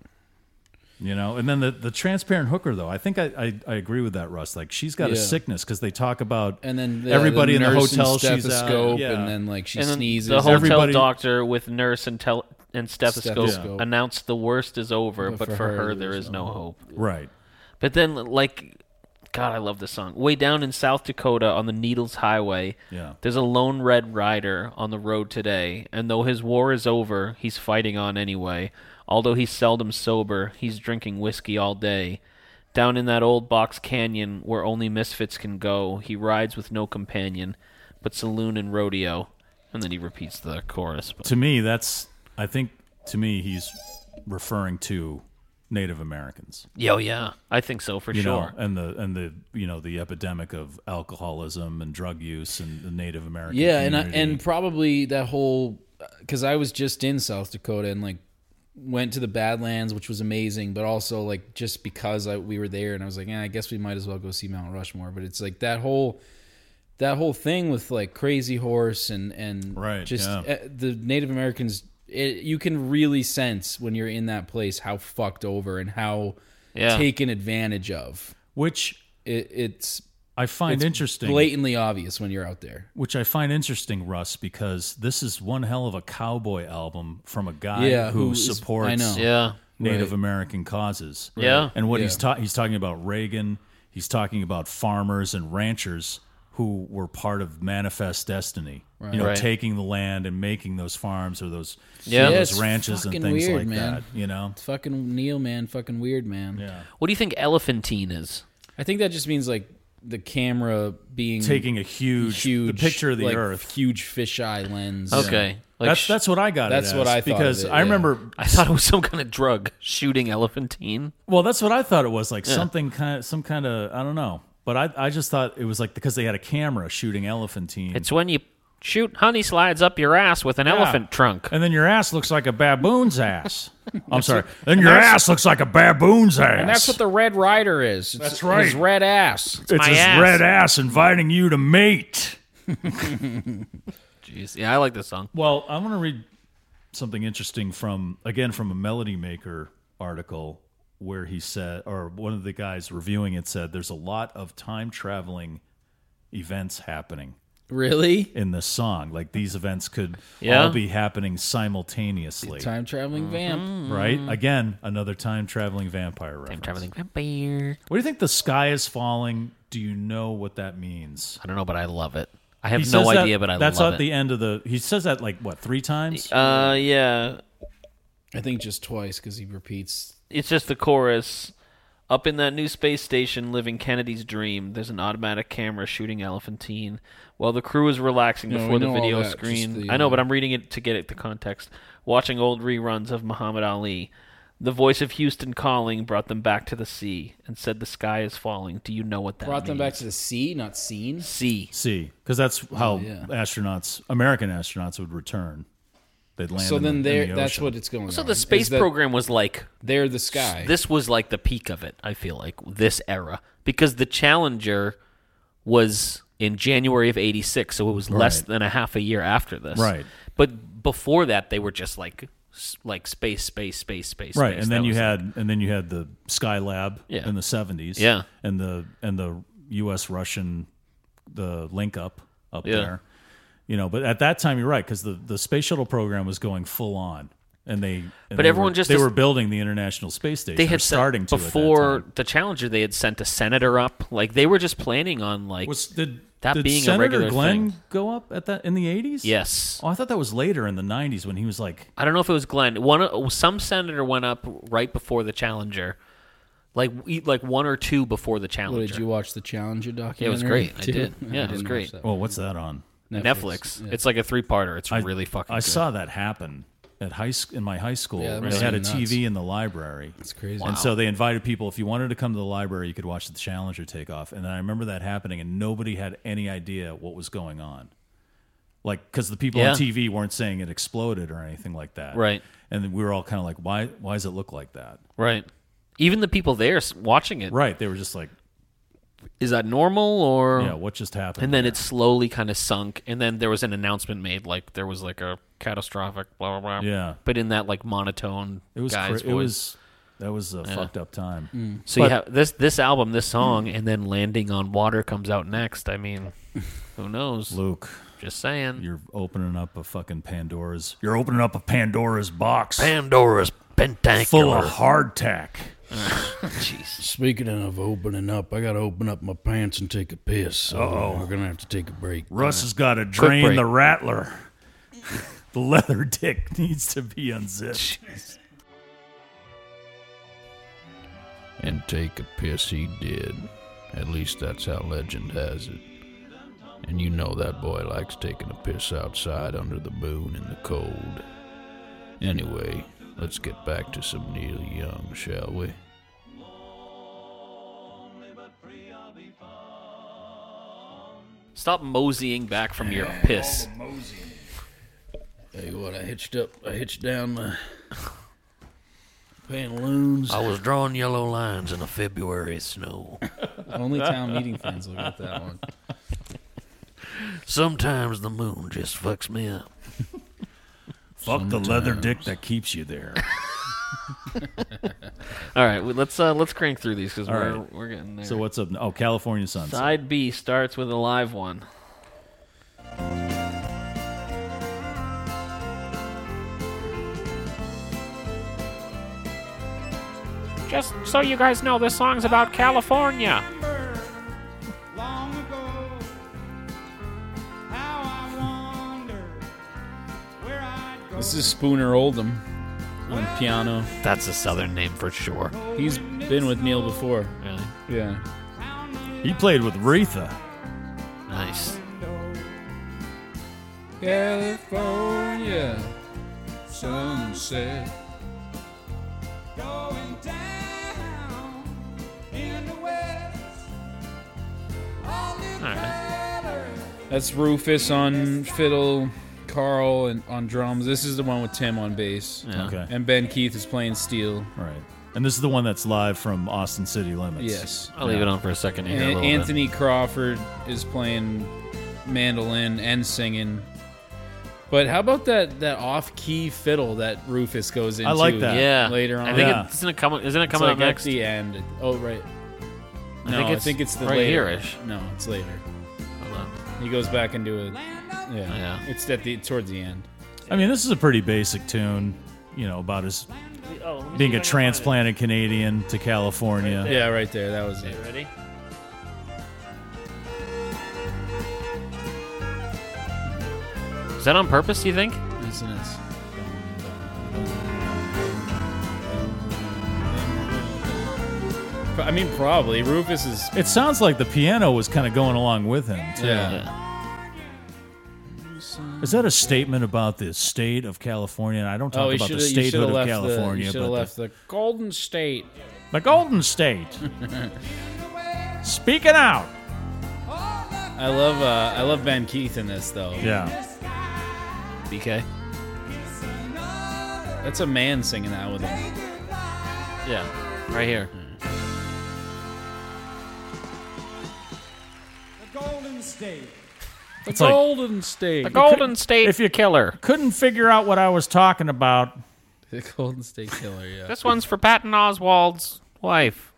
Speaker 3: you know, and then the, the transparent hooker though, I think I, I, I agree with that, Russ. Like she's got a
Speaker 4: Yeah.
Speaker 3: sickness because they talk about
Speaker 4: And then the,
Speaker 3: everybody
Speaker 4: the
Speaker 3: in the
Speaker 4: nurse and
Speaker 3: hotel she's at,
Speaker 4: stethoscope,
Speaker 3: yeah.
Speaker 4: and then like she
Speaker 2: And then
Speaker 4: sneezes.
Speaker 2: the hotel
Speaker 3: Everybody-
Speaker 2: doctor with nurse and tel- and stethoscope,
Speaker 4: Stethoscope.
Speaker 2: announced the worst is over, but, for, her, there is no hope.
Speaker 3: right,
Speaker 2: But then, like, God, I love this song. Way down in South Dakota on the Needles Highway,
Speaker 3: Yeah.
Speaker 2: there's a lone red rider on the road today, and though his war is over, he's fighting on anyway. Although he's seldom sober, he's drinking whiskey all day. Down in that old box canyon where only misfits can go, he rides with no companion, but saloon and rodeo. And then he repeats the chorus. But
Speaker 3: to me that's I think to me he's referring to Native Americans,
Speaker 2: Yo, yeah, I think so for
Speaker 3: you
Speaker 2: sure.
Speaker 3: know, and the and the you know the epidemic of alcoholism and drug use and the Native American
Speaker 4: yeah, and I,
Speaker 3: community.
Speaker 4: and probably that whole because I was just in South Dakota and like went to the Badlands, which was amazing, but also like just because I, we were there and I was like, eh, I guess we might as well go see Mount Rushmore. But it's like that whole that whole thing with like Crazy Horse and and
Speaker 3: Right,
Speaker 4: just
Speaker 3: yeah.
Speaker 4: uh, the Native Americans. It, you can really sense when you're in that place how fucked over and how
Speaker 2: Yeah.
Speaker 4: taken advantage of.
Speaker 3: which
Speaker 4: It, it's
Speaker 3: I find interesting.
Speaker 4: blatantly obvious when you're out there.
Speaker 3: which I find interesting, Russ, because this is one hell of a cowboy album from a guy
Speaker 4: Yeah,
Speaker 3: who,
Speaker 4: who is-
Speaker 3: supports
Speaker 4: I know.
Speaker 2: yeah,
Speaker 3: Native American causes.
Speaker 2: Yeah.
Speaker 3: and what he's ta-
Speaker 4: Yeah.
Speaker 3: he's talking about Reagan. He's talking about farmers and ranchers who were part of manifest destiny. You know,
Speaker 2: Right.
Speaker 3: taking the land and making those farms or those
Speaker 2: Yeah.
Speaker 3: those
Speaker 4: It's
Speaker 3: ranches and
Speaker 4: fucking
Speaker 3: things
Speaker 4: weird,
Speaker 3: like
Speaker 4: man.
Speaker 3: that. You know,
Speaker 4: Fucking Neil, man. Fucking weird, man. Yeah.
Speaker 2: What do you think elephantine is?
Speaker 4: I think that just means like the camera being
Speaker 3: taking a huge,
Speaker 4: Mm. huge
Speaker 3: the picture of the
Speaker 4: like,
Speaker 3: earth.
Speaker 4: huge fisheye lens.
Speaker 2: Okay, like
Speaker 3: that's
Speaker 2: sh-
Speaker 3: that's what I got. it
Speaker 4: That's what
Speaker 3: as,
Speaker 4: I thought of
Speaker 3: because
Speaker 4: it,
Speaker 3: I
Speaker 4: yeah.
Speaker 3: remember
Speaker 2: I thought it was some kind of drug shooting elephantine.
Speaker 3: Well, that's what I thought it was like something kind of some kind of I don't know, but I I just thought it was like because they had a camera shooting elephantine.
Speaker 2: It's when you shoot honey slides up your ass with an
Speaker 3: Yeah.
Speaker 2: elephant trunk.
Speaker 3: and then your ass looks like a baboon's ass. I'm sorry. Then your ass looks like a baboon's ass.
Speaker 4: And that's what the Red Rider is. It's
Speaker 3: That's right.
Speaker 4: His red ass.
Speaker 3: it's
Speaker 2: my
Speaker 3: his
Speaker 2: ass.
Speaker 3: red ass inviting you to mate.
Speaker 2: Jeez. Yeah, I like this song.
Speaker 3: Well, I want to read something interesting from again from a Melody Maker article where he said or one of the guys reviewing it said there's a lot of time traveling events happening
Speaker 4: Really?
Speaker 3: in this song. Like these events could
Speaker 2: Yeah.
Speaker 3: all be happening simultaneously.
Speaker 4: Time traveling vamp.
Speaker 3: Right? Again, another time traveling vampire reference.
Speaker 2: Time traveling vampire.
Speaker 3: What do you think the sky is falling? Do you know what that means?
Speaker 2: I don't know, but I love it. I have
Speaker 3: He
Speaker 2: no
Speaker 3: says that-
Speaker 2: idea, but I
Speaker 3: that's
Speaker 2: love
Speaker 3: at
Speaker 2: it.
Speaker 3: the end of the. He says that like what three times?
Speaker 2: uh, yeah.
Speaker 4: I think just twice because he repeats.
Speaker 2: It's just the chorus. Up in that new space station, living Kennedy's dream, there's an automatic camera shooting Elephantine. While the crew is relaxing
Speaker 4: No,
Speaker 2: before
Speaker 4: we
Speaker 2: the
Speaker 4: know all
Speaker 2: video
Speaker 4: that, just
Speaker 2: screen.
Speaker 4: the,
Speaker 2: I know,
Speaker 4: uh,
Speaker 2: but I'm reading it to get it the context. Watching old reruns of Muhammad Ali. The voice of Houston calling brought them back to the sea and said the sky is falling. Do you know what that
Speaker 4: Brought them back
Speaker 2: means?
Speaker 4: to the sea, not seen.
Speaker 2: sea.
Speaker 3: See, because that's
Speaker 2: Oh,
Speaker 3: how
Speaker 4: yeah.
Speaker 3: astronauts, American astronauts, would return. They'd land.
Speaker 4: So
Speaker 3: in
Speaker 4: then
Speaker 3: the, in
Speaker 4: there,
Speaker 3: the
Speaker 4: that's
Speaker 3: ocean.
Speaker 4: what it's going.
Speaker 2: So
Speaker 4: on,
Speaker 2: the
Speaker 4: is
Speaker 2: space
Speaker 4: that
Speaker 2: program was like
Speaker 4: They're the sky.
Speaker 2: this was like the peak of it. I feel like this era because the Challenger was in January of '86, so it was less than a half a year after this.
Speaker 3: Right.
Speaker 2: But before that, they were just like s- like space, space, space, space.
Speaker 3: right,
Speaker 2: space.
Speaker 3: and
Speaker 2: That
Speaker 3: then you
Speaker 2: was-
Speaker 3: had, and then you had the Skylab
Speaker 2: Yeah.
Speaker 3: in the seventies.
Speaker 2: Yeah.
Speaker 3: and the and the U.S. Russian the link up up
Speaker 2: Yeah.
Speaker 3: there. You know, but at that time, you're right because the the space shuttle program was going full on, and they and
Speaker 2: But
Speaker 3: they
Speaker 2: everyone
Speaker 3: were,
Speaker 2: just-
Speaker 3: they were building the International Space Station.
Speaker 2: they
Speaker 3: or
Speaker 2: had sent-
Speaker 3: starting to at that
Speaker 2: before
Speaker 3: time.
Speaker 2: the Challenger. They had sent a senator up. Like they were just planning on like
Speaker 3: Was did
Speaker 2: That
Speaker 3: did
Speaker 2: being a
Speaker 3: Senator
Speaker 2: regular
Speaker 3: Glenn
Speaker 2: thing.
Speaker 3: go up at that in the eighties?
Speaker 2: yes.
Speaker 3: Oh, I thought that was later in the '90s when he was like,
Speaker 2: I don't know if it was Glenn. One uh, some senator went up right before the Challenger, like we- like one or two before the Challenger.
Speaker 4: What, did you watch the Challenger documentary?
Speaker 2: Yeah, it was great. I
Speaker 4: too?
Speaker 2: did. Yeah, it was
Speaker 4: didn't watch
Speaker 2: great.
Speaker 4: that.
Speaker 3: "Oh, what's that on?"
Speaker 2: Netflix. It's like a three-parter. It's
Speaker 3: I-
Speaker 2: really fucking.
Speaker 3: I
Speaker 2: good.
Speaker 3: saw that happen at high sc- in my high school.
Speaker 4: Yeah, that
Speaker 3: they
Speaker 4: must
Speaker 3: had a
Speaker 4: be nuts.
Speaker 3: TV in the library. That's
Speaker 4: crazy.
Speaker 3: And so they invited people. If you wanted to come to the library, you could watch the Challenger take off. And I remember that happening, and nobody had any idea what was going on, like because the people
Speaker 2: Yeah.
Speaker 3: on TV weren't saying it exploded or anything like that,
Speaker 2: Right.
Speaker 3: And then we were all kind of like, "Why? Why does it look like that?"
Speaker 2: right. Even the people there s- watching it is
Speaker 3: Right? They were just like,
Speaker 2: that normal or?
Speaker 3: "Yeah, what just happened?"
Speaker 2: and then it slowly kind of sunk, and then there was an announcement made, like there was like a catastrophic blah blah blah.
Speaker 3: Yeah.
Speaker 2: But in that like monotone
Speaker 3: it was
Speaker 2: guy's
Speaker 3: cra- it
Speaker 2: voice.
Speaker 3: was that was a fucked up time.
Speaker 2: so you have this this album, this song, and then landing on water comes out next. I mean, who knows?
Speaker 3: Luke,
Speaker 2: Just saying.
Speaker 3: you're opening up a fucking Pandora's. You're opening up a Pandora's box
Speaker 2: Pandora's
Speaker 3: full of
Speaker 2: pentacular.
Speaker 3: hardtack.
Speaker 2: Jeez.
Speaker 7: Speaking of opening up, I gotta open up my pants and take a piss. So
Speaker 3: Uh-oh.
Speaker 7: we're gonna have to take a break.
Speaker 3: Russ has got to drain the
Speaker 2: break.
Speaker 3: rattler. the leather dick needs to be unzipped.
Speaker 1: and take a piss he did. At least that's how legend has it. And you know that boy likes taking a piss outside under the moon in the cold. Anyway, let's get back to some Neil Young, shall we?
Speaker 2: Stop moseying back from your piss.
Speaker 7: Tell you what, I hitched up, I hitched down my pantaloons.
Speaker 1: I was drawing yellow lines in a February snow.
Speaker 4: Only town meeting fans will get that one.
Speaker 1: Sometimes the moon just fucks me up.
Speaker 3: Fuck the leather dick that keeps you there.
Speaker 2: All right, well, let's uh, let's crank through these because
Speaker 3: All
Speaker 2: we're
Speaker 3: right.
Speaker 2: we're getting there.
Speaker 3: so what's up? now? Oh, California sunset.
Speaker 2: Side B starts with a live one.
Speaker 9: Just so you guys know, this song's about California.
Speaker 6: Long ago, how I wonder where I'd go.
Speaker 4: This is Spooner Oldham on piano.
Speaker 2: That's a southern name for sure.
Speaker 4: He's been with Neil before.
Speaker 2: Really
Speaker 4: Yeah.
Speaker 3: He played with Retha.
Speaker 2: nice.
Speaker 4: California sunset.
Speaker 6: Going down in the west. All
Speaker 2: All right,
Speaker 4: That's Rufus on fiddle, Carl and on drums. This is the one with Tim on bass.
Speaker 3: Okay.
Speaker 4: And Ben Keith is playing steel.
Speaker 3: All right. And this is the one that's live from Austin City Limits.
Speaker 4: Yes.
Speaker 2: I'll leave it on for a second here. a
Speaker 4: And
Speaker 2: little bit.
Speaker 4: Anthony Crawford is playing mandolin and singing. But how about that that off key fiddle that Rufus goes into?
Speaker 3: I like that.
Speaker 2: Yeah.
Speaker 4: later on.
Speaker 2: I think it's gonna come. Isn't it
Speaker 4: It's
Speaker 2: coming
Speaker 4: like
Speaker 2: up next?
Speaker 4: at the end. Oh right.
Speaker 2: I
Speaker 4: No,
Speaker 2: think
Speaker 4: I
Speaker 2: it's
Speaker 4: think it's the
Speaker 2: right
Speaker 4: later.
Speaker 2: here-ish.
Speaker 4: No, it's later.
Speaker 2: Hold on.
Speaker 4: He goes back into it. Yeah,
Speaker 2: Yeah.
Speaker 4: It's at the towards the end.
Speaker 3: I mean, this is a pretty basic tune, you know, about his
Speaker 9: Oh,
Speaker 3: being a transplanted Canadian to California.
Speaker 4: Yeah, right there. That was it.
Speaker 2: Ready? Is that on purpose? Do you think?
Speaker 4: Isn't it? I mean, probably Rufus is.
Speaker 3: It sounds like the piano was kind of going along with him, too.
Speaker 4: Yeah.
Speaker 3: Is that a statement about the state of California? And I don't talk
Speaker 4: Oh, you
Speaker 3: about
Speaker 4: should
Speaker 3: the
Speaker 4: have left
Speaker 3: statehood of
Speaker 4: the. You
Speaker 3: California,
Speaker 4: should
Speaker 3: but
Speaker 4: have
Speaker 3: the-
Speaker 4: left the Golden State.
Speaker 3: the Golden State. Speaking out.
Speaker 4: I love. Uh, I love Van Keith in this though.
Speaker 3: Yeah.
Speaker 2: BK.
Speaker 4: That's a man singing that with him.
Speaker 2: Yeah. Right here.
Speaker 10: Golden State.
Speaker 3: It's like-
Speaker 4: Golden State.
Speaker 2: The Golden State
Speaker 3: if you
Speaker 2: Killer.
Speaker 3: couldn't figure out what I was talking about,
Speaker 4: The Golden State Killer. Yeah.
Speaker 2: This one's for Patton Oswald's wife.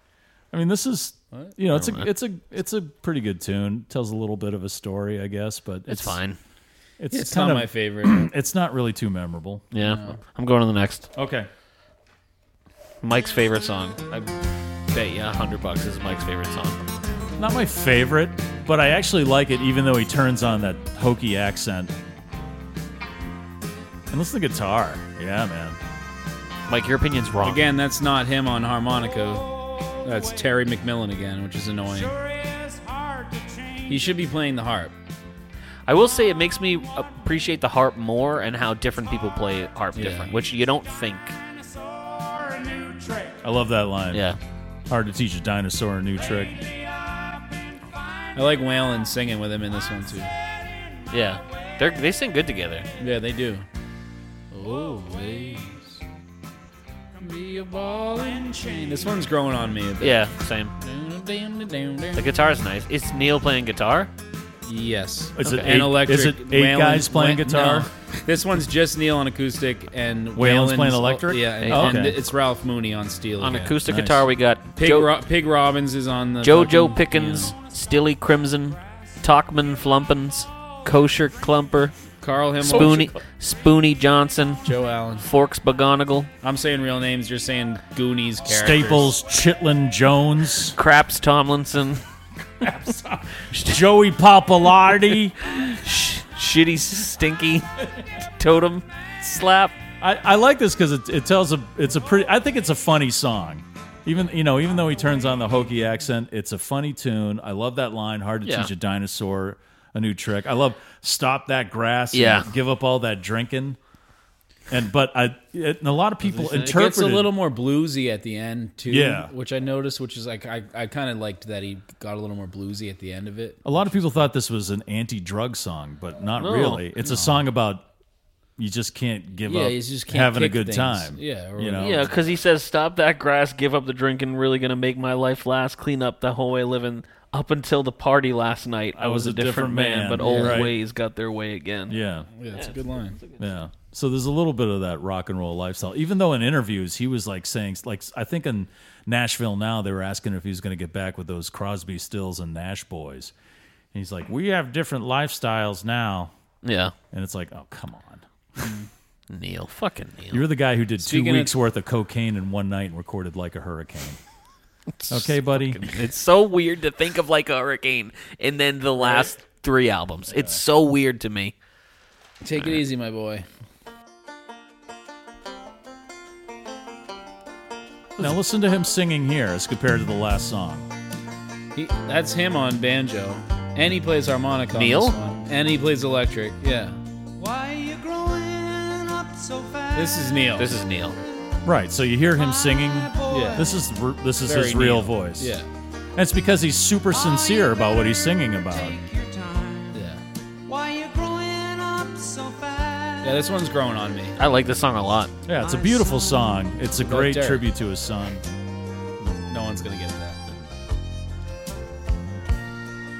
Speaker 3: I mean, this is you know, it's
Speaker 2: Never
Speaker 3: a
Speaker 2: mind.
Speaker 3: it's a it's a pretty good tune. Tells a little bit of a story, I guess, but it's,
Speaker 2: It's fine.
Speaker 3: It's,
Speaker 4: It's
Speaker 3: kind
Speaker 4: not
Speaker 3: of,
Speaker 4: my favorite.
Speaker 3: It's not really too memorable.
Speaker 2: Yeah. I'm going to the next.
Speaker 3: Okay.
Speaker 2: Mike's favorite song. I bet you a hundred bucks is Mike's favorite song.
Speaker 3: Not my favorite, but I actually like it even though he turns on that hokey accent. And listen to the guitar. Yeah, man.
Speaker 2: Mike, your opinion's wrong.
Speaker 4: Again, that's not him on harmonica. That's Terry McMillan again, which is annoying. He should be playing the harp.
Speaker 2: I will say it makes me appreciate the harp more and how different people play harp
Speaker 4: Yeah.
Speaker 2: different, which you don't think.
Speaker 3: I love that line.
Speaker 2: Yeah.
Speaker 3: Hard to teach a dinosaur a new trick.
Speaker 4: I like Waylon singing with him in this one too.
Speaker 2: Yeah. They're, they sing good together.
Speaker 4: Yeah, they do. Always be a ball and chain. This one's growing on me a bit.
Speaker 2: Yeah, same. The guitar's nice. Is Neil playing guitar?
Speaker 4: Yes.
Speaker 3: Is it
Speaker 4: An
Speaker 3: eight-
Speaker 4: electric
Speaker 3: is it eight
Speaker 4: Waylon-
Speaker 3: guys playing
Speaker 4: Wa-
Speaker 3: guitar?
Speaker 4: no. This one's just Neil on acoustic and
Speaker 3: Waylon's playing
Speaker 4: oh,
Speaker 3: electric?
Speaker 4: yeah, and,
Speaker 3: Oh,
Speaker 4: and
Speaker 3: okay.
Speaker 4: it's Ralph Mooney on steel.
Speaker 2: On
Speaker 4: again.
Speaker 2: acoustic
Speaker 3: nice.
Speaker 2: guitar, we got
Speaker 4: Oh, Pig,
Speaker 2: Jo-
Speaker 4: Ro- Pig Robbins is on the
Speaker 2: JoJo
Speaker 4: fucking
Speaker 2: Pickens,
Speaker 4: piano.
Speaker 2: Stilly Crimson, Talkman Flumpins, Kosher Clumper,
Speaker 4: Carl Himmel,
Speaker 2: Spoony Spoony Johnson,
Speaker 4: Joe Allen.
Speaker 2: Forks Begonigal,
Speaker 4: I'm saying real names. You're saying Goonies characters.
Speaker 3: Staples, Chitlin Jones,
Speaker 2: Craps Tomlinson,
Speaker 3: Joey Papalardi.
Speaker 2: sh- Shitty Stinky, Totem, Slap.
Speaker 3: I, I like this because it, it tells a it's a pretty I think it's a funny song. Even you know even though he turns on the hokey accent, it's a funny tune. I love that line. Hard to
Speaker 2: Yeah.
Speaker 3: teach a dinosaur a new trick. I love stop that grass. and
Speaker 2: Yeah.
Speaker 3: give up all that drinking. And but I it, and a lot of people
Speaker 4: It gets
Speaker 3: interpret
Speaker 4: a little more bluesy at the end too.
Speaker 3: Yeah.
Speaker 4: which I noticed, which is like I, I kind of liked that he got a little more bluesy at the end of it.
Speaker 3: A lot of people thought this was an anti-drug song, but not
Speaker 2: No.
Speaker 3: really. It's a song about you just can't give
Speaker 4: Yeah,
Speaker 3: up
Speaker 4: you just can't
Speaker 3: having a
Speaker 4: kick
Speaker 3: good
Speaker 4: things.
Speaker 3: time.
Speaker 4: Yeah, or-
Speaker 3: you know.
Speaker 2: Yeah, because he says, "Stop that grass, give up the drinking. Really gonna make my life last. Clean up the whole way of living. Up until the party last night, I, was, a different, man, but old
Speaker 3: right.
Speaker 2: ways got their way again."
Speaker 3: Yeah.
Speaker 4: Yeah, that's a good line.
Speaker 3: Yeah. So there's a little bit of that rock and roll lifestyle. Even though in interviews he was like saying, like I think in Nashville now they were asking if he was going to get back with those Crosby, Stills, and Nash boys. And he's like, we have different lifestyles now,
Speaker 2: yeah.
Speaker 3: and it's like, oh come on,
Speaker 2: Neil, fucking Neil.
Speaker 3: you're the guy who did
Speaker 4: Speaking
Speaker 3: two
Speaker 4: of-
Speaker 3: weeks worth of cocaine in one night and recorded like a hurricane. okay, buddy.
Speaker 2: It's so weird to think of like a hurricane and then the last three albums. It's so weird to me.
Speaker 4: Take it easy, my boy.
Speaker 3: Now listen to him singing here as compared to the last song.
Speaker 4: He, that's him on banjo, and he plays harmonica. on
Speaker 2: Neil?
Speaker 4: this one. and he plays electric. Yeah,
Speaker 10: Why you growing up so fast?
Speaker 4: this is Neil.
Speaker 2: This is Neil.
Speaker 3: Right. So you hear him singing.
Speaker 4: yeah,
Speaker 3: This is this is
Speaker 4: Very
Speaker 3: his real
Speaker 4: Neil.
Speaker 3: voice.
Speaker 4: Yeah,
Speaker 3: And it's because he's super sincere about what he's singing about.
Speaker 4: yeah,
Speaker 10: Why you growing up so fast?
Speaker 4: yeah. This one's growing on me.
Speaker 2: I like this song a lot.
Speaker 3: Yeah, it's a beautiful song. It's a great
Speaker 4: Derek.
Speaker 3: tribute to his son.
Speaker 4: No one's gonna get that.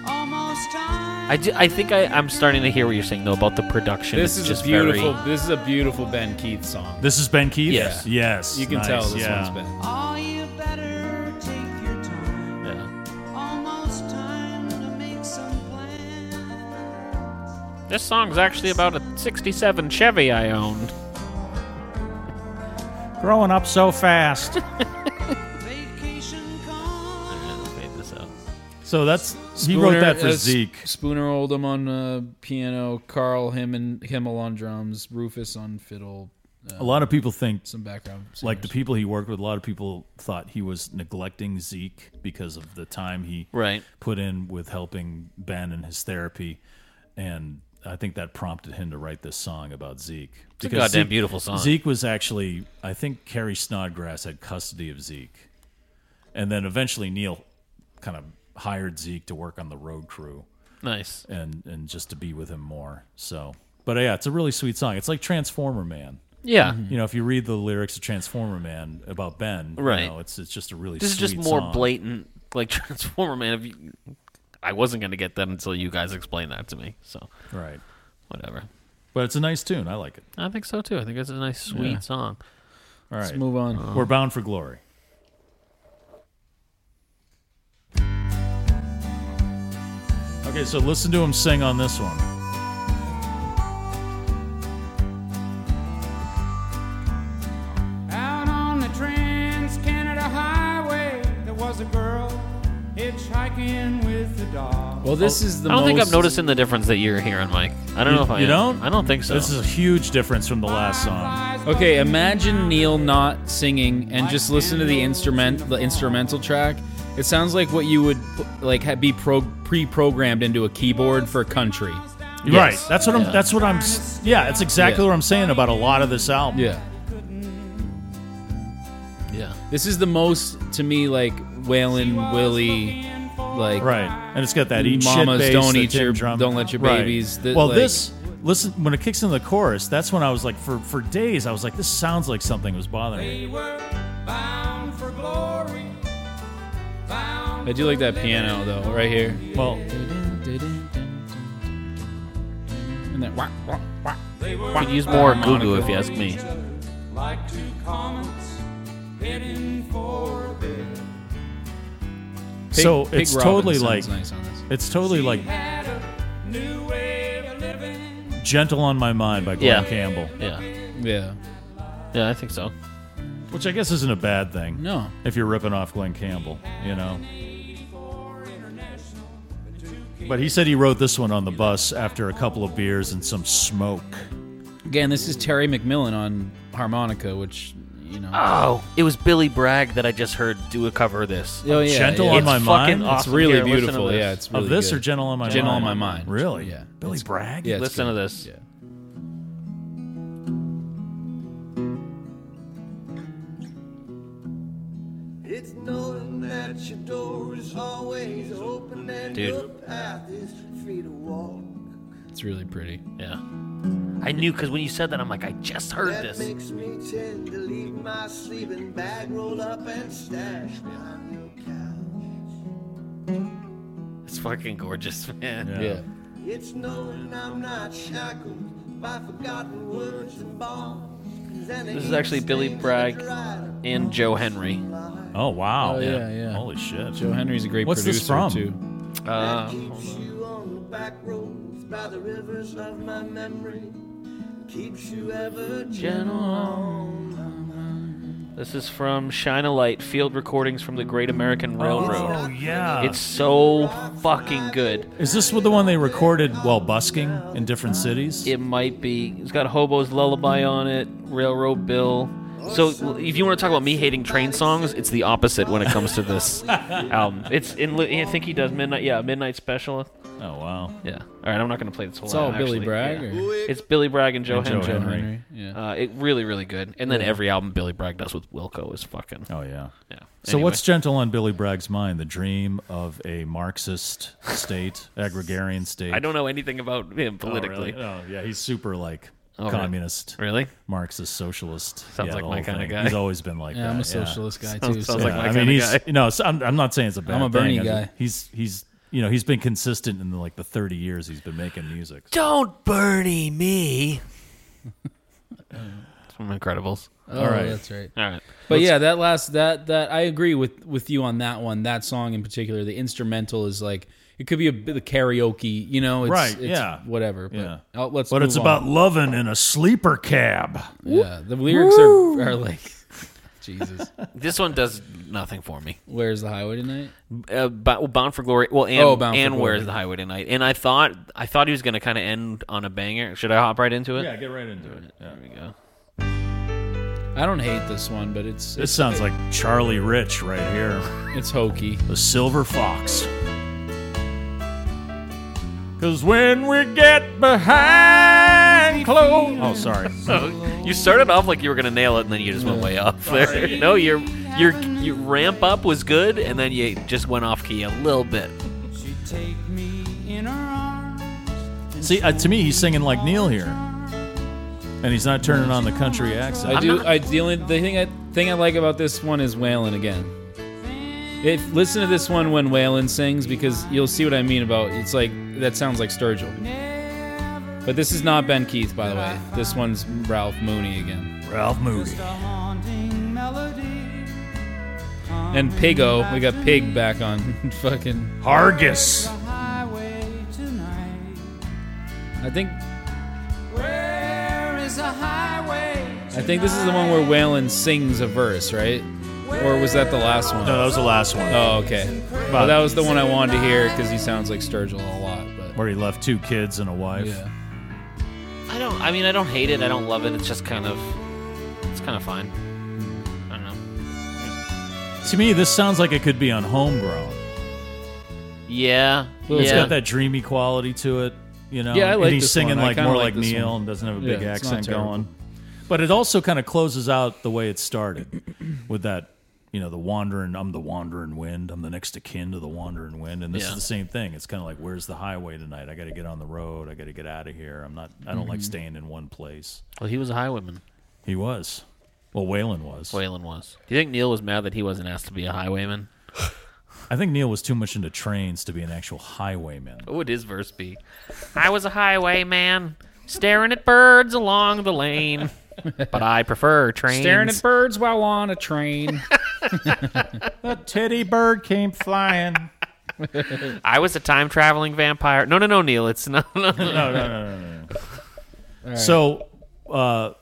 Speaker 10: Almost
Speaker 2: I, do, I think I, I'm starting to hear what you're saying though about the production.
Speaker 4: This
Speaker 2: It's
Speaker 4: is
Speaker 2: just
Speaker 4: a beautiful.
Speaker 2: Very,
Speaker 4: This is a beautiful Ben Keith song.
Speaker 3: This is Ben Keith?
Speaker 4: Yeah.
Speaker 3: Yes. Yes.
Speaker 4: You can
Speaker 3: Nice,
Speaker 4: tell this
Speaker 3: yeah.
Speaker 4: one's Ben.
Speaker 10: Oh, you better take your time. Almost time to make some
Speaker 9: This song's actually about a 67 Chevy I owned.
Speaker 3: Growing up so fast.
Speaker 2: fade this out.
Speaker 3: So that's he wrote that for
Speaker 4: uh, S-
Speaker 3: Zeke.
Speaker 4: Spooner Oldham on uh, piano, Carl him and Himmel on drums, Rufus on fiddle. uh,
Speaker 3: A lot of people think
Speaker 4: some background.
Speaker 3: Like the people he worked with, a lot of people thought he was neglecting Zeke because of the time he
Speaker 2: Right.
Speaker 3: put in with helping Ben in his therapy, and I think that prompted him to write this song about Zeke.
Speaker 2: It's a goddamn beautiful song.
Speaker 3: Zeke was actually, I think, Carrie Snodgrass had custody of Zeke, and then eventually Neil kind of hired Zeke to work on the road crew.
Speaker 2: Nice.
Speaker 3: and and just to be with him more. So, but yeah, it's a really sweet song. It's like Transformer Man.
Speaker 2: Yeah. Mhm.
Speaker 3: you know, if you read the lyrics of Transformer Man about Ben, you
Speaker 2: Right.
Speaker 3: know, it's it's just a really
Speaker 2: this is just
Speaker 3: sweet
Speaker 2: more
Speaker 3: song.
Speaker 2: blatant, like Transformer Man. If you, I wasn't gonna get that until you guys explained that to me. So
Speaker 3: right,
Speaker 2: whatever.
Speaker 3: But it's a nice tune. I like it.
Speaker 2: I think so too. I think it's a nice, sweet
Speaker 3: Yeah.
Speaker 2: song.
Speaker 3: All right,
Speaker 4: Let's move on. Um,
Speaker 3: We're bound for glory. Okay, so listen to him sing on this one.
Speaker 10: Out on the Trans Canada Highway, there was a girl hitchhiking with the dog.
Speaker 4: Well, this is the
Speaker 2: I don't think I'm
Speaker 4: most-
Speaker 2: noticing the difference that you're hearing, Mike. I don't
Speaker 3: You-
Speaker 2: know if I
Speaker 3: you
Speaker 2: am.
Speaker 3: don't.
Speaker 2: I don't think so.
Speaker 3: This is a huge difference from the last song.
Speaker 4: Okay, imagine Neil not singing and just listen to the instrument, the instrumental track. It sounds like what you would like ha- be pro- pre-programmed into a keyboard for country.
Speaker 3: Right. That's what I'm. That's what I'm. s- Yeah, it's exactly what I'm saying about a lot of this album.
Speaker 4: Yeah.
Speaker 2: Yeah.
Speaker 4: This is the most to me like Waylon Willie, like
Speaker 3: right, and it's got that eat shit
Speaker 4: mamas
Speaker 3: bass,
Speaker 4: don't
Speaker 3: the
Speaker 4: eat
Speaker 3: tin
Speaker 4: your
Speaker 3: drum.
Speaker 4: don't let your
Speaker 3: Right.
Speaker 4: babies. th-
Speaker 3: well,
Speaker 4: like-
Speaker 3: this listen when it kicks in the chorus. That's when I was like, for for days, I was like, this sounds like something was bothering me.
Speaker 10: Bound for glory.
Speaker 4: I do like that piano though, right here.
Speaker 3: Well,
Speaker 4: and that. Wah, wah, wah.
Speaker 2: Could use more Goo Goo if you ask me.
Speaker 10: Like two comets heading for a bed.
Speaker 4: Pig-
Speaker 3: so
Speaker 4: Pig
Speaker 3: it's
Speaker 4: Robin
Speaker 3: totally like
Speaker 4: sounds nice on this.
Speaker 3: it's totally like
Speaker 10: Had a new way of living.
Speaker 3: "Gentle on My Mind" by Glenn
Speaker 2: Yeah.
Speaker 3: Campbell.
Speaker 2: Yeah.
Speaker 4: Yeah.
Speaker 2: Yeah, I think so.
Speaker 3: Which I guess isn't a bad thing.
Speaker 4: No.
Speaker 3: If you're ripping off Glenn Campbell, you know. But he said he wrote this one on the bus after a couple of beers and some smoke.
Speaker 4: Again, this is Terry McMillan on harmonica, which you know.
Speaker 2: Oh, it was Billy Bragg that I just heard do a cover of this.
Speaker 4: Oh, yeah,
Speaker 3: Gentle
Speaker 4: yeah.
Speaker 3: on
Speaker 4: It's
Speaker 3: my
Speaker 2: fucking
Speaker 3: mind.
Speaker 2: awesome.
Speaker 4: It's really
Speaker 2: Here, listen to
Speaker 4: beautiful.
Speaker 2: this.
Speaker 4: Yeah, it's really
Speaker 3: of this
Speaker 4: good.
Speaker 3: or Gentle on My
Speaker 4: Gentle on
Speaker 3: Mind?
Speaker 4: my mind.
Speaker 3: Really?
Speaker 4: Yeah.
Speaker 3: Billy
Speaker 4: It's-
Speaker 3: Bragg?
Speaker 4: Yeah, it's
Speaker 2: Listen
Speaker 4: good.
Speaker 2: to this.
Speaker 4: Yeah.
Speaker 11: It's knowing that your door is always open and
Speaker 2: Dude.
Speaker 11: your path is free to walk.
Speaker 4: It's really pretty.
Speaker 2: Yeah. I knew because when you said that, I'm like, I just heard
Speaker 11: that
Speaker 2: this.
Speaker 11: makes me tend to leave my sleeping bag rolled up and stashed behind your
Speaker 2: It's fucking gorgeous, man.
Speaker 4: Yeah.
Speaker 11: couch. It's knowing I'm not shackled by forgotten words and bonds.
Speaker 2: This is actually Billy Bragg and Joe Henry.
Speaker 3: Oh wow!
Speaker 4: Oh, yeah, yeah.
Speaker 3: Holy shit!
Speaker 4: Joe Henry's a great
Speaker 3: What's
Speaker 4: producer
Speaker 3: this from?
Speaker 4: too.
Speaker 2: Uh,
Speaker 11: Keeps you on the back roads by the rivers of my memory. Keeps you ever gentle.
Speaker 2: this is from Shine a Light Field Recordings from the Great American Railroad.
Speaker 3: Oh yeah!
Speaker 2: It's so fucking good.
Speaker 3: is this the one they recorded while busking in different cities?
Speaker 2: It might be. It's got Hobo's Lullaby on it, Railroad Bill. So if you want to talk about me hating train songs, it's the opposite when it comes to this album. It's in. I think he does Midnight. Yeah, Midnight Special.
Speaker 3: Oh wow!
Speaker 2: Yeah. All right, I'm not gonna play this whole.
Speaker 4: It's all
Speaker 2: album,
Speaker 4: Billy
Speaker 2: actually.
Speaker 4: Bragg,
Speaker 2: Yeah.
Speaker 4: or-
Speaker 2: It's Billy Bragg and Joe
Speaker 3: And Joe
Speaker 2: Henry.
Speaker 3: Henry.
Speaker 4: Yeah.
Speaker 2: Uh, it really, really good. And then every album Billy Bragg does with Wilco is fucking.
Speaker 3: Oh yeah.
Speaker 2: Yeah.
Speaker 3: So
Speaker 2: Anyway.
Speaker 3: what's gentle on Billy Bragg's mind? The dream of a Marxist state, agrarian state.
Speaker 2: I don't know anything about him politically.
Speaker 3: Oh, really? Oh, yeah, he's super like
Speaker 2: Oh, really?
Speaker 3: communist,
Speaker 2: Really?
Speaker 3: Marxist, socialist.
Speaker 2: Sounds
Speaker 3: Yeah,
Speaker 2: like
Speaker 3: the
Speaker 2: my
Speaker 3: whole
Speaker 2: kinda
Speaker 3: thing.
Speaker 2: guy.
Speaker 3: He's always been like
Speaker 4: Yeah,
Speaker 3: that.
Speaker 4: I'm a
Speaker 3: yeah.
Speaker 4: socialist guy
Speaker 2: Sounds-
Speaker 4: too.
Speaker 2: sounds
Speaker 4: so-
Speaker 2: like my
Speaker 3: I mean,
Speaker 2: kinda
Speaker 3: he's
Speaker 2: guy.
Speaker 3: you know, so I'm, I'm not saying it's a bad.
Speaker 4: I'm a Bernie
Speaker 3: thing. I
Speaker 4: guy.
Speaker 3: just- He's he's you know, he's been consistent in the, like the 30 years he's been making music.
Speaker 2: Don't Bernie me. It's from Incredibles.
Speaker 4: Oh, All right. that's right.
Speaker 2: All right.
Speaker 4: But yeah, that last that that I agree with with you on that one. That song in particular, the instrumental is like it could be a bit of karaoke, you know? It's,
Speaker 3: Right,
Speaker 4: It's
Speaker 3: yeah.
Speaker 4: Whatever. But
Speaker 3: Yeah.
Speaker 4: uh, let's.
Speaker 5: But it's
Speaker 4: move
Speaker 5: about
Speaker 4: on.
Speaker 5: loving in a sleeper cab.
Speaker 4: Yeah, the lyrics are, are like Jesus.
Speaker 2: This one does nothing for me.
Speaker 4: Where's the highway tonight?
Speaker 2: Uh, Bo- Bound for Glory. Well, and,
Speaker 4: Oh, Bound for
Speaker 2: and
Speaker 4: Glory.
Speaker 2: Where's the Highway Tonight? And I thought I thought he was going to kind of end on a banger. Should I hop right into it?
Speaker 3: Yeah, get right into it. Yeah.
Speaker 2: There we go.
Speaker 4: I don't hate this one, but it's
Speaker 3: This sounds like Charlie Rich right here.
Speaker 4: It's hokey.
Speaker 3: The Silver Fox.
Speaker 6: Cause when we get behind closed.
Speaker 3: Oh, sorry.
Speaker 2: So you started off like you were gonna nail it, and then you just went way off there. No, your your your ramp up was good, and then you just went off key a little bit.
Speaker 10: She take me in her arms.
Speaker 3: See, uh, to me, he's singing like Neil here, and he's not turning on the country accent.
Speaker 4: I do. I the only the thing I thing I like about this one is Waylon again. If listen to this one when Waylon sings because you'll see what I mean about it's like that sounds like Sturgill. But this is not Ben Keith, by the way. This one's Ralph Mooney again.
Speaker 5: Ralph Mooney.
Speaker 4: And Pigo, we got Pig back on fucking
Speaker 5: Hargis.
Speaker 4: I think
Speaker 10: Where is a highway?
Speaker 4: I think this is the one where Waylon sings a verse, right? Or was that the last one?
Speaker 3: No, that was the last one.
Speaker 4: Oh, okay. Well, that was the one I wanted to hear because he sounds like Sturgill a lot. But
Speaker 3: Where he left two kids and a wife.
Speaker 4: Yeah.
Speaker 2: I don't. I mean, I don't hate it. I don't love it. It's just kind of. It's kind of fine. I don't know.
Speaker 3: To me, this sounds like it could be on Homegrown.
Speaker 2: Yeah.
Speaker 3: It's
Speaker 2: yeah.
Speaker 3: got that dreamy quality to it, you know.
Speaker 2: Yeah, I like
Speaker 3: and he's
Speaker 2: this
Speaker 3: singing
Speaker 2: one. I
Speaker 3: like
Speaker 2: kinda
Speaker 3: more
Speaker 2: like
Speaker 3: like,
Speaker 2: this
Speaker 3: Neil
Speaker 2: one.
Speaker 3: and doesn't have a
Speaker 2: Yeah,
Speaker 3: big
Speaker 2: it's not
Speaker 3: accent
Speaker 2: terrible.
Speaker 3: going. But it also kind of closes out the way it started with that, you know, the wandering. I'm the wandering wind. I'm the next of kin to the wandering wind, and this
Speaker 2: Yeah.
Speaker 3: is the same thing. It's kind of like, where's the highway tonight? I got to get on the road. I got to get out of here. I'm not. I don't like
Speaker 2: Mhm.
Speaker 3: staying in one place.
Speaker 2: Well, he was a highwayman.
Speaker 3: He was. Well, Waylon was.
Speaker 2: Waylon was. Do you think Neil was mad that he wasn't asked to be a highwayman?
Speaker 3: I think Neil was too much into trains to be an actual highwayman.
Speaker 2: What would his verse be? I was a highwayman, staring at birds along the lane. But I prefer trains.
Speaker 4: Staring at birds while on a train.
Speaker 3: A teddy bird came flying.
Speaker 2: I was a time traveling vampire. No, no, no, Neil. It's no,
Speaker 3: no,
Speaker 2: no,
Speaker 3: no, no, no, no. So, uh,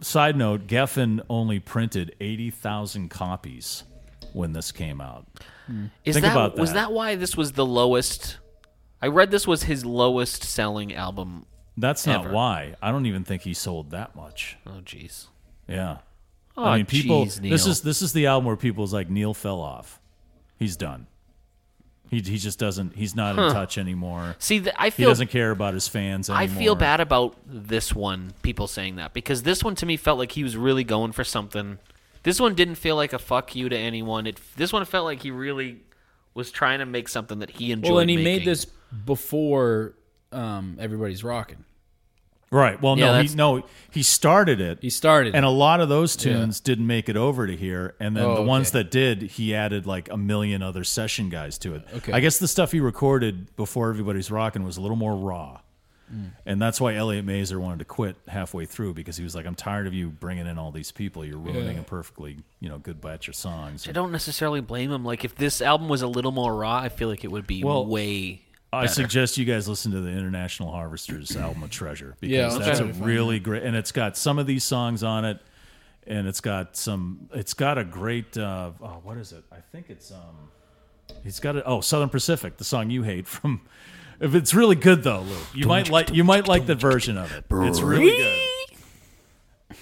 Speaker 3: side note: Geffen only printed eighty thousand copies when this came out.
Speaker 2: Is
Speaker 3: Think
Speaker 2: that,
Speaker 3: about that.
Speaker 2: was that why this was the lowest? I read this was his lowest selling album.
Speaker 3: That's not
Speaker 2: ever.
Speaker 3: why. I don't even think he sold that much.
Speaker 2: Oh, jeez.
Speaker 3: Yeah.
Speaker 2: Aw,
Speaker 3: I mean, people.
Speaker 2: jeez,
Speaker 3: This
Speaker 2: Neil.
Speaker 3: is this is the album where people's like Neil fell off. He's done. He, he just doesn't. He's not
Speaker 2: Huh.
Speaker 3: in touch anymore.
Speaker 2: See, th- I
Speaker 3: he
Speaker 2: feel-
Speaker 3: doesn't care about his fans anymore.
Speaker 2: I feel bad about this one. People saying that because this one to me felt like he was really going for something. This one didn't feel like a fuck you to anyone. It this one felt like he really was trying to make something that he enjoyed.
Speaker 4: well, and he
Speaker 2: making.
Speaker 4: made this before um, everybody's rocking.
Speaker 3: Right. Well,
Speaker 4: Yeah,
Speaker 3: no,
Speaker 4: that's-
Speaker 3: he, no, he started it. He
Speaker 4: started
Speaker 3: and a lot of those
Speaker 4: Yeah.
Speaker 3: tunes didn't make it over to here. And then
Speaker 4: Oh,
Speaker 3: the ones
Speaker 4: okay.
Speaker 3: that did, he added like a million other session guys to it.
Speaker 4: Okay.
Speaker 3: I guess the stuff he recorded before everybody's rocking was a little more raw,
Speaker 4: Mm.
Speaker 3: and that's why Elliot Mazer wanted to quit halfway through because he was like, "I'm tired of you bringing in all these people. You're ruining
Speaker 2: Yeah.
Speaker 3: a perfectly, you know, good batch of songs."
Speaker 2: I don't necessarily blame him. Like if this album was a little more raw, I feel like it would be way.
Speaker 3: I
Speaker 2: better.
Speaker 3: suggest you guys listen to the International Harvesters album of Treasure because
Speaker 2: Yeah, I'll
Speaker 3: that's
Speaker 2: try
Speaker 3: a
Speaker 2: to find
Speaker 3: really great, and it's got some of these songs on it, and it's got some, it's got a great, uh, oh, what is it? I think it's um, he's got it. Oh, Southern Pacific, the song you hate from. If it's really good though, Lou, you might like you might like the version of it. It's really good.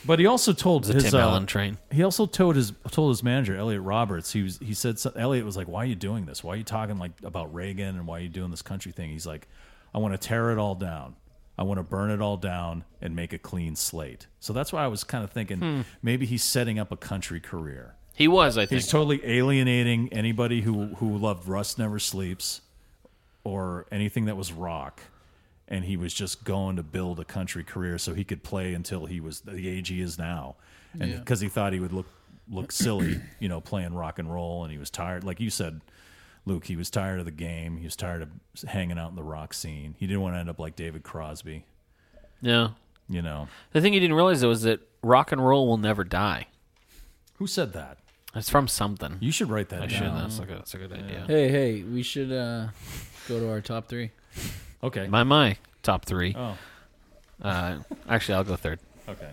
Speaker 3: But he also told
Speaker 2: It was a
Speaker 3: his
Speaker 2: Tim
Speaker 3: uh,
Speaker 2: Allen train.
Speaker 3: He also told his told his manager Elliot Roberts. He was he said so, Elliot was like, "Why are you doing this? Why are you talking like about Reagan and why are you doing this country thing?" He's like, "I want to tear it all down. I want to burn it all down and make a clean slate." So that's why I was kind of thinking
Speaker 2: Hmm.
Speaker 3: maybe he's setting up a country career.
Speaker 2: He was, I think.
Speaker 3: He's totally alienating anybody who who loved Rust Never Sleeps or anything that was rock. And he was just going to build a country career so he could play until he was the age he is now. And
Speaker 2: Yeah.
Speaker 3: because he thought he would look look silly, you know, playing rock and roll and he was tired. Like you said, Luke, he was tired of the game. He was tired of hanging out in the rock scene. He didn't want to end up like David Crosby.
Speaker 2: Yeah.
Speaker 3: You know.
Speaker 2: The thing you didn't realize though is that rock and roll will never die.
Speaker 3: Who said that?
Speaker 2: It's from something.
Speaker 3: You should write that
Speaker 2: I
Speaker 3: down.
Speaker 2: should. That's a good, that's a good idea.
Speaker 4: Hey, hey, we should uh, go to our top three.
Speaker 3: Okay.
Speaker 2: My my top three.
Speaker 3: Oh.
Speaker 2: Uh, actually, I'll go third.
Speaker 3: Okay.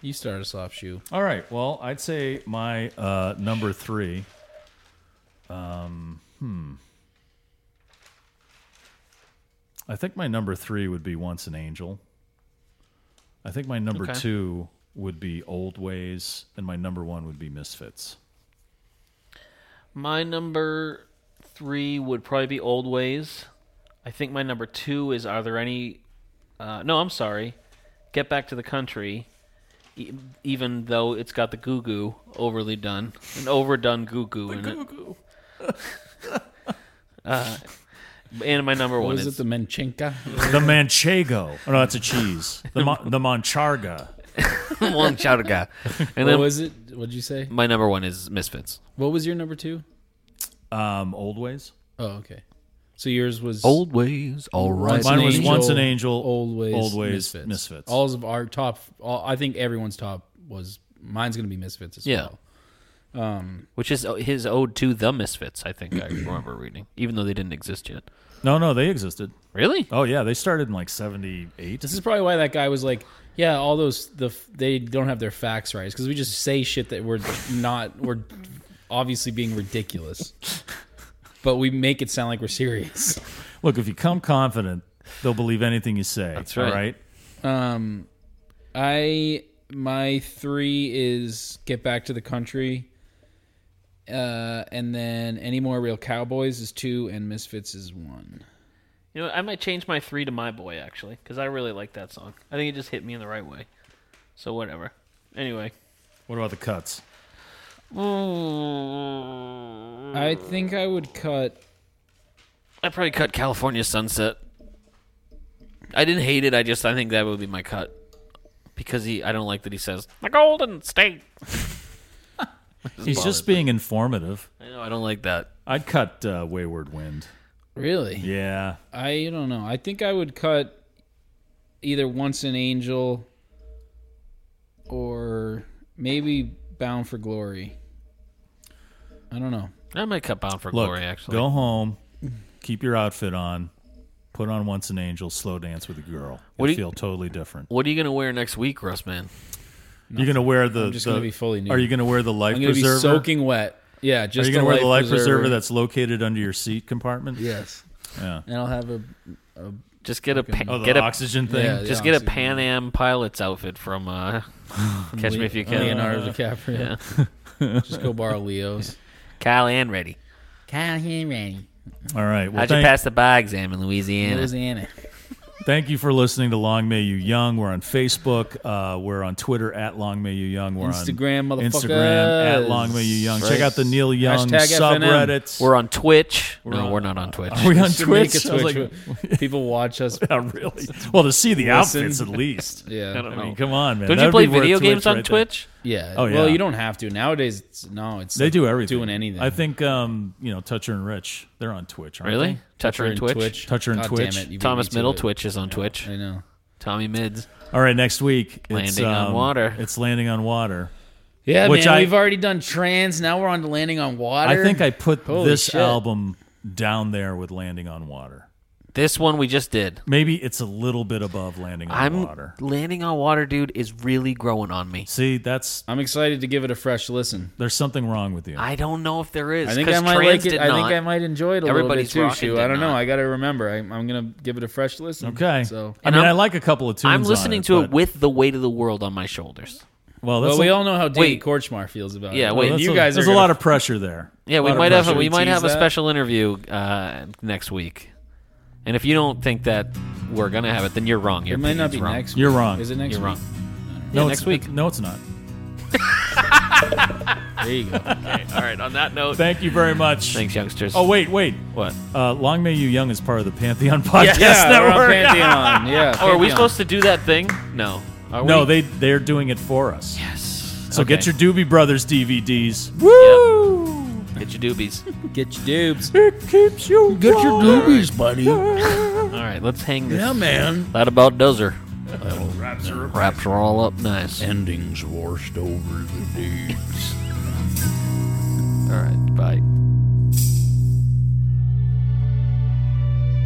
Speaker 4: You start us off, shoe.
Speaker 3: All right. Well, I'd say my uh, number three. Um, hmm. I think my number three would be Once an Angel. I think my number
Speaker 2: Okay.
Speaker 3: two would be Old Ways, and my number one would be Misfits.
Speaker 2: My number three would probably be Old Ways. I think my number two is Are There Any. Uh, no, I'm sorry. Get Back to the Country, e- even though it's got the goo goo overly done, an overdone goo goo in it.
Speaker 4: goo
Speaker 2: Uh, and my number
Speaker 4: What
Speaker 2: one
Speaker 4: is
Speaker 2: is.
Speaker 4: it? The Manchinka.
Speaker 3: The Manchego. Oh, no, that's a cheese. The, Mon- the Moncharga.
Speaker 2: Moncharga.
Speaker 4: And
Speaker 2: And
Speaker 4: what
Speaker 2: then-
Speaker 4: was it? What'd you say?
Speaker 2: My number one is Misfits.
Speaker 4: What was your number two?
Speaker 3: Um, Old Ways.
Speaker 4: Oh, okay. So yours was
Speaker 2: Old Ways, all right.
Speaker 4: Once an
Speaker 3: Mine was
Speaker 4: Angel,
Speaker 3: Once an Angel,
Speaker 4: Old ways,
Speaker 3: Old Ways,
Speaker 4: misfits.
Speaker 3: Misfits.
Speaker 4: All of our top. All, I think everyone's top was mine's going to be misfits as
Speaker 2: Yeah.
Speaker 4: well. Um,
Speaker 2: Which is o- his ode to the Misfits, I think I remember reading, even though they didn't exist yet.
Speaker 3: No, no, they existed.
Speaker 2: Really?
Speaker 3: Oh, yeah. They started in like 78.
Speaker 4: This is probably why that guy was like, "Yeah, all those the f- they don't have their facts right because we just say shit that we're not we're obviously being ridiculous, but we make it sound like we're serious."
Speaker 3: Look, if you come confident, they'll believe anything you say. That's All right.
Speaker 4: Um, I my three is get back to the country, uh, and then any more real cowboys is two, and misfits is one.
Speaker 2: You know, I might change my three to my boy actually, because I really like that song. I think it just hit me in the right way. So whatever. Anyway,
Speaker 3: What about the cuts?
Speaker 4: I think I would cut.
Speaker 2: I probably cut California Sunset. I didn't hate it. I just I think that would be my cut because he I don't like that he says
Speaker 9: The Golden State.
Speaker 3: He's just being informative.
Speaker 2: I know I don't like that.
Speaker 3: I'd cut uh, Wayward Wind.
Speaker 4: Really?
Speaker 3: Yeah.
Speaker 4: I don't know. I think I would cut either Once an Angel or maybe Bound for Glory. I don't know.
Speaker 2: I might cut Bound for
Speaker 3: Look,
Speaker 2: Glory actually.
Speaker 3: go home, keep your outfit on, put on Once an Angel, slow dance with a girl. You'll
Speaker 2: What do you-
Speaker 3: feel totally different.
Speaker 2: What are you gonna wear next week, Russ man?
Speaker 3: You're gonna wear the.
Speaker 4: I'm just
Speaker 3: the-
Speaker 4: gonna be fully nude.
Speaker 3: Are you gonna wear the life
Speaker 4: I'm gonna be
Speaker 3: preserver?
Speaker 4: soaking wet. Yeah, just
Speaker 3: are you gonna
Speaker 4: the
Speaker 3: wear the
Speaker 4: life
Speaker 3: life preserver.
Speaker 4: preserver.
Speaker 3: that's located under your seat compartment?
Speaker 4: Yes.
Speaker 3: Yeah.
Speaker 4: And I'll have a, a
Speaker 2: Just get a
Speaker 4: fucking-
Speaker 2: pa-
Speaker 3: Oh, the
Speaker 2: get a
Speaker 3: oxygen thing?
Speaker 4: Yeah, the
Speaker 2: just get a
Speaker 4: oxygen.
Speaker 2: Pan Am pilot's outfit from uh, Catch Me If You Can.
Speaker 4: Leonardo DiCaprio.
Speaker 2: Yeah.
Speaker 4: uh, Just go borrow Leo's.
Speaker 2: Cal and ready.
Speaker 4: Kyle Henry.
Speaker 3: All right. Well,
Speaker 2: How'd you
Speaker 3: thank-
Speaker 2: pass the bar exam in Louisiana?
Speaker 4: Louisiana.
Speaker 3: Thank you for listening to Long May You Young. We're on Facebook. Uh, we're on Twitter at Long May You Young. We're
Speaker 4: Instagram,
Speaker 3: on
Speaker 4: motherfuckers.
Speaker 3: Instagram at Long May You Young.
Speaker 4: Right.
Speaker 3: Check out the Neil Young
Speaker 4: Hashtag FNM.
Speaker 3: subreddits.
Speaker 2: We're on Twitch. no, we're not on Twitch.
Speaker 3: Are we on
Speaker 4: Should make
Speaker 3: Twitch?
Speaker 4: a
Speaker 3: I was
Speaker 4: Twitch. People watch us.
Speaker 3: Yeah, really. Well, to see the
Speaker 4: Listen.
Speaker 3: outfits at least.
Speaker 4: Yeah.
Speaker 2: I don't know.
Speaker 3: mean, come on, man.
Speaker 2: Don't
Speaker 3: That
Speaker 2: you
Speaker 3: would
Speaker 2: play
Speaker 3: be worth
Speaker 2: video games
Speaker 3: Twitch
Speaker 2: on
Speaker 3: right there.
Speaker 2: Twitch?
Speaker 4: Yeah.
Speaker 3: Oh,
Speaker 4: Well,
Speaker 3: yeah.
Speaker 4: you don't have to nowadays. It's, no, it's
Speaker 3: They
Speaker 4: like
Speaker 3: do everything.
Speaker 4: Doing anything.
Speaker 3: I think, um, you know, Toucher and Rich, they're on Twitch, aren't
Speaker 2: Really?
Speaker 3: they?
Speaker 2: Toucher and Twitch.
Speaker 3: Toucher and
Speaker 4: God
Speaker 3: Twitch.
Speaker 4: damn it, you beat me
Speaker 2: Thomas
Speaker 4: to
Speaker 2: Middle
Speaker 4: it.
Speaker 2: Twitch is on Twitch.
Speaker 4: I know.
Speaker 2: Tommy Mids.
Speaker 3: All right, next week. it's,
Speaker 2: Landing on
Speaker 3: um,
Speaker 2: water.
Speaker 3: It's Landing on Water.
Speaker 4: Yeah,
Speaker 3: Which
Speaker 4: man.
Speaker 3: I-
Speaker 4: we've already done trans. Now we're on to landing on water.
Speaker 3: I think I put
Speaker 4: Holy
Speaker 3: this
Speaker 4: shit.
Speaker 3: album down there with Landing on Water.
Speaker 2: This one we just did.
Speaker 3: Maybe it's a little bit above Landing on
Speaker 2: I'm
Speaker 3: Water.
Speaker 2: landing on water, dude. Is really growing on me.
Speaker 3: See, that's
Speaker 4: I'm excited to give it a fresh listen.
Speaker 3: there's something wrong with you.
Speaker 2: I don't know if there is.
Speaker 4: I think
Speaker 2: 'cause
Speaker 4: I might
Speaker 2: trans
Speaker 4: like it.
Speaker 2: did
Speaker 4: I
Speaker 2: not.
Speaker 4: think I might enjoy it a
Speaker 2: Everybody's
Speaker 4: little bit
Speaker 2: Rockin'
Speaker 4: too. Shoe.
Speaker 2: did
Speaker 4: I don't know.
Speaker 2: not.
Speaker 4: I got to remember. I, I'm gonna give it a fresh listen.
Speaker 3: okay.
Speaker 4: So
Speaker 3: I
Speaker 2: And
Speaker 3: mean, i
Speaker 2: I'm-
Speaker 3: like a couple of tunes.
Speaker 2: I'm
Speaker 3: on
Speaker 2: listening to it
Speaker 3: but-
Speaker 2: with the weight of the world on my shoulders.
Speaker 3: Well, that's
Speaker 4: well, we
Speaker 3: a,
Speaker 4: all know how David
Speaker 2: Wait.
Speaker 4: Korchmar feels about
Speaker 2: Yeah,
Speaker 4: it.
Speaker 2: wait.
Speaker 3: that's
Speaker 4: you
Speaker 3: a-
Speaker 4: guys
Speaker 3: There's
Speaker 4: are
Speaker 3: a lot
Speaker 4: gonna-
Speaker 3: of pressure there.
Speaker 2: Yeah, we
Speaker 3: lot of
Speaker 2: might have a,
Speaker 3: pressure.
Speaker 2: we might
Speaker 4: Tease
Speaker 2: have a
Speaker 4: that?
Speaker 2: special interview uh, next week, and if you don't think that we're gonna have it, then you're wrong. Your
Speaker 4: It might not be
Speaker 2: opinion's wrong.
Speaker 4: next. Week.
Speaker 3: You're wrong.
Speaker 4: Is it next?
Speaker 2: You're
Speaker 4: week?
Speaker 2: wrong.
Speaker 3: No,
Speaker 2: Yeah,
Speaker 3: it's-
Speaker 2: next week.
Speaker 3: No, it's not.
Speaker 4: There you go.
Speaker 2: All right. On that note,
Speaker 3: Thank you very much.
Speaker 2: thanks, youngsters.
Speaker 3: Oh wait, wait.
Speaker 2: what?
Speaker 3: Uh, Long May You Young is part of the Pantheon podcast
Speaker 4: we're on
Speaker 3: network.
Speaker 4: Pantheon. Yeah.
Speaker 2: Oh, are we
Speaker 4: Pantheon.
Speaker 2: supposed to do that thing? No. Are we?
Speaker 3: no, they they're doing it for us.
Speaker 2: Yes.
Speaker 3: So get
Speaker 2: Okay.
Speaker 3: your Doobie Brothers DVDs.
Speaker 2: Woo! Get your doobies.
Speaker 4: Get your doobs.
Speaker 7: It keeps you. Get your doobies, buddy.
Speaker 2: All right, let's hang this.
Speaker 7: Yeah, man.
Speaker 2: That about does her.
Speaker 7: That'll wraps her up
Speaker 2: Wraps her all up nice.
Speaker 1: Endings washed over the dudes.
Speaker 2: All right, bye.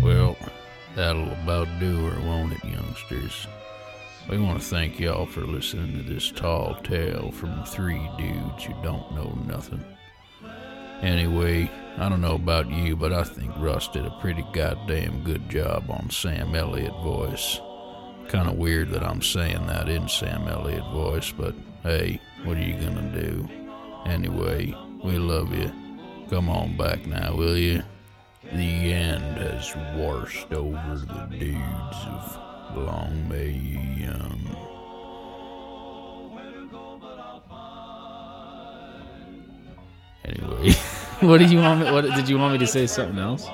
Speaker 1: Well, that'll about do it, won't it, youngsters? We want to thank y'all for listening to this tall tale from three dudes who don't know nothing. Anyway, I don't know about you, but I think Russ did a pretty goddamn good job on Sam Elliott voice. Kind of weird that I'm saying that in Sam Elliott voice, but hey, what are you gonna do? Anyway, we love you. Come on back now, will you? The end has washed over the dudes of Long May Ye Young. Anyway.
Speaker 4: what do you want me? What did you want me to say? Something else?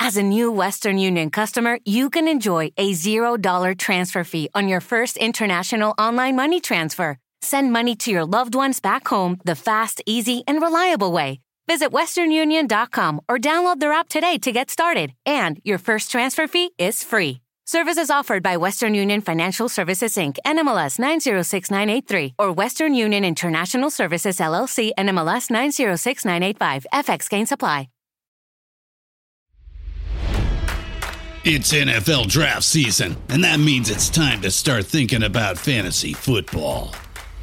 Speaker 12: As a new Western Union customer, you can enjoy a $0 transfer fee on your first international online money transfer. Send money to your loved ones back home the fast, easy, and reliable way. Visit westernunion.com or download their app today to get started, and your first transfer fee is free. Services offered by Western Union Financial Services Inc., NMLS 906983, or Western Union International Services LLC, NMLS 906985. FX gain supply.
Speaker 13: It's NFL draft season, and that means it's time to start thinking about fantasy football.